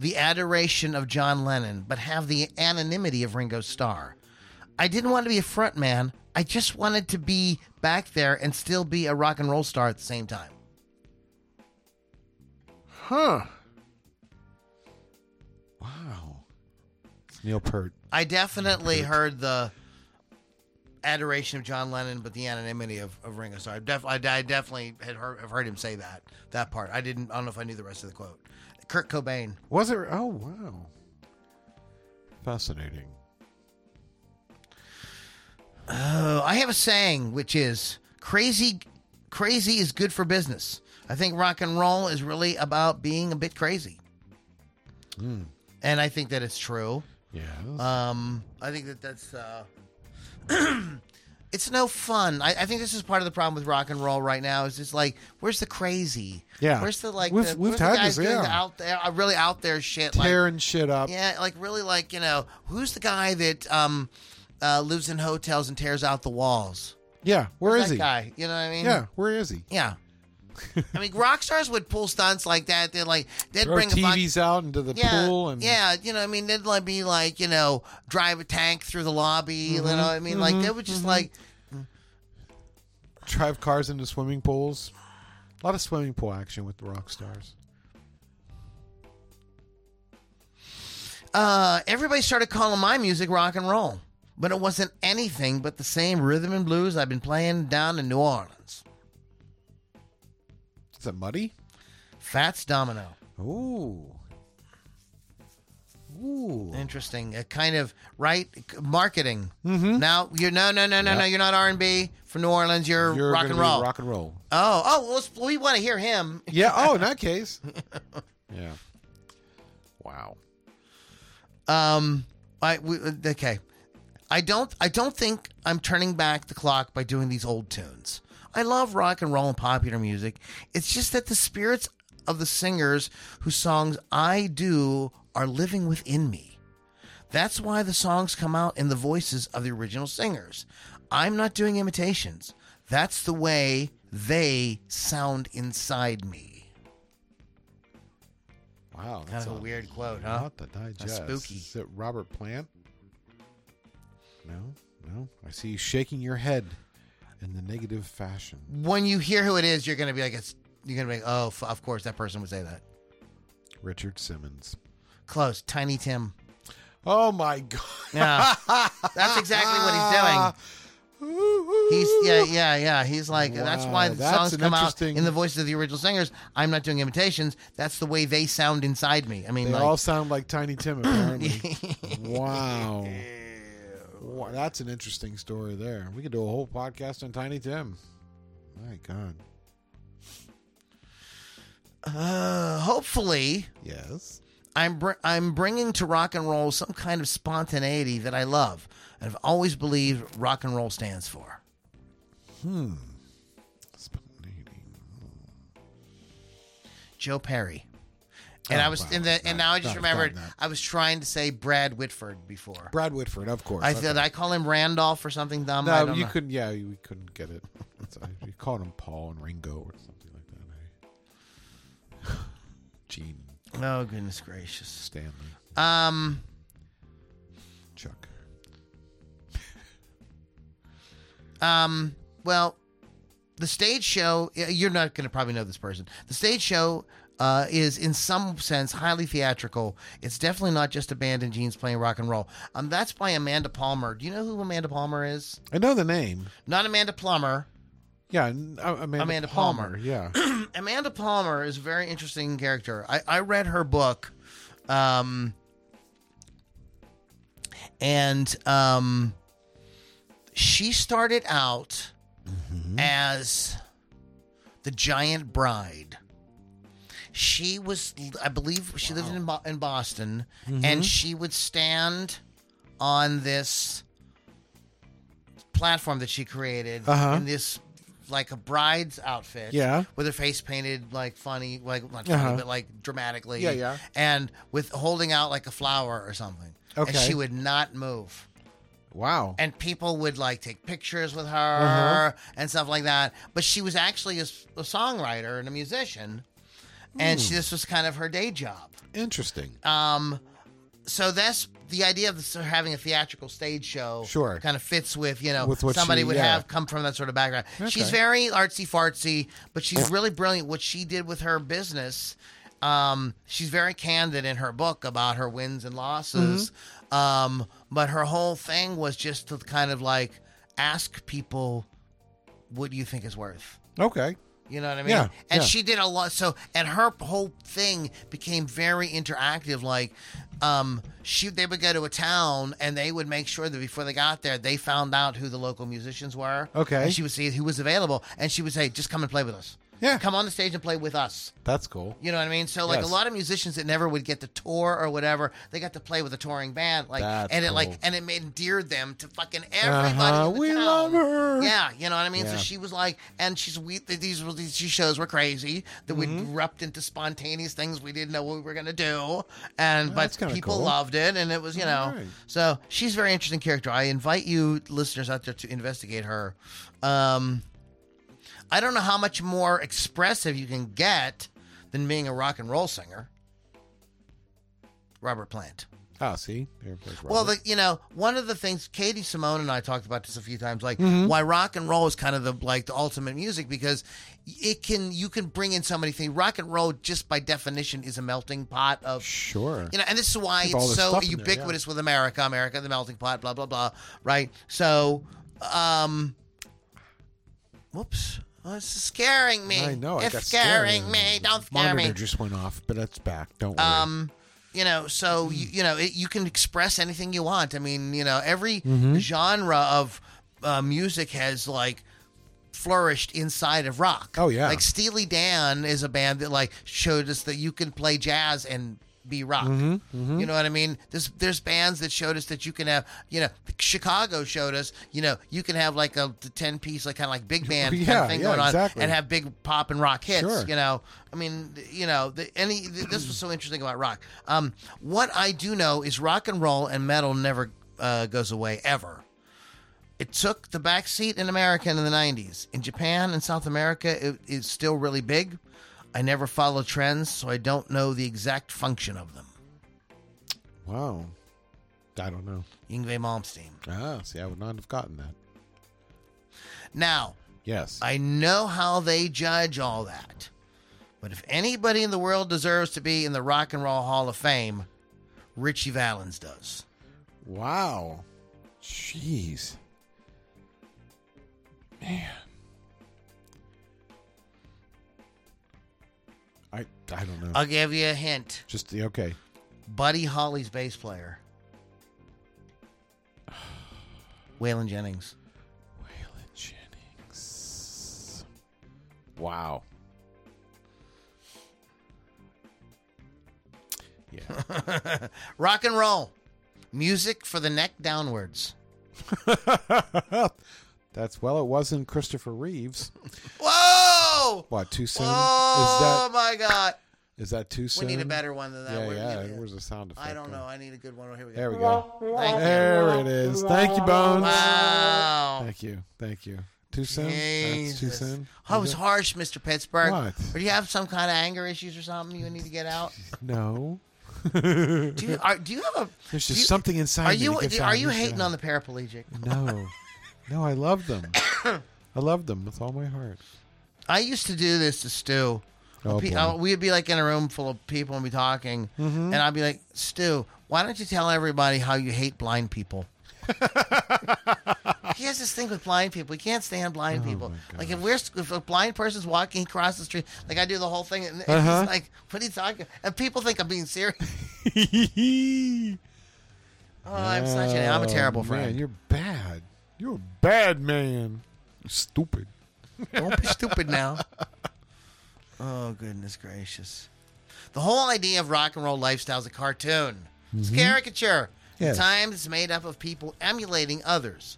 Speaker 1: the adoration of John Lennon, but have the anonymity of Ringo Starr. I didn't want to be a front man. I just wanted to be back there and still be a rock and roll star at the same time.
Speaker 2: Huh. Wow. It's Neil Peart.
Speaker 1: I definitely heard the adoration of John Lennon, but the anonymity of, of Ringo Starr. I, def- I, I definitely had heard, have heard him say that that part. I didn't. I don't know if I knew the rest of the quote. Kurt Cobain.
Speaker 2: Was it? Oh wow. Fascinating.
Speaker 1: Oh, I have a saying which is crazy crazy is good for business. I think rock and roll is really about being a bit crazy.
Speaker 2: Hmm.
Speaker 1: And I think that it's true.
Speaker 2: Yeah.
Speaker 1: Um, I think that that's uh, it's no fun. I, I think this is part of the problem with rock and roll right now. Is just like, where's the crazy?
Speaker 2: Yeah.
Speaker 1: where's the like?
Speaker 2: We've-
Speaker 1: the,
Speaker 2: we've
Speaker 1: where's the
Speaker 2: had
Speaker 1: guys
Speaker 2: this,
Speaker 1: doing the
Speaker 2: yeah.
Speaker 1: out there, uh, really out there shit. like-
Speaker 2: Tearing shit up.
Speaker 1: yeah, like really, like you know, who's the guy that um uh, lives in hotels and tears out the walls?
Speaker 2: Yeah, Where is
Speaker 1: that
Speaker 2: he?
Speaker 1: guy. You know what I mean?
Speaker 2: Yeah. Where is he?
Speaker 1: Yeah. I mean, rock stars would pull stunts like that. They'd like they'd
Speaker 2: Throw
Speaker 1: bring a bunch.
Speaker 2: TVs out into the
Speaker 1: Yeah,
Speaker 2: pool and
Speaker 1: yeah, you know, I mean, they'd like be like, you know, drive a tank through the lobby.
Speaker 2: Mm-hmm,
Speaker 1: You know, what I mean, like they would just like,
Speaker 2: drive cars into swimming pools. A lot of swimming pool action with the rock stars.
Speaker 1: uh, everybody started calling my music rock and roll, but it wasn't anything but the same rhythm and blues I've been playing down in New Orleans.
Speaker 2: Is it muddy?
Speaker 1: Fats Domino,
Speaker 2: Ooh. Ooh.
Speaker 1: interesting, a kind of right marketing. Mm-hmm. Now you're no, no, no, no, no, you're not R and B from New Orleans. You're,
Speaker 2: You're
Speaker 1: rock
Speaker 2: gonna
Speaker 1: and
Speaker 2: be
Speaker 1: roll.
Speaker 2: Rock and roll.
Speaker 1: Oh, oh, well, let's- we want to hear him.
Speaker 2: Yeah. Oh, in that case. yeah. Wow.
Speaker 1: Um, I we, okay. I don't. I don't think I'm turning back the clock by doing these old tunes. I love rock and roll and popular music. It's just that the spirits of the singers whose songs I do are living within me. That's why the songs come out in the voices of the original singers. I'm not doing imitations. That's the way they sound inside me.
Speaker 2: Wow.
Speaker 1: Kind of a weird quote, huh?
Speaker 2: Not to digest.
Speaker 1: spooky.
Speaker 2: Is it Robert Plant? No, no. I see you shaking your head in the negative fashion.
Speaker 1: when you hear who it is, you're gonna be like, it's, you're gonna be like, oh, f- of course that person would say that.
Speaker 2: Richard Simmons.
Speaker 1: Close, Tiny Tim.
Speaker 2: Oh my god.
Speaker 1: Yeah, that's exactly what he's doing. He's yeah, yeah, yeah. He's like that's why
Speaker 2: Wow,
Speaker 1: the
Speaker 2: that's
Speaker 1: songs
Speaker 2: an
Speaker 1: come out
Speaker 2: interesting-
Speaker 1: in the voices of the original singers. I'm not doing imitations. That's the way they sound inside me. I mean,
Speaker 2: They
Speaker 1: like,
Speaker 2: all sound like Tiny Tim, apparently. wow. Wow, That's an interesting story there. We could do a whole podcast on Tiny Tim. My God.
Speaker 1: uh, hopefully,
Speaker 2: Yes.
Speaker 1: I'm br- I'm bringing to rock and roll some kind of spontaneity that I love and I've always believed rock and roll stands for. Joe Perry. And
Speaker 2: Oh,
Speaker 1: I was
Speaker 2: wow.
Speaker 1: in the and now I
Speaker 2: I've
Speaker 1: just
Speaker 2: done
Speaker 1: remembered
Speaker 2: that.
Speaker 1: I was trying to say Brad Whitford before.
Speaker 2: Brad Whitford, of course.
Speaker 1: I
Speaker 2: Okay.
Speaker 1: said I call him Randolph or something dumb. I
Speaker 2: No,
Speaker 1: don't
Speaker 2: you
Speaker 1: know.
Speaker 2: couldn't. Yeah, you- we couldn't get it. It's- I- you called him Paul and Ringo or something like that. eh? Gene
Speaker 1: Oh goodness gracious.
Speaker 2: Stanley
Speaker 1: Um
Speaker 2: Chuck.
Speaker 1: um well the stage show y- you're not going to probably know this person. The stage show uh, is in some sense highly theatrical. It's definitely not just a band in jeans playing rock and roll. Um, that's by Amanda Palmer. Do you know who Amanda Palmer is?
Speaker 2: I know the name.
Speaker 1: Not Amanda Plummer.
Speaker 2: Yeah, n- uh, Amanda,
Speaker 1: Amanda Palmer.
Speaker 2: Yeah,
Speaker 1: Amanda Palmer is a very interesting character. I, I read her book, um, and um, she started out
Speaker 2: Mm-hmm.
Speaker 1: as the Giant Bride. She was, I believe, she lived in Bo- in Boston,
Speaker 2: Mm-hmm.
Speaker 1: and she would stand on this platform that she created
Speaker 2: Uh-huh.
Speaker 1: in this like a bride's outfit
Speaker 2: Yeah.
Speaker 1: with her face painted like funny, like not funny,
Speaker 2: Uh-huh.
Speaker 1: but like dramatically.
Speaker 2: Yeah, yeah.
Speaker 1: And with holding out like a flower or something. And
Speaker 2: Okay.
Speaker 1: she would not move.
Speaker 2: wow.
Speaker 1: And people would like take pictures with her
Speaker 2: Uh-huh.
Speaker 1: and stuff like that. But she was actually a, s- a songwriter and a musician. And
Speaker 2: Hmm.
Speaker 1: she, this was kind of her day job.
Speaker 2: Interesting.
Speaker 1: Um, so that's the idea of this, uh, having a theatrical stage show.
Speaker 2: Sure.
Speaker 1: kind of fits with you know
Speaker 2: With what
Speaker 1: somebody
Speaker 2: she-
Speaker 1: would
Speaker 2: yeah.
Speaker 1: have come from that sort of background. She's
Speaker 2: Okay.
Speaker 1: very artsy fartsy, but she's really brilliant. What she did with her business, um, she's very candid in her book about her wins and losses.
Speaker 2: Mm-hmm.
Speaker 1: Um, but her whole thing was just to kind of like ask people, "What do you think is worth?"
Speaker 2: Okay.
Speaker 1: You know what I mean?
Speaker 2: Yeah,
Speaker 1: and
Speaker 2: yeah.
Speaker 1: she did a lot. So, and her whole thing became very interactive. Like, um, she they would go to a town and they would make sure that before they got there, they found out who the local musicians were.
Speaker 2: Okay.
Speaker 1: And she would see who was available, and she would say, "Just come and play with us.
Speaker 2: Yeah.
Speaker 1: come on the stage and play with us."
Speaker 2: That's cool.
Speaker 1: You know what I mean? So like
Speaker 2: Yes.
Speaker 1: a lot of musicians that never would get to tour or whatever, they got to play with a touring band. Like
Speaker 2: That's
Speaker 1: and it like
Speaker 2: cool.
Speaker 1: and it endeared them to fucking everybody.
Speaker 2: Uh-huh.
Speaker 1: in the
Speaker 2: We
Speaker 1: town.
Speaker 2: love her.
Speaker 1: Yeah, you know what I mean?
Speaker 2: Yeah.
Speaker 1: So she was like, and she's we th- these were these shows were crazy that
Speaker 2: Mm-hmm.
Speaker 1: would erupt into spontaneous things we didn't know what we were gonna do, and
Speaker 2: that's
Speaker 1: but
Speaker 2: kinda
Speaker 1: people
Speaker 2: cool.
Speaker 1: loved it, and it was you know
Speaker 2: Alright.
Speaker 1: so she's a very interesting character. I invite you listeners out there to investigate her. Um, I don't know how much more expressive you can get than being a rock and roll singer. Robert Plant.
Speaker 2: Ah, see. There goes
Speaker 1: Well,
Speaker 2: Robert.
Speaker 1: the, you know, one of the things Katie Simone and I talked about this a few times, like
Speaker 2: Mm-hmm.
Speaker 1: why rock and roll is kind of the like the ultimate music because it can you can bring in so many things. Rock and roll, just by definition, is a melting pot of
Speaker 2: sure.
Speaker 1: you know, and this is why
Speaker 2: all
Speaker 1: it's
Speaker 2: this
Speaker 1: so
Speaker 2: stuff in there,
Speaker 1: ubiquitous with America, America, the melting pot, blah blah blah. Right? So, um, whoops, oh, this is scaring me.
Speaker 2: I know. I
Speaker 1: It's
Speaker 2: got
Speaker 1: scaring
Speaker 2: scared.
Speaker 1: me. Don't scare
Speaker 2: Monitor
Speaker 1: me.
Speaker 2: just went off, but it's back. Don't worry.
Speaker 1: Um, you know,
Speaker 2: Mm-hmm.
Speaker 1: so you, you know, it, you can express anything you want. I mean, you know, every
Speaker 2: Mm-hmm.
Speaker 1: genre of uh, music has like flourished inside of rock.
Speaker 2: Oh, yeah.
Speaker 1: like Steely Dan is a band that like showed us that you can play jazz and be rock.
Speaker 2: Mm-hmm.
Speaker 1: You know what I mean? There's there's bands that showed us that you can have. You know, Chicago showed us. You know, you can have like a ten piece like kind of like big band kind
Speaker 2: Yeah,
Speaker 1: of thing
Speaker 2: yeah,
Speaker 1: going on
Speaker 2: exactly.
Speaker 1: and have have big pop and rock hits.
Speaker 2: Sure.
Speaker 1: You know, I mean, th- you know, the, any th- this was so interesting about rock. Um, what I do know is rock and roll and metal never uh, goes away ever. It took the back seat in America in the '90s. In Japan and South America, it is still really big. I never follow trends, so I don't know the exact function of them.
Speaker 2: wow. I don't know.
Speaker 1: Yngwie Malmsteen.
Speaker 2: Ah, see, I would not have gotten that.
Speaker 1: Now,
Speaker 2: Yes.
Speaker 1: I know how they judge all that. But if anybody in the world deserves to be in the Rock and Roll Hall of Fame, Richie Valens does.
Speaker 2: wow. Jeez. Man. I I don't know.
Speaker 1: I'll give you a hint.
Speaker 2: Just the okay.
Speaker 1: Buddy Holly's bass player. Waylon Jennings.
Speaker 2: Waylon Jennings. Wow. Yeah.
Speaker 1: Rock and roll. Music for the neck downwards.
Speaker 2: That's well, it wasn't Christopher Reeves.
Speaker 1: Whoa!
Speaker 2: What too soon?
Speaker 1: Oh
Speaker 2: Is that
Speaker 1: my God!
Speaker 2: is that too
Speaker 1: We
Speaker 2: soon?
Speaker 1: need a better one than that.
Speaker 2: Yeah,
Speaker 1: We're-
Speaker 2: yeah. Where's the sound effect?
Speaker 1: I don't
Speaker 2: going?
Speaker 1: know. I need a good one. Here we go.
Speaker 2: There we go.
Speaker 1: Thank you.
Speaker 2: There it is. Thank you, Bones.
Speaker 1: Wow.
Speaker 2: Thank you. Thank you. Too soon. That's too
Speaker 1: Jesus. Oh,
Speaker 2: soon.
Speaker 1: I was harsh, Mr. Pittsburgh.
Speaker 2: What?
Speaker 1: Or do you have some kind of anger issues or something you need to get out?
Speaker 2: No.
Speaker 1: Do you, are, do you have a?
Speaker 2: There's
Speaker 1: do
Speaker 2: just
Speaker 1: you-
Speaker 2: something inside
Speaker 1: Are
Speaker 2: me
Speaker 1: you
Speaker 2: that gets
Speaker 1: are
Speaker 2: out.
Speaker 1: you
Speaker 2: Get
Speaker 1: hating
Speaker 2: out.
Speaker 1: on the paraplegic?
Speaker 2: No. No, I love them. I love them with all my heart.
Speaker 1: I used to do this to Stu.
Speaker 2: Oh,
Speaker 1: Pe-
Speaker 2: boy. Mm-hmm.
Speaker 1: uh, we'd be like in a room full of people and be talking, and I'd be like, Stu, why don't you tell everybody how you hate blind people? he has this thing with blind people. He can't stand blind
Speaker 2: Oh,
Speaker 1: people. Like if we're if a blind person's walking across the street, like I do the whole thing, and, and
Speaker 2: Uh-huh.
Speaker 1: he's like, "What are you talking?" And people think I'm being serious. Oh, I'm such an I'm a terrible
Speaker 2: Oh,
Speaker 1: friend.
Speaker 2: Man, you're bad. You're a bad man. You're stupid.
Speaker 1: Don't be stupid now. Oh, goodness gracious. The whole idea of rock and roll lifestyle is a cartoon. It's caricature.
Speaker 2: Mm-hmm. Yes.
Speaker 1: At times, it's made up of people emulating others.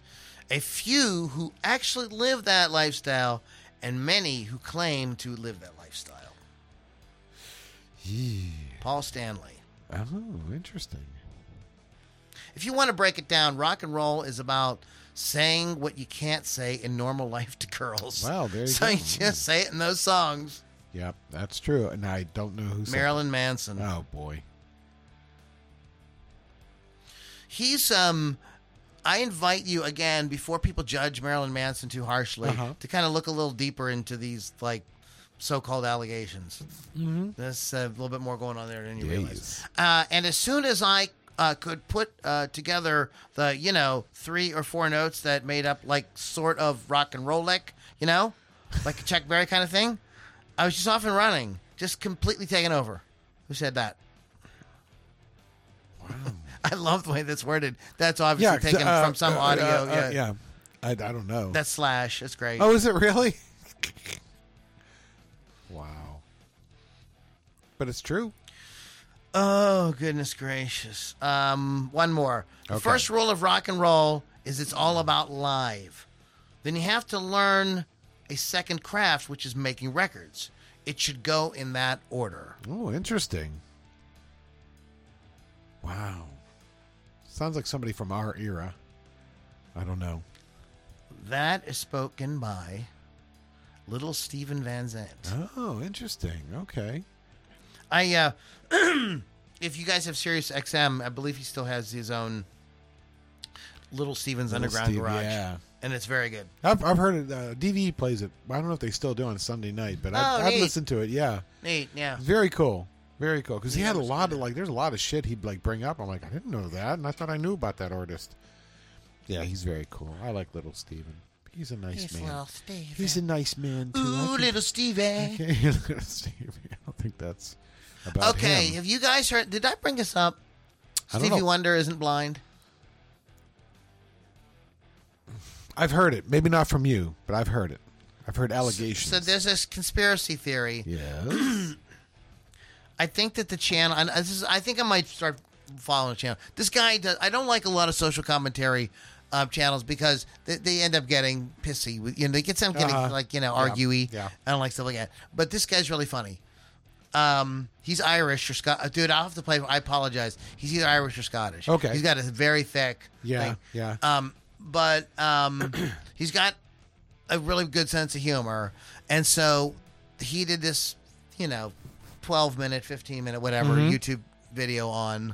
Speaker 1: A few who actually live that lifestyle, and many who claim to live that lifestyle. Paul Stanley.
Speaker 2: Oh, interesting.
Speaker 1: If you want to break it down, rock and roll is about saying what you can't say in normal life to girls.
Speaker 2: Wow, there you
Speaker 1: so
Speaker 2: go.
Speaker 1: you just say it in those songs.
Speaker 2: Yep, that's true. And I don't know who said
Speaker 1: Marilyn Manson.
Speaker 2: that. Oh boy.
Speaker 1: he's um I invite you again before people judge Marilyn Manson too harshly
Speaker 2: Uh-huh.
Speaker 1: to kind of look a little deeper into these like so-called allegations. Mm-hmm. There's a little bit more going on there than you realize. Uh, and as soon as I uh, could put uh, together the you know three or four notes that made up like sort of rock and roll lick, you know, like a Chuck Berry kind of thing, I was just off and running, just completely taken over. Who said that? I love the way that's worded. That's obviously taken
Speaker 2: uh,
Speaker 1: from some
Speaker 2: uh,
Speaker 1: audio.
Speaker 2: uh,
Speaker 1: yeah.
Speaker 2: uh, yeah. I, I don't know.
Speaker 1: That's slash. It's great.
Speaker 2: oh, is it really? wow. But it's true.
Speaker 1: Oh, goodness gracious. Um, one more. The
Speaker 2: Okay.
Speaker 1: first rule of rock and roll is it's all about live. Then you have to learn a second craft, which is making records. It should go in that order.
Speaker 2: Oh, interesting. Wow. Sounds like somebody from our era. I don't know.
Speaker 1: That is spoken by little Stephen Van Zandt.
Speaker 2: Oh, interesting. Okay.
Speaker 1: I uh if you guys have Sirius XM, I believe he still has his own Little Steven's
Speaker 2: Little
Speaker 1: Underground
Speaker 2: Steve,
Speaker 1: Garage.
Speaker 2: yeah.
Speaker 1: And it's very good.
Speaker 2: I've, I've heard it. Uh, DV plays it. I don't know if they still do on Sunday night, but
Speaker 1: Oh,
Speaker 2: I've, I've
Speaker 1: neat.
Speaker 2: listened to it. Yeah.
Speaker 1: Neat, yeah.
Speaker 2: Very cool. Very cool. Because he had a lot of like, there's a lot of shit he'd like bring up. I'm like, I didn't know that, and I thought I knew about that artist. Yeah, he's very cool. I like Little Steven. He's a nice
Speaker 1: He's
Speaker 2: man.
Speaker 1: Little Steven.
Speaker 2: He's a nice man too. I
Speaker 1: Ooh,
Speaker 2: can-
Speaker 1: Little Steven.
Speaker 2: Okay, Little Steven. I don't think that's about
Speaker 1: Okay,
Speaker 2: him.
Speaker 1: have you guys heard did I bring this up?
Speaker 2: I don't
Speaker 1: Stevie
Speaker 2: know.
Speaker 1: Wonder isn't blind.
Speaker 2: I've heard it. Maybe not from you, but I've heard it. I've heard allegations.
Speaker 1: So there's this conspiracy theory.
Speaker 2: yes.
Speaker 1: I think that the channel, and this is, I think I might start following the channel. This guy does. I don't like a lot of social commentary um, channels because they, they end up getting pissy. With, you know, they get some getting
Speaker 2: Uh-huh.
Speaker 1: like you know arguey.
Speaker 2: yeah.
Speaker 1: I don't like stuff like that. But this guy's really funny. Um, he's Irish or Scot. uh, Dude, I'll have to play. I apologize. He's either Irish or Scottish.
Speaker 2: Okay.
Speaker 1: He's got a very thick.
Speaker 2: Yeah,
Speaker 1: thing.
Speaker 2: yeah.
Speaker 1: Um, but um, he's got a really good sense of humor. And so he did this, you know, 12 minute, 15 minute, whatever YouTube video on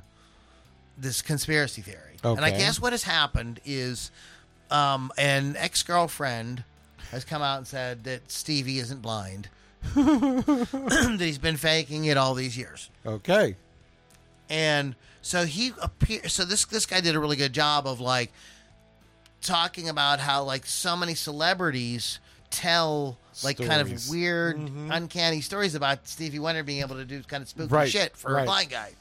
Speaker 1: this conspiracy theory. And I
Speaker 2: Okay.
Speaker 1: guess what has happened is um, an ex girlfriend has come out and said that Stevie isn't blind, that he's been faking it all these years
Speaker 2: Okay.
Speaker 1: and so he appear so this this guy did a really good job of like talking about how like so many celebrities tell like kind of
Speaker 2: Stories. Mm-hmm.
Speaker 1: weird uncanny stories about Stevie Wonder being able to do kind of spooky
Speaker 2: Right,
Speaker 1: shit for a
Speaker 2: right.
Speaker 1: blind guy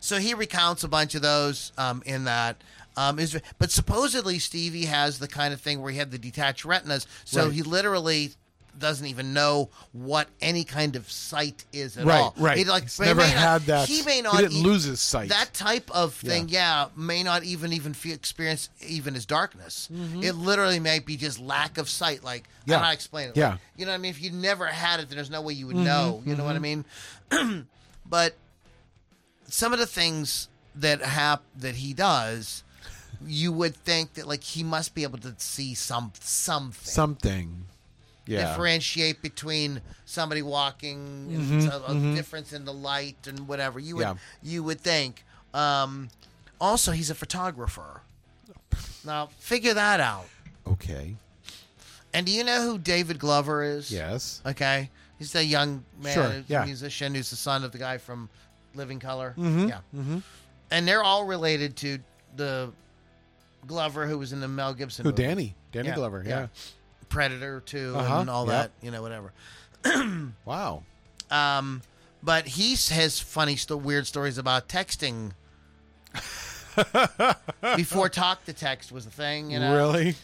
Speaker 1: so he recounts a bunch of those um, in that um, is but supposedly Stevie has the kind of thing where he had the detached retinas so
Speaker 2: Right.
Speaker 1: he literally doesn't even know what any kind of sight is at
Speaker 2: Right,
Speaker 1: all.
Speaker 2: right.
Speaker 1: He, like
Speaker 2: He's
Speaker 1: may-
Speaker 2: never
Speaker 1: may not-
Speaker 2: had that-
Speaker 1: He may
Speaker 2: he
Speaker 1: not
Speaker 2: didn't
Speaker 1: e-
Speaker 2: lose his sight.
Speaker 1: That type of thing, yeah, may not even even feel, experience even as darkness. It literally might be just lack of sight. Like I don't
Speaker 2: Mm-hmm. Yeah.
Speaker 1: know how to explain it.
Speaker 2: Yeah. Mm-hmm,
Speaker 1: Like, you know what I mean. If you never had it, then there's no way you would know. You know what I mean. but some of the things that hap that he does, you would think that like he must be able to see some something
Speaker 2: something. Yeah.
Speaker 1: differentiate between somebody walking and a, a difference in the light and whatever you would
Speaker 2: Mm-hmm, Yeah.
Speaker 1: you would think um, also he's a photographer now figure that out
Speaker 2: Okay.
Speaker 1: and do you know who david glover is
Speaker 2: Yes.
Speaker 1: okay he's a young man
Speaker 2: Sure,
Speaker 1: who's
Speaker 2: yeah.
Speaker 1: a musician who's the son of the guy from living color
Speaker 2: Mm-hmm,
Speaker 1: yeah and they're all related to the glover who was in the mel gibson
Speaker 2: Who?
Speaker 1: movie.
Speaker 2: Danny. Danny Glover. Yeah.
Speaker 1: predator 2
Speaker 2: Uh-huh,
Speaker 1: and all
Speaker 2: yep.
Speaker 1: that you know whatever
Speaker 2: Wow.
Speaker 1: Um, but he has funny, st- weird stories about texting. Before talk to text was a thing, you know,
Speaker 2: Really?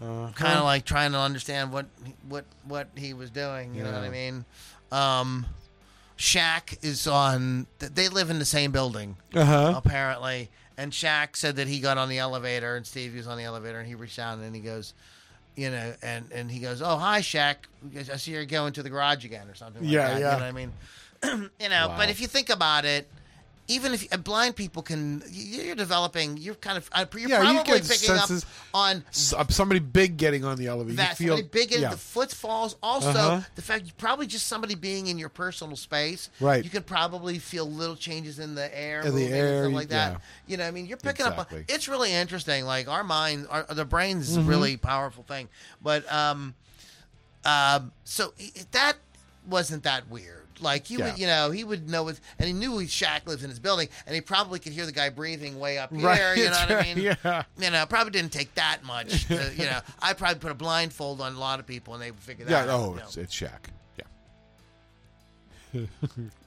Speaker 1: kind of like trying to understand what what what he was doing. You know what I
Speaker 2: Yeah.
Speaker 1: mean? Um, Shaq is on. th- They live in the same building
Speaker 2: Uh huh.
Speaker 1: apparently. And Shaq said that he got on the elevator and Steve was on the elevator and he reached out and he goes, you know, and, and he goes, Oh, hi, Shaq. I see you're going to the garage again or something like
Speaker 2: Yeah,
Speaker 1: that.
Speaker 2: yeah.
Speaker 1: You know what I mean? you know,
Speaker 2: Wow.
Speaker 1: but if you think about it, even if uh, blind people can, you- you're developing, you're kind of, uh, you're
Speaker 2: Yeah, you
Speaker 1: probably
Speaker 2: get
Speaker 1: picking
Speaker 2: senses.
Speaker 1: up on
Speaker 2: uh, Somebody big getting on the elevator.
Speaker 1: that.
Speaker 2: you feel,
Speaker 1: somebody big in
Speaker 2: yeah.
Speaker 1: the footfalls. Also,
Speaker 2: Uh-huh.
Speaker 1: the fact you probably just somebody being in your personal space.
Speaker 2: Right.
Speaker 1: You could probably feel little changes in the air,
Speaker 2: In the
Speaker 1: moving and
Speaker 2: air,
Speaker 1: stuff like that.
Speaker 2: yeah.
Speaker 1: You know, I mean, you're picking up.
Speaker 2: Exactly. Mm-hmm.
Speaker 1: on- It's really interesting. Like our mind, our the brain's is a really powerful thing. But um, um, so i- that wasn't that weird. Like he
Speaker 2: Yeah.
Speaker 1: would, you know, he would know it, and he knew Shaq lives in his building, and he probably could hear the guy breathing way up here.
Speaker 2: Right,
Speaker 1: You know what I
Speaker 2: right,
Speaker 1: mean?
Speaker 2: yeah.
Speaker 1: You know, probably didn't take that much. To, you know, I probably put a blindfold on a lot of people, and they would figure that.
Speaker 2: Yeah.
Speaker 1: out,
Speaker 2: Oh,
Speaker 1: you know.
Speaker 2: it's, it's Shaq. Yeah.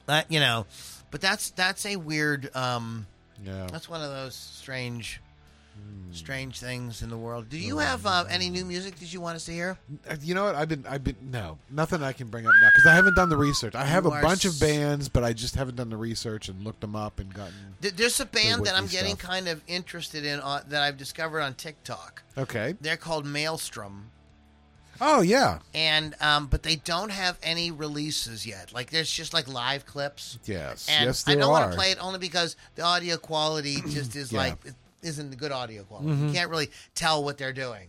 Speaker 1: That- you know, but that's that's a weird. Um,
Speaker 2: Yeah.
Speaker 1: that's one of those strange,
Speaker 2: Hmm.
Speaker 1: strange things in the world. Do
Speaker 2: Oh,
Speaker 1: you have uh, any new music that you want us to hear?
Speaker 2: Uh, You know what? I've been, I've been, no, nothing I can bring up now because I haven't done the research. I have
Speaker 1: You
Speaker 2: a
Speaker 1: are
Speaker 2: bunch of
Speaker 1: s-
Speaker 2: bands, but I just haven't done the research and looked them up and gotten.
Speaker 1: Th- There's a band that
Speaker 2: wiki
Speaker 1: I'm getting
Speaker 2: stuff.
Speaker 1: kind of interested in uh, that I've discovered on TikTok.
Speaker 2: Okay.
Speaker 1: They're called Maelstrom,
Speaker 2: Oh yeah.
Speaker 1: and um, but they don't have any releases yet. Like there's just like live clips.
Speaker 2: Yes.
Speaker 1: and
Speaker 2: yes,
Speaker 1: I
Speaker 2: there
Speaker 1: don't
Speaker 2: are.
Speaker 1: want to play it only because the audio quality just is
Speaker 2: Yeah. Mm-hmm.
Speaker 1: like it isn't the good audio quality. You can't really tell what they're doing.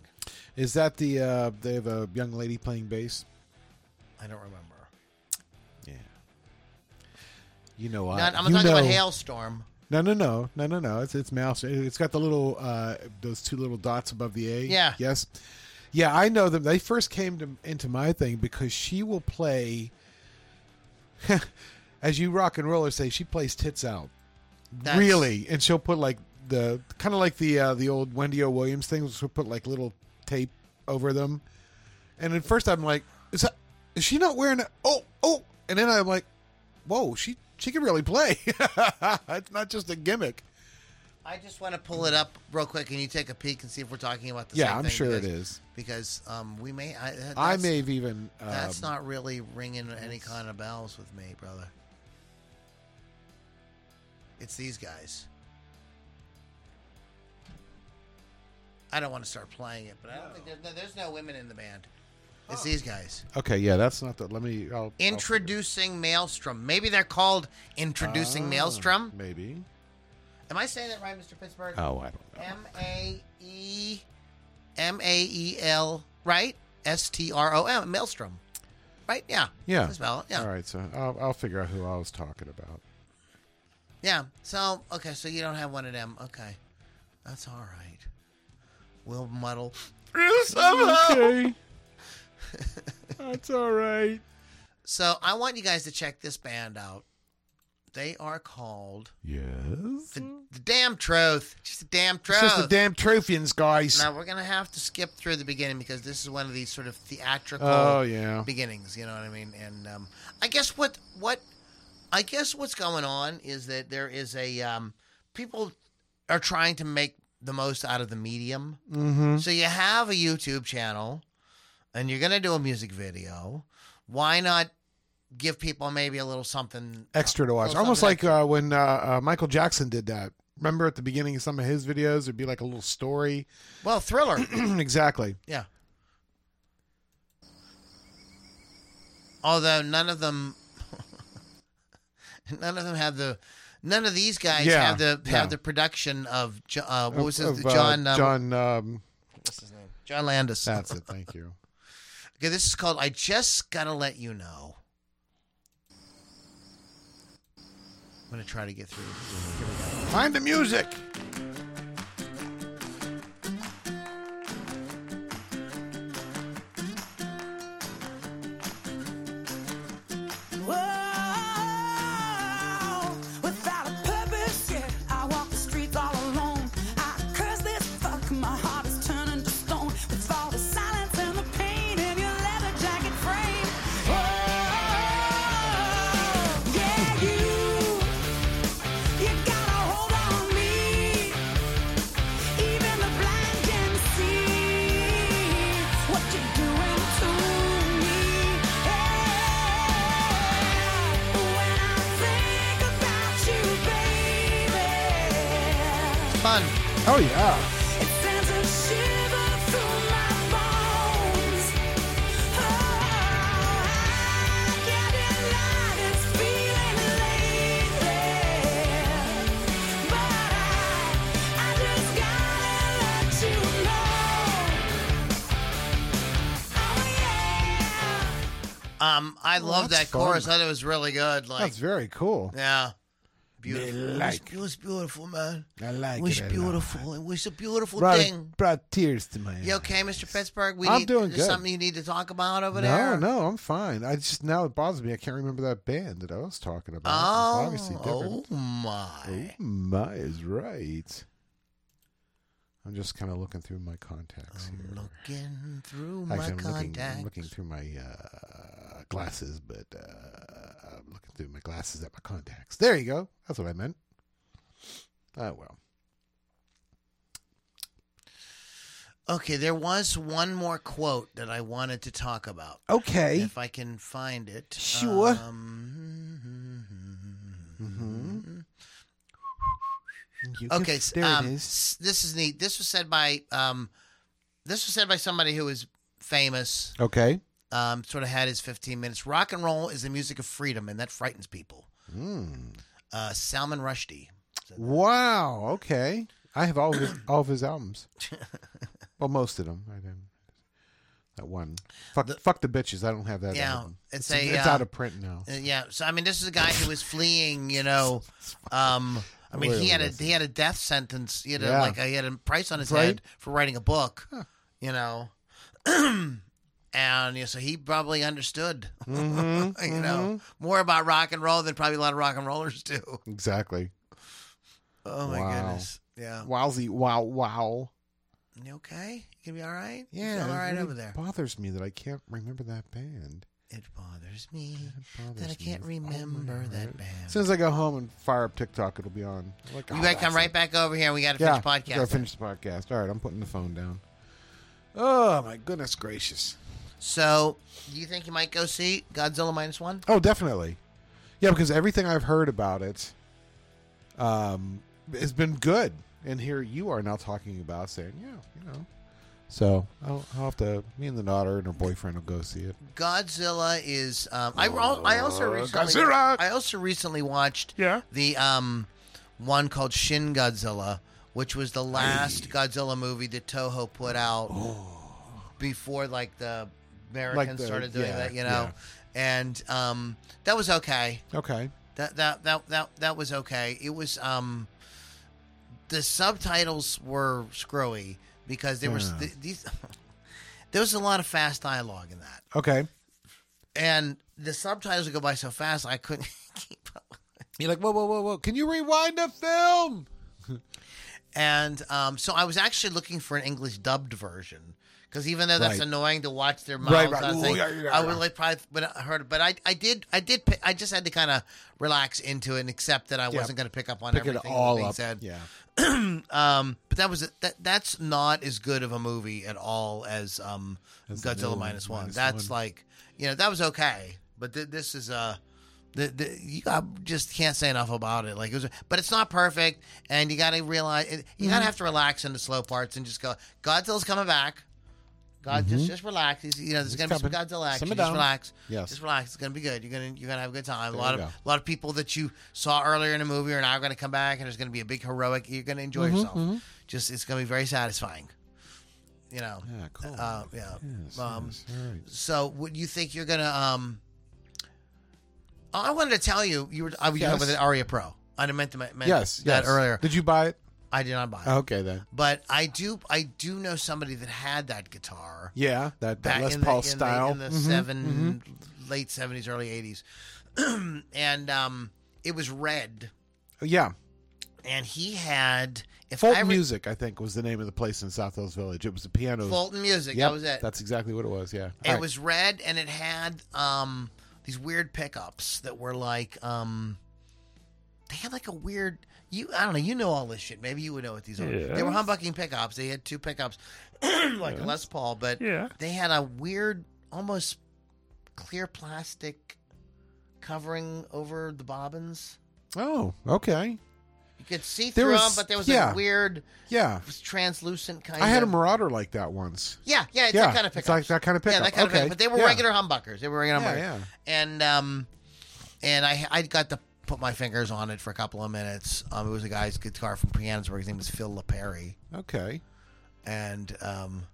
Speaker 2: Is that the uh, they have a young lady playing bass?
Speaker 1: I don't remember.
Speaker 2: Yeah. You know what?
Speaker 1: Not, I'm
Speaker 2: Uh, you
Speaker 1: talking about
Speaker 2: know-
Speaker 1: hailstorm.
Speaker 2: No, no, no, no, no, no. It's it's mouse. It's got the little uh, those two little dots above the A.
Speaker 1: Yeah.
Speaker 2: Yes. Yeah, I know them. They first came to, into my thing because she will play. as you rock and roller say, she plays tits out.
Speaker 1: That's-
Speaker 2: really, and she'll put like the kind of like the uh, the old Wendy O. Williams things. She'll put like little tape over them, and at first I'm like, is that is she not wearing it? Oh, oh, and then I'm like, whoa, she she can really play. it's not just a gimmick.
Speaker 1: I just want to pull it up real quick, and you take a peek and see if we're talking about the
Speaker 2: Yeah,
Speaker 1: same
Speaker 2: I'm
Speaker 1: thing
Speaker 2: sure it
Speaker 1: because-
Speaker 2: is.
Speaker 1: because um, we may. I, that's-
Speaker 2: I may have even um,
Speaker 1: That's not really ringing any kind of bells with me, brother. It's these guys. I don't want to start playing it, but I don't think there, no, there's no women in the band. It's these guys.
Speaker 2: okay. Yeah, that's not the. Let me. I'll,
Speaker 1: Introducing Maelstrom. Maybe they're called Introducing
Speaker 2: Ah,
Speaker 1: Maelstrom.
Speaker 2: Maybe.
Speaker 1: Am I saying that right, Mr. Pittsburgh?
Speaker 2: Oh, I don't know.
Speaker 1: M A E M A E L, right? S T R O M, Maelstrom. Right? Yeah.
Speaker 2: Yeah.
Speaker 1: That's about it. Yeah.
Speaker 2: All right. So I'll, I'll figure out who I was talking about.
Speaker 1: Yeah. So okay, so you don't have one of them. Okay, that's all right. We'll muddle.
Speaker 3: Okay. That's all right.
Speaker 1: So I want you guys to check this band out. They are called
Speaker 2: Yes.
Speaker 1: the, the Damn Truth. Just the Damn Truth.
Speaker 2: It's just the damn trophians, guys.
Speaker 1: now we're gonna have to skip through the beginning because this is one of these sort of theatrical
Speaker 2: Oh, yeah.
Speaker 1: beginnings. You know what I mean? And um, I guess what what I guess what's going on is that there is a um, people are trying to make the most out of the medium. So you have a YouTube channel, and you're gonna do a music video, why not give people maybe a little something
Speaker 2: extra to watch.
Speaker 1: Little
Speaker 2: Almost
Speaker 1: something
Speaker 2: like uh, when uh, uh, Michael Jackson did that. Remember at the beginning of some of his videos, it'd be like a little story.
Speaker 1: Well, Thriller.
Speaker 2: exactly.
Speaker 1: yeah. Although none of them, none of them have the, none of these guys
Speaker 2: Yeah,
Speaker 1: have the
Speaker 2: no.
Speaker 1: have the production of Jo- uh, what was his
Speaker 2: Of, uh,
Speaker 1: John um,
Speaker 2: John. Um,
Speaker 1: what's his name John Landis.
Speaker 2: that's it. Thank you.
Speaker 1: Okay, this is called I Just Gotta Let You Know. I'm gonna try to get through.
Speaker 2: Find the music.
Speaker 4: Without a purpose, yeah, I walk the streets all alone. I curse this fuck, my heart is turning to stone. With all the silence and the pain in your leather jacket frame. Oh, yeah, you, you gotta hold on me. Even the blind can see what you're doing to me. When I think about you, baby,
Speaker 1: Fun.
Speaker 2: Oh yeah.
Speaker 4: it sends a shiver through my bones. Oh, I get in line, it's feeling lazy, but I just gotta let you know. Oh yeah.
Speaker 1: Um, I love
Speaker 2: Oh, that's
Speaker 1: that chorus.
Speaker 2: fun.
Speaker 1: I thought it was really good. Like,
Speaker 2: That's very cool.
Speaker 1: yeah, beautiful.
Speaker 2: like-
Speaker 1: it was beautiful, man.
Speaker 2: I like
Speaker 1: It was
Speaker 2: it a
Speaker 1: beautiful. It was a beautiful
Speaker 2: Brought,
Speaker 1: thing.
Speaker 2: brought tears to my eyes.
Speaker 1: You okay, Mr. Pittsburgh? We
Speaker 2: I'm
Speaker 1: need,
Speaker 2: doing
Speaker 1: there's
Speaker 2: good.
Speaker 1: Something you need to talk about over
Speaker 2: No,
Speaker 1: there?
Speaker 2: no, I'm fine. I just now it bothers me. I can't remember that band that I was talking about.
Speaker 1: Oh,
Speaker 2: it's obviously different.
Speaker 1: oh my.
Speaker 2: Oh, my is right. I'm just kind of looking through my contacts here.
Speaker 1: Looking through Oh, my
Speaker 2: Actually, I'm looking,
Speaker 1: contacts.
Speaker 2: I'm looking through my uh, glasses, but uh, I'm looking through my glasses at my contacts. There you go. That's what I meant. Oh well.
Speaker 1: Okay, there was one more quote that I wanted to talk about.
Speaker 2: Okay.
Speaker 1: If I can find it.
Speaker 2: Sure.
Speaker 1: Um,
Speaker 2: You can-
Speaker 1: okay, s-
Speaker 2: Mm-hmm. there
Speaker 1: um,
Speaker 2: it is.
Speaker 1: s- this is neat. This was said by um, this was said by somebody who was famous.
Speaker 2: Okay.
Speaker 1: Um, sort of had his 15 minutes. Rock and roll is the music of freedom, and that frightens people.
Speaker 2: Hmm.
Speaker 1: Uh, Salman Rushdie.
Speaker 2: Wow. Okay. I have all of his, all of his albums. well, most of them. I didn't. That one. Fuck the, fuck the bitches. I don't have that.
Speaker 1: Yeah,
Speaker 2: album.
Speaker 1: it's
Speaker 2: it's,
Speaker 1: a,
Speaker 2: it's
Speaker 1: uh,
Speaker 2: out of print now.
Speaker 1: Uh, yeah, so I mean, this is a guy who was fleeing. You know, um, I mean, he
Speaker 2: Really
Speaker 1: had a
Speaker 2: was.
Speaker 1: he had a death sentence. You know,
Speaker 2: Yeah.
Speaker 1: like uh, he had a price on his
Speaker 2: Right.
Speaker 1: head for writing a book. You know, and you know, so he probably understood.
Speaker 2: Mm-hmm.
Speaker 1: you know, more about rock and roll than probably a lot of rock and rollers do.
Speaker 2: Exactly.
Speaker 1: Oh my
Speaker 2: Wow.
Speaker 1: goodness! Yeah,
Speaker 2: Wowzy. Wow. Wow.
Speaker 1: you okay? You gonna be all right? You
Speaker 2: Yeah. mm-hmm.
Speaker 1: feel all
Speaker 2: it
Speaker 1: right
Speaker 2: really
Speaker 1: over there.
Speaker 2: Bothers me that I can't remember that band.
Speaker 1: It bothers me
Speaker 2: bothers
Speaker 1: that I
Speaker 2: me Oh,
Speaker 1: can't
Speaker 2: with all my
Speaker 1: remember that band.
Speaker 2: As soon as I go home and fire up TikTok, it'll be on. I'm Like,
Speaker 1: you
Speaker 2: "Oh,
Speaker 1: gotta
Speaker 2: that's
Speaker 1: come right
Speaker 2: it."
Speaker 1: back over here. We gotta
Speaker 2: Yeah,
Speaker 1: finish podcast.
Speaker 2: Gotta finish the podcast. All right, I'm putting the phone down. Oh my goodness gracious!
Speaker 1: So, do you think you might go see Godzilla minus one?
Speaker 2: Oh, definitely. Yeah, because everything I've heard about it, um, has been good. And here you are now talking about saying, yeah, you know. So I'll, I'll have to. Me and the daughter and her boyfriend will go see it.
Speaker 1: Godzilla is. Um, I, al- I also recently.
Speaker 2: Uh, Godzilla!
Speaker 1: I also recently watched.
Speaker 3: Yeah.
Speaker 1: The um, one called Shin Godzilla, which was the last Godzilla movie that Toho put out before like the Americans
Speaker 2: Oh. the-
Speaker 1: started doing
Speaker 2: yeah,
Speaker 1: that, you know. And um, that was okay.
Speaker 2: Okay.
Speaker 1: That that that that that was okay. It was um the subtitles were screwy because there was
Speaker 2: Yeah.
Speaker 1: th- these there was a lot of fast dialogue in that.
Speaker 2: Okay.
Speaker 1: And the subtitles would go by so fast I couldn't keep up.
Speaker 2: You're like, whoa, whoa, whoa, whoa! Can you rewind the film?
Speaker 1: And um, so I was actually looking for an English dubbed version Because even though that's
Speaker 2: Right.
Speaker 1: annoying to watch their mouths,
Speaker 2: Right, right.
Speaker 1: I,
Speaker 2: Ooh,
Speaker 1: think,
Speaker 2: yeah, yeah,
Speaker 1: I would
Speaker 2: yeah.
Speaker 1: like probably, but I heard, but I, I did, I did, pi- I just had to kind of relax into it and accept that I wasn't going to pick up on
Speaker 2: Pick it
Speaker 1: everything that was
Speaker 2: all
Speaker 1: being
Speaker 2: up.
Speaker 1: said.
Speaker 2: Yeah.
Speaker 1: Um, but that was that. That's not as good of a movie at all as um
Speaker 2: the new
Speaker 1: Godzilla
Speaker 2: one,
Speaker 1: minus one.
Speaker 2: minus
Speaker 1: That's
Speaker 2: one.
Speaker 1: like you know that was okay, but th- this is uh, the, the, you I just can't say enough about it. Like it was, but it's not perfect, and you got to realize it, you
Speaker 2: Mm-hmm.
Speaker 1: got to have to relax in the slow parts and just go. Godzilla's coming back. God, just just relax. He's, you know, there's gonna be some
Speaker 2: Mm-hmm. coming.
Speaker 1: Godzilla action.
Speaker 2: Simmer
Speaker 1: Just
Speaker 2: down.
Speaker 1: relax.
Speaker 2: Yes.
Speaker 1: Just relax. It's gonna be good. You're gonna you're gonna have a good time. a
Speaker 2: There
Speaker 1: lot of
Speaker 2: you
Speaker 1: a lot of people that you saw earlier in the movie are now gonna come back, and there's gonna be a big heroic. You're gonna
Speaker 2: Mm-hmm,
Speaker 1: enjoy yourself. Just it's gonna be very satisfying. You know.
Speaker 2: Yeah, cool.
Speaker 1: Uh, yeah.
Speaker 2: Yes,
Speaker 1: um,
Speaker 2: yes, all right.
Speaker 1: So, would you think you're gonna? Um, I wanted to tell you you were I was talking
Speaker 2: Yes.
Speaker 1: about the Aria Pro. I meant to mention
Speaker 2: Yes,
Speaker 1: that
Speaker 2: yes.
Speaker 1: earlier.
Speaker 2: Did Uh, you buy it?
Speaker 1: I did not buy it,
Speaker 2: Oh, Okay, then.
Speaker 1: but I do. I do know somebody that had that guitar
Speaker 2: Yeah, that, that
Speaker 1: back
Speaker 2: Les
Speaker 1: in the,
Speaker 2: Paul Mm-hmm.
Speaker 1: in the-
Speaker 2: style.
Speaker 1: in the, 7 late seventies, early eighties, and um, it was red.
Speaker 2: Oh, yeah,
Speaker 1: And he had if
Speaker 2: Fulton
Speaker 1: I re-
Speaker 2: Music, I think, was the name of the place in South Hills Village. It was the piano.
Speaker 1: Fulton Music,
Speaker 2: Yep,
Speaker 1: that was it.
Speaker 2: That's exactly what it was. Yeah,
Speaker 1: it
Speaker 2: All right.
Speaker 1: was red, and it had um these weird pickups that were like um they had like a weird you I don't know you know all this shit maybe you would know what these are they were
Speaker 3: Yes.
Speaker 1: humbucking pickups they had two pickups like a Les Paul but
Speaker 3: Yeah.
Speaker 1: they had a weird almost clear plastic covering over the bobbins.
Speaker 2: Oh, okay.
Speaker 1: You could see
Speaker 2: There
Speaker 1: through
Speaker 2: was-
Speaker 1: them, but there was
Speaker 2: yeah.
Speaker 1: a weird
Speaker 2: Yeah,
Speaker 1: translucent kind.
Speaker 2: I had a
Speaker 1: of,
Speaker 2: Marauder like that once.
Speaker 1: Yeah, yeah, it's
Speaker 2: Yeah,
Speaker 1: that kind of
Speaker 2: it's
Speaker 1: pickup.
Speaker 2: like that kind of
Speaker 1: Yeah,
Speaker 2: pickup.
Speaker 1: that kind
Speaker 2: Okay,
Speaker 1: of pickup. But they were
Speaker 2: yeah.
Speaker 1: regular humbuckers. They were regular
Speaker 2: Yeah,
Speaker 1: humbuckers.
Speaker 2: yeah.
Speaker 1: And um, and I I got to put my fingers on it for a couple of minutes. Um, it was a guy's guitar from Pianisburg. His name was Phil LaPerry
Speaker 2: Okay.
Speaker 1: and um,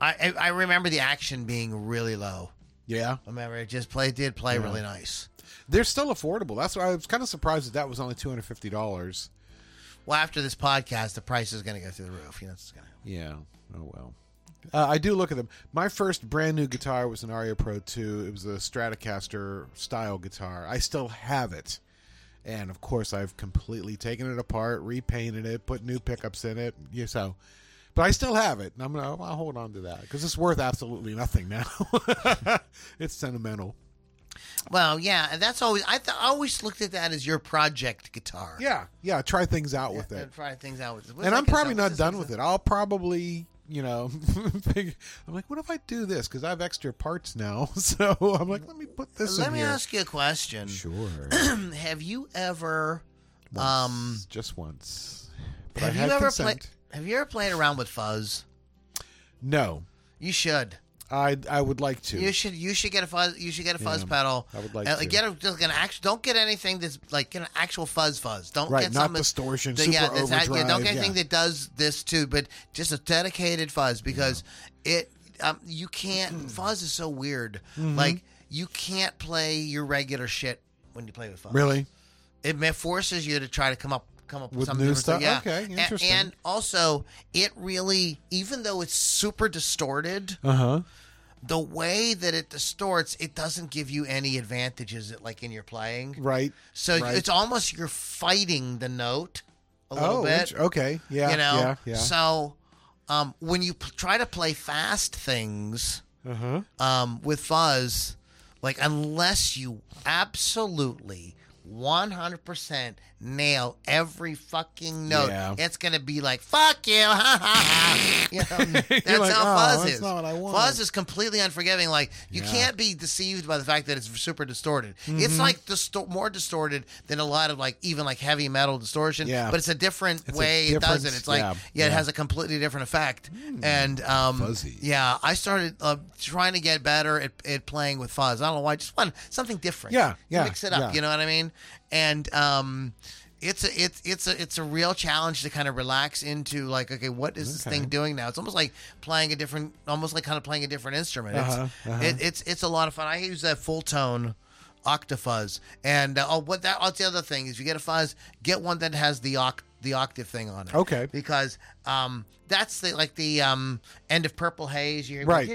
Speaker 1: I, I I remember the action being really low.
Speaker 2: Yeah,
Speaker 1: I remember it just play did play really nice.
Speaker 2: they're still affordable. That's why I was kind of surprised that that was only two hundred fifty dollars.
Speaker 1: Well, after this podcast, the price is going to go through the roof. You know, it's going to.
Speaker 2: Yeah. Oh well. Uh, I do look at them. My first brand new guitar was an Aria Pro 2. It was a Stratocaster style guitar. I still have it. And of course, I've completely taken it apart, repainted it, put new pickups in it. Yeah, so, but I still have it, and I'm gonna I'll hold on to that because it's worth absolutely nothing now. it's sentimental.
Speaker 1: Well, yeah, and that's always I, th- I always looked at that as your project guitar.
Speaker 2: Yeah, yeah. Try things out with it.
Speaker 1: and try things out with.
Speaker 2: and I'm probably not done with it. I'll probably, you know, figure- I'm like, what if I do this? Because I have extra parts now, so I'm like, let me put this.
Speaker 1: Let
Speaker 2: in
Speaker 1: me
Speaker 2: here.
Speaker 1: ask you a question.
Speaker 2: Sure.
Speaker 1: Have you ever, um,
Speaker 2: just once. But I
Speaker 1: have you
Speaker 2: had
Speaker 1: ever
Speaker 2: consent.
Speaker 1: played? Have you ever played around with fuzz?
Speaker 2: No,
Speaker 1: You should.
Speaker 2: I I would like to.
Speaker 1: You should you should get a fuzz you should get a fuzz
Speaker 2: Yeah,
Speaker 1: pedal.
Speaker 2: I would like
Speaker 1: And,
Speaker 2: to.
Speaker 1: get a, just an actual, don't get anything that's like an actual fuzz fuzz. Don't
Speaker 2: Right,
Speaker 1: get
Speaker 2: not
Speaker 1: something that's-
Speaker 2: distortion,
Speaker 1: that-
Speaker 2: super
Speaker 1: that's that- don't
Speaker 2: overdrive,
Speaker 1: get anything
Speaker 2: yeah.
Speaker 1: that does this too, but just a dedicated fuzz because it um, you
Speaker 2: Mm.
Speaker 1: can't fuzz is so weird.
Speaker 2: Mm-hmm.
Speaker 1: Like you can't play your regular shit when you play with fuzz.
Speaker 2: really?
Speaker 1: It ma- forces you to try to come up come up
Speaker 2: With
Speaker 1: with some
Speaker 2: new
Speaker 1: different
Speaker 2: stuff?
Speaker 1: Yeah.
Speaker 2: Okay,
Speaker 1: A-
Speaker 2: interesting.
Speaker 1: And, also, it really, even though it's super distorted,
Speaker 2: Uh huh.
Speaker 1: the way that it distorts, it doesn't give you any advantages that, like in your playing.
Speaker 2: Right.
Speaker 1: So
Speaker 2: Right.
Speaker 1: it's almost you're fighting the note a little
Speaker 2: oh,
Speaker 1: bit.
Speaker 2: int- okay. Yeah.
Speaker 1: you know.
Speaker 2: Yeah. Yeah.
Speaker 1: So um, when you p- try to play fast things
Speaker 2: Uh-huh.
Speaker 1: um, with fuzz, like unless you absolutely. 100% nail every fucking note.
Speaker 2: Yeah.
Speaker 1: It's going to be like, fuck you. Ha, ha, ha. You know, that's
Speaker 2: like,
Speaker 1: how
Speaker 2: "Oh,
Speaker 1: fuzz
Speaker 2: that's
Speaker 1: is.
Speaker 2: not what I wanted."
Speaker 1: Fuzz is completely unforgiving. Like, you
Speaker 2: Yeah. Mm-hmm.
Speaker 1: can't be deceived by the fact that it's super distorted. It's like disto- more distorted than a lot of like, even like heavy metal distortion.
Speaker 2: Yeah.
Speaker 1: But it's a different
Speaker 2: It's a
Speaker 1: way it does it.
Speaker 2: difference-
Speaker 1: It's like yeah,
Speaker 2: yeah, yeah. Hmm.
Speaker 1: it has a completely different effect. And um,
Speaker 2: Fuzzy.
Speaker 1: Yeah, I started uh, trying to get better at, at playing with fuzz. I don't know why, just one something different.
Speaker 2: Yeah, yeah,
Speaker 1: mix it up.
Speaker 2: yeah.
Speaker 1: You know what I mean? And um, it's a it's it's a it's a real challenge to kind of relax into like okay, what is this
Speaker 2: Okay.
Speaker 1: thing doing now? It's almost like playing a different, almost like kind of playing a different instrument. It's
Speaker 2: Uh-huh, uh-huh.
Speaker 1: It, it's it's a lot of fun. I use that full tone. Octafuzz and uh, oh, what that? Oh, that's the other thing is, you get a fuzz, get one that has the oct the octave thing on it.
Speaker 2: Okay.
Speaker 1: Because um, that's the like the um, end of Purple Haze. You're
Speaker 2: Right.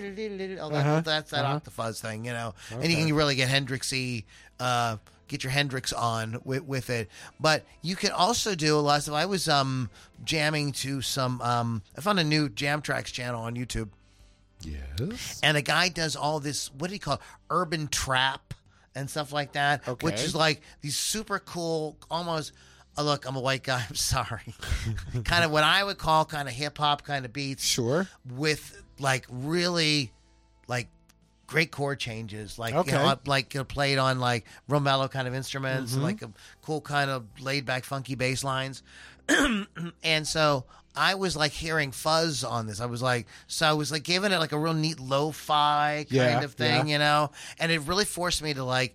Speaker 1: All that, That's that octafuzz thing, you know. And you can really get Hendrixy. Uh, get your Hendrix on with, with it. But you can also do a lot of stuff. I was um jamming to some um I found a new Jam Tracks channel on YouTube,
Speaker 2: Yes.
Speaker 1: and the guy does all this what do you call it? urban trap and stuff like that, which
Speaker 2: Okay.
Speaker 1: is like these super cool almost. Oh, look, I'm a white guy. I'm sorry. kind of what I would call kind of hip hop kind of beats
Speaker 2: Sure.
Speaker 1: with like really like great chord changes like you know,
Speaker 2: Okay.
Speaker 1: up- like you know, played on like real mellow kind of instruments
Speaker 2: Mm-hmm.
Speaker 1: and like a cool kind of laid back funky bass lines and so I was like hearing fuzz on this. I was like, so I was like giving it like a real neat lo-fi kind
Speaker 2: Yeah,
Speaker 1: of thing,
Speaker 2: yeah.
Speaker 1: you know, and it really forced me to like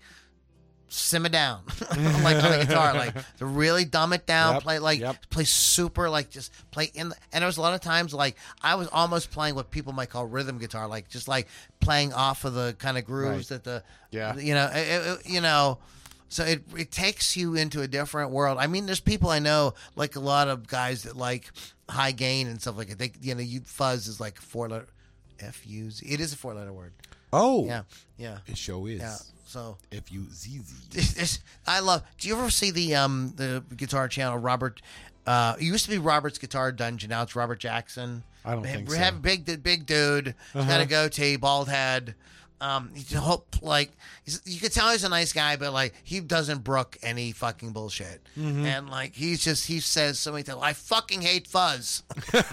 Speaker 1: simmer down, like on the guitar, like to really dumb it down,
Speaker 2: Yep,
Speaker 1: play like
Speaker 2: yep.
Speaker 1: play super, like just play in. The, and there was a lot of times like I was almost playing what people might call rhythm guitar, like just like playing off of the kind of grooves that the
Speaker 2: Yeah.
Speaker 1: you know, it, it- it- you know. So it, it takes you into a different world. I mean, there's people I know, like a lot of guys that like high gain and stuff like that. They, you know, you fuzz is like four letter, F U Z. It is a four letter word.
Speaker 2: Oh.
Speaker 1: Yeah, yeah,
Speaker 2: It sure is.
Speaker 1: yeah. So
Speaker 2: F U Z Z.
Speaker 1: this- I love. Do you ever see the um the guitar channel Robert? Uh, it used to be Robert's Guitar Dungeon. Now it's Robert Jackson.
Speaker 2: I don't
Speaker 1: Ba-
Speaker 2: think
Speaker 1: we have
Speaker 2: so. Uh-huh.
Speaker 1: big the big dude. He's got a goatee, bald head. Um, you can hope like he's, you could tell he's a nice guy, but like he doesn't brook any fucking bullshit.
Speaker 2: Mm-hmm.
Speaker 1: And like he's just he says so many times, "I fucking hate fuzz.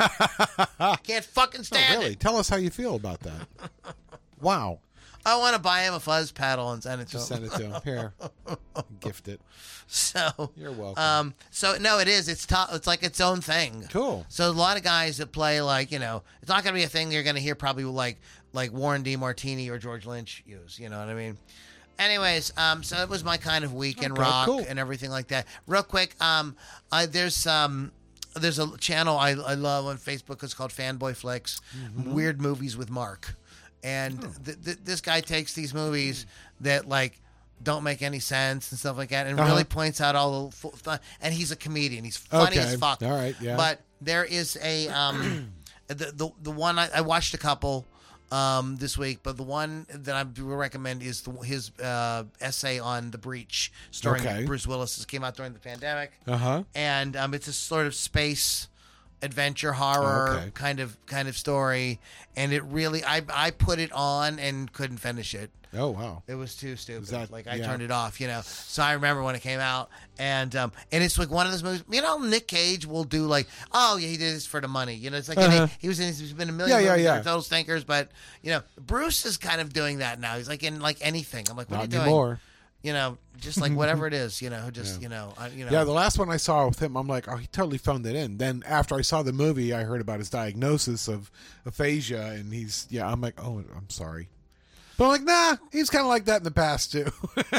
Speaker 1: I can't fucking stand
Speaker 2: Oh, Really?
Speaker 1: it.
Speaker 2: Tell us how you feel about that. wow.
Speaker 1: I want to buy him a fuzz pedal and send it to
Speaker 2: Just
Speaker 1: him."
Speaker 2: send it to him. Here. Gift it.
Speaker 1: So
Speaker 2: You're welcome.
Speaker 1: Um, so no, it is. It's top. It's like its own thing.
Speaker 2: Cool.
Speaker 1: So a lot of guys that play like you know, it's not gonna be a thing you're gonna hear probably like like Warren D. Martini or George Lynch use. You know what I mean? Anyways, um, so it was my kind of weekend
Speaker 2: Okay,
Speaker 1: rock
Speaker 2: cool.
Speaker 1: and everything like that. Real quick, um, I, there's um. There's a channel I, I love on Facebook. It's called Fanboy Flicks,
Speaker 2: Mm-hmm.
Speaker 1: Weird Movies with Mark, and th- th- this guy takes these movies that like don't make any sense and stuff like that,
Speaker 2: Uh-huh.
Speaker 1: and really points out all the. F- th- and he's a comedian. He's funny
Speaker 2: Okay.
Speaker 1: as fuck.
Speaker 2: All right, yeah.
Speaker 1: But there is a um, the the the one I, I watched a couple um this week, but the one that I do recommend is the, his uh, essay on the breach, starring
Speaker 2: Okay.
Speaker 1: Bruce Willis. This came out during the pandemic,
Speaker 2: Uh huh.
Speaker 1: and um, it's a sort of space adventure horror
Speaker 2: Oh, Okay.
Speaker 1: kind of kind of story, and it really I I put it on and couldn't finish it.
Speaker 2: Oh wow.
Speaker 1: It was too stupid.
Speaker 2: that-
Speaker 1: like I
Speaker 2: yeah.
Speaker 1: turned it off, you know. So I remember when it came out, and um, and it's like one of those movies. You know, Nick Cage will do like, oh yeah, he did this for the money. You know, it's like and he, he was in, he's been in a million
Speaker 2: Uh-huh. Yeah, yeah,
Speaker 1: movies that
Speaker 2: yeah.
Speaker 1: are total stinkers, but you know, Bruce is kind of doing that now. He's like in like anything. I'm like, what
Speaker 2: Not
Speaker 1: are you doing?
Speaker 2: anymore.
Speaker 1: You know, just like whatever it is, you know, just you know, I, you know,
Speaker 2: Yeah, the last one I saw with him, I'm like, oh, he totally phoned it in. Then after I saw the movie, I heard about his diagnosis of aphasia, and he's yeah, I'm like, oh, I'm sorry, but I'm like, nah, he's kind of like that in the past too.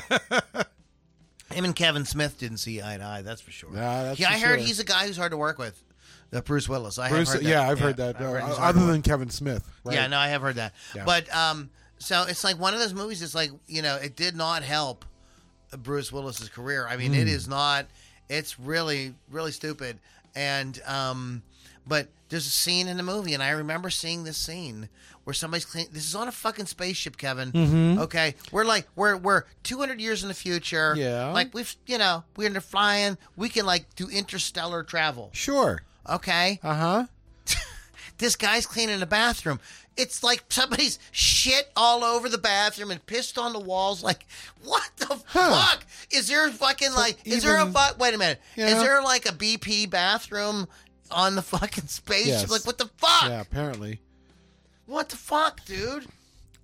Speaker 1: him and Kevin Smith didn't see eye to eye. That's for sure.
Speaker 2: Yeah, that's
Speaker 1: yeah,
Speaker 2: for
Speaker 1: I heard
Speaker 2: sure.
Speaker 1: he's a guy who's hard to work with. Uh, Bruce Willis. I have
Speaker 2: Bruce,
Speaker 1: heard that.
Speaker 2: yeah, I've heard that.
Speaker 1: I've heard
Speaker 2: uh,
Speaker 1: he's hard to
Speaker 2: other than Kevin Smith, right?
Speaker 1: Yeah, no, I have heard that.
Speaker 2: Yeah.
Speaker 1: But um, so it's like one of those movies. It's like you know, it did not help Bruce Willis's career. I mean, it
Speaker 2: Hmm.
Speaker 1: is not. It's really, really stupid. And um, but there's a scene in the movie, and I remember seeing this scene where somebody's clean. This is on a fucking spaceship, Kevin.
Speaker 2: Mm-hmm.
Speaker 1: Okay, we're like we're we're 200 years in the future.
Speaker 2: Yeah.
Speaker 1: like we've you know we're under flying. We can like do interstellar travel.
Speaker 2: sure,
Speaker 1: Okay,
Speaker 2: uh huh.
Speaker 1: this guy's cleaning the bathroom. It's like somebody's shit all over the bathroom and pissed on the walls. Like, what the fuck? Is there fucking like? Is there a
Speaker 2: even-
Speaker 1: fuck? Wait a minute. Is
Speaker 2: Yeah.
Speaker 1: there like a BP bathroom on the fucking spaceship?
Speaker 2: Yes.
Speaker 1: Like, what the fuck?
Speaker 2: Yeah, apparently.
Speaker 1: What the fuck, dude?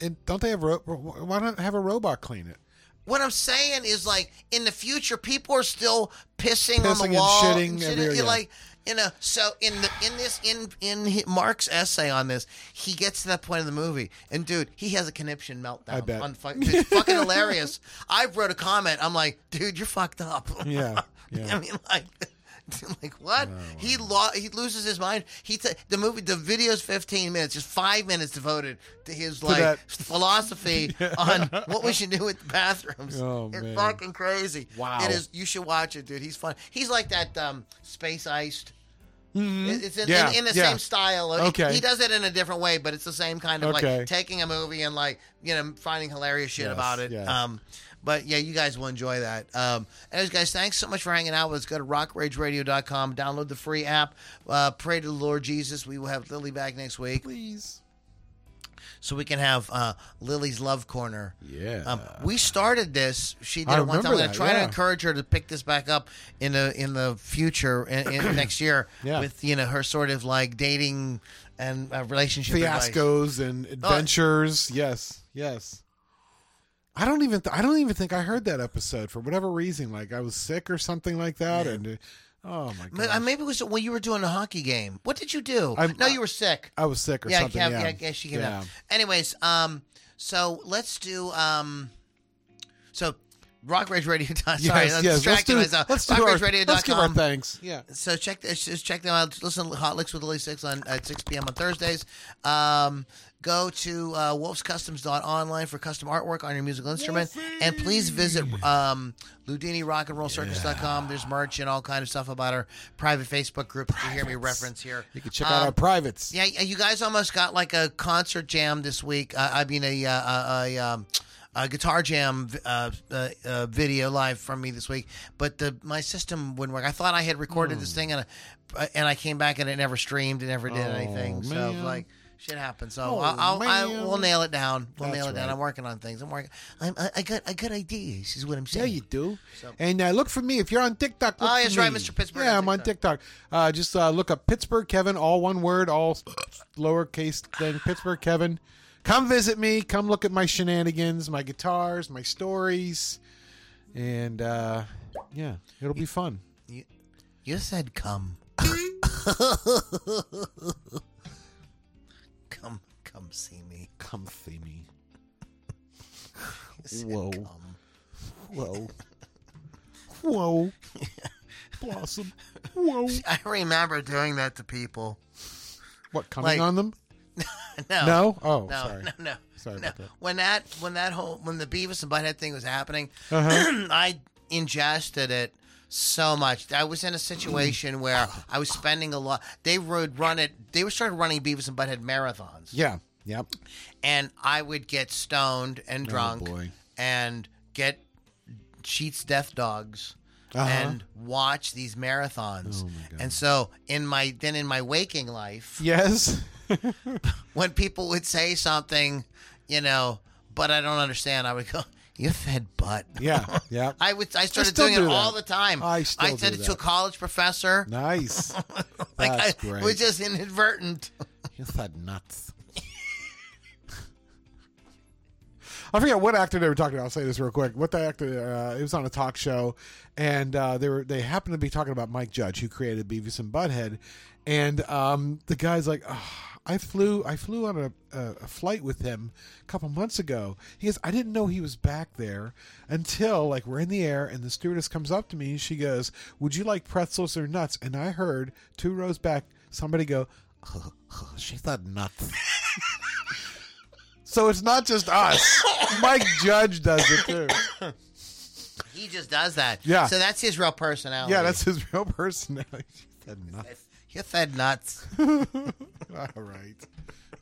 Speaker 2: And don't they have ro- why don't have a robot clean it?
Speaker 1: What I'm saying is, like, in the future, people are still pissing, on
Speaker 2: Pissing
Speaker 1: the
Speaker 2: and
Speaker 1: wall,
Speaker 2: shitting
Speaker 1: you're
Speaker 2: everywhere, yeah.
Speaker 1: like, you know. So in the in this in in hi- Mark's essay on this, he gets to that point in the movie, and dude, he has a conniption meltdown.
Speaker 2: I bet.
Speaker 1: On fu- it's fucking hilarious. I wrote a comment. I'm like, dude, you're fucked up.
Speaker 2: Yeah, yeah. Oh,
Speaker 1: I mean, like. Like what? He lo- he loses his mind. He t- the movie the video's fifteen minutes, just five minutes devoted to his like
Speaker 2: that.
Speaker 1: philosophy on what we should do with the bathrooms.
Speaker 2: Oh,
Speaker 1: it's
Speaker 2: man.
Speaker 1: fucking crazy.
Speaker 2: Wow.
Speaker 1: It is. You should watch it, dude. He's fun. He's like that um, space iced It- It's in,
Speaker 2: Mm-hmm. Yeah,
Speaker 1: in, in the
Speaker 2: yeah.
Speaker 1: same style. He-
Speaker 2: Okay.
Speaker 1: He, does it in a different way, but it's the same kind of
Speaker 2: Okay.
Speaker 1: like taking a movie and like you know finding hilarious shit
Speaker 2: Yes,
Speaker 1: about it.
Speaker 2: yes.
Speaker 1: Um, but yeah, you guys will enjoy that. Um, anyways, guys, thanks so much for hanging out with us. Go to rockrageradio.com, download the free app, uh, pray to the Lord Jesus. We will have Lily back next week
Speaker 2: Please.
Speaker 1: so we can have uh, Lily's Love Corner.
Speaker 2: Yeah.
Speaker 1: Um, we started this. She did
Speaker 2: I
Speaker 1: it one time.
Speaker 2: remember
Speaker 1: I'm going
Speaker 2: that,
Speaker 1: to try
Speaker 2: yeah.
Speaker 1: to encourage her to pick this back up in the in the future in, in next year
Speaker 2: Yeah.
Speaker 1: with you know her sort of like dating and uh, relationship advice.
Speaker 2: Fiascos and
Speaker 1: Oh.
Speaker 2: adventures. Yes. Yes. I don't even. Th- I don't even think I heard that episode for whatever reason. Like I was sick or something like that. And uh, oh my
Speaker 1: Ma- uh,
Speaker 2: god,
Speaker 1: Maybe it was when you were doing a hockey game. What did you do?
Speaker 2: I'm-
Speaker 1: no, you were sick.
Speaker 2: I was sick or
Speaker 1: yeah,
Speaker 2: something.
Speaker 1: yeah,
Speaker 2: yeah.
Speaker 1: yeah, yeah, she came
Speaker 2: yeah.
Speaker 1: out. Anyways, um, so let's do um, so Rock Rage Radio. Sorry,
Speaker 2: Yes,
Speaker 1: I'm
Speaker 2: yes. Let's
Speaker 1: distracting
Speaker 2: do,
Speaker 1: myself.
Speaker 2: let's, do
Speaker 1: Rock
Speaker 2: our,
Speaker 1: Rage Radio
Speaker 2: let's give our
Speaker 1: com.
Speaker 2: thanks. Yeah.
Speaker 1: So check this, just check them out. Listen to Hot Licks with Lily Six on at 6 p.m. on Thursdays. Um, go to uh, wolfscustoms.online for custom artwork on your musical instrument, and please visit um, Ludini Rock and Roll Circus.com. There's merch and all kind of stuff about our private Facebook group. that You hear me reference here.
Speaker 2: You can check
Speaker 1: Um,
Speaker 2: out our privates.
Speaker 1: Yeah, yeah, you guys almost got like a concert jam this week. Uh, I mean, a, uh, a, a, um, a guitar jam uh, uh, uh, video live from me this week, but the my system wouldn't work. I thought I had recorded
Speaker 2: Hmm.
Speaker 1: this thing and I, and I came back and it never streamed. It never did anything. So
Speaker 2: Oh, man.
Speaker 1: like. Shit happens, so
Speaker 2: Oh,
Speaker 1: I'll, I'll, I
Speaker 2: man.
Speaker 1: we'll nail it down. We'll
Speaker 2: That's
Speaker 1: nail it down.
Speaker 2: right.
Speaker 1: I'm working on things. I'm working. I'm, I, I got I got ideas. Is what I'm
Speaker 2: Yeah,
Speaker 1: saying.
Speaker 2: you do. And uh, look for me if you're on TikTok. Look
Speaker 1: Oh,
Speaker 2: for
Speaker 1: that's right,
Speaker 2: me.
Speaker 1: Mr. Pittsburgh
Speaker 2: Yeah,
Speaker 1: on
Speaker 2: I'm on TikTok. Uh, just uh, look up Pittsburgh Kevin, all one word, all lowercase thing. Pittsburgh Kevin. Come visit me. Come look at my shenanigans, my guitars, my stories, and uh, yeah, it'll be fun.
Speaker 1: You said come.
Speaker 2: Mm-hmm.
Speaker 1: come, come see me.
Speaker 2: Come see me.
Speaker 1: You said
Speaker 2: Whoa.
Speaker 1: come.
Speaker 2: Whoa. Whoa. Blossom. Whoa.
Speaker 1: I remember doing that to people.
Speaker 2: What coming
Speaker 1: Like-
Speaker 2: on them?
Speaker 1: No.
Speaker 2: No. Oh,
Speaker 1: No,
Speaker 2: sorry.
Speaker 1: no, no,
Speaker 2: Sorry
Speaker 1: no.
Speaker 2: about that.
Speaker 1: When that, when that whole, when the Beavis and Butthead thing was happening,
Speaker 2: Uh-huh.
Speaker 1: I ingested it so much. I was in a situation where I was spending a lot. They would run it. They were started running Beavis and Butthead marathons.
Speaker 2: Yeah. Yep.
Speaker 1: and I would get stoned and drunk
Speaker 2: Oh, boy.
Speaker 1: and get Sheets Death Dogs
Speaker 2: Uh-huh. Oh,
Speaker 1: and watch these marathons. and so in my then in my waking life,
Speaker 2: Yes.
Speaker 1: when people would say something, you know, but I don't understand, I would go, "You fed butt."
Speaker 2: Yeah. Yep.
Speaker 1: I would. I started
Speaker 2: still
Speaker 1: doing
Speaker 2: do
Speaker 1: it
Speaker 2: that.
Speaker 1: all the time.
Speaker 2: I still
Speaker 1: I said
Speaker 2: do
Speaker 1: it to a
Speaker 2: that.
Speaker 1: college professor.
Speaker 2: Nice.
Speaker 1: like
Speaker 2: That's
Speaker 1: I
Speaker 2: great.
Speaker 1: it was just inadvertent.
Speaker 2: you said nuts. I forget what actor they were talking about. I'll say this real quick. What the actor? Uh, it was on a talk show, and uh, they were they happened to be talking about Mike Judge, who created Beavis and Butthead, and um, the guy's like, "Ah, I flew I flew on a, a, a flight with him a couple months ago. He goes, I didn't know he was back there until like we're in the air, and the stewardess comes up to me and she goes, Would you like pretzels or nuts? And I heard two rows back somebody go, She said nuts. So it's not just us. Mike Judge does it too.
Speaker 1: He just does that.
Speaker 2: Yeah.
Speaker 1: So that's his real personality.
Speaker 2: Yeah, that's his real personality. She said nuts.
Speaker 1: you fed nuts.
Speaker 2: All right.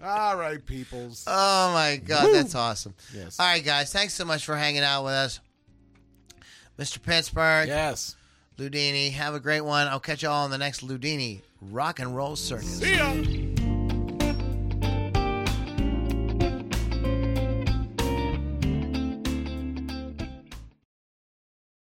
Speaker 2: All right, peoples.
Speaker 1: Oh my God, that's awesome.
Speaker 2: Yes.
Speaker 1: All right, guys, thanks so much for hanging out with us. Mr. Pittsburgh,
Speaker 2: Yes.
Speaker 1: Ludini, have a great one. I'll catch you all on the next Ludini Rock and Roll Circus.
Speaker 5: See ya.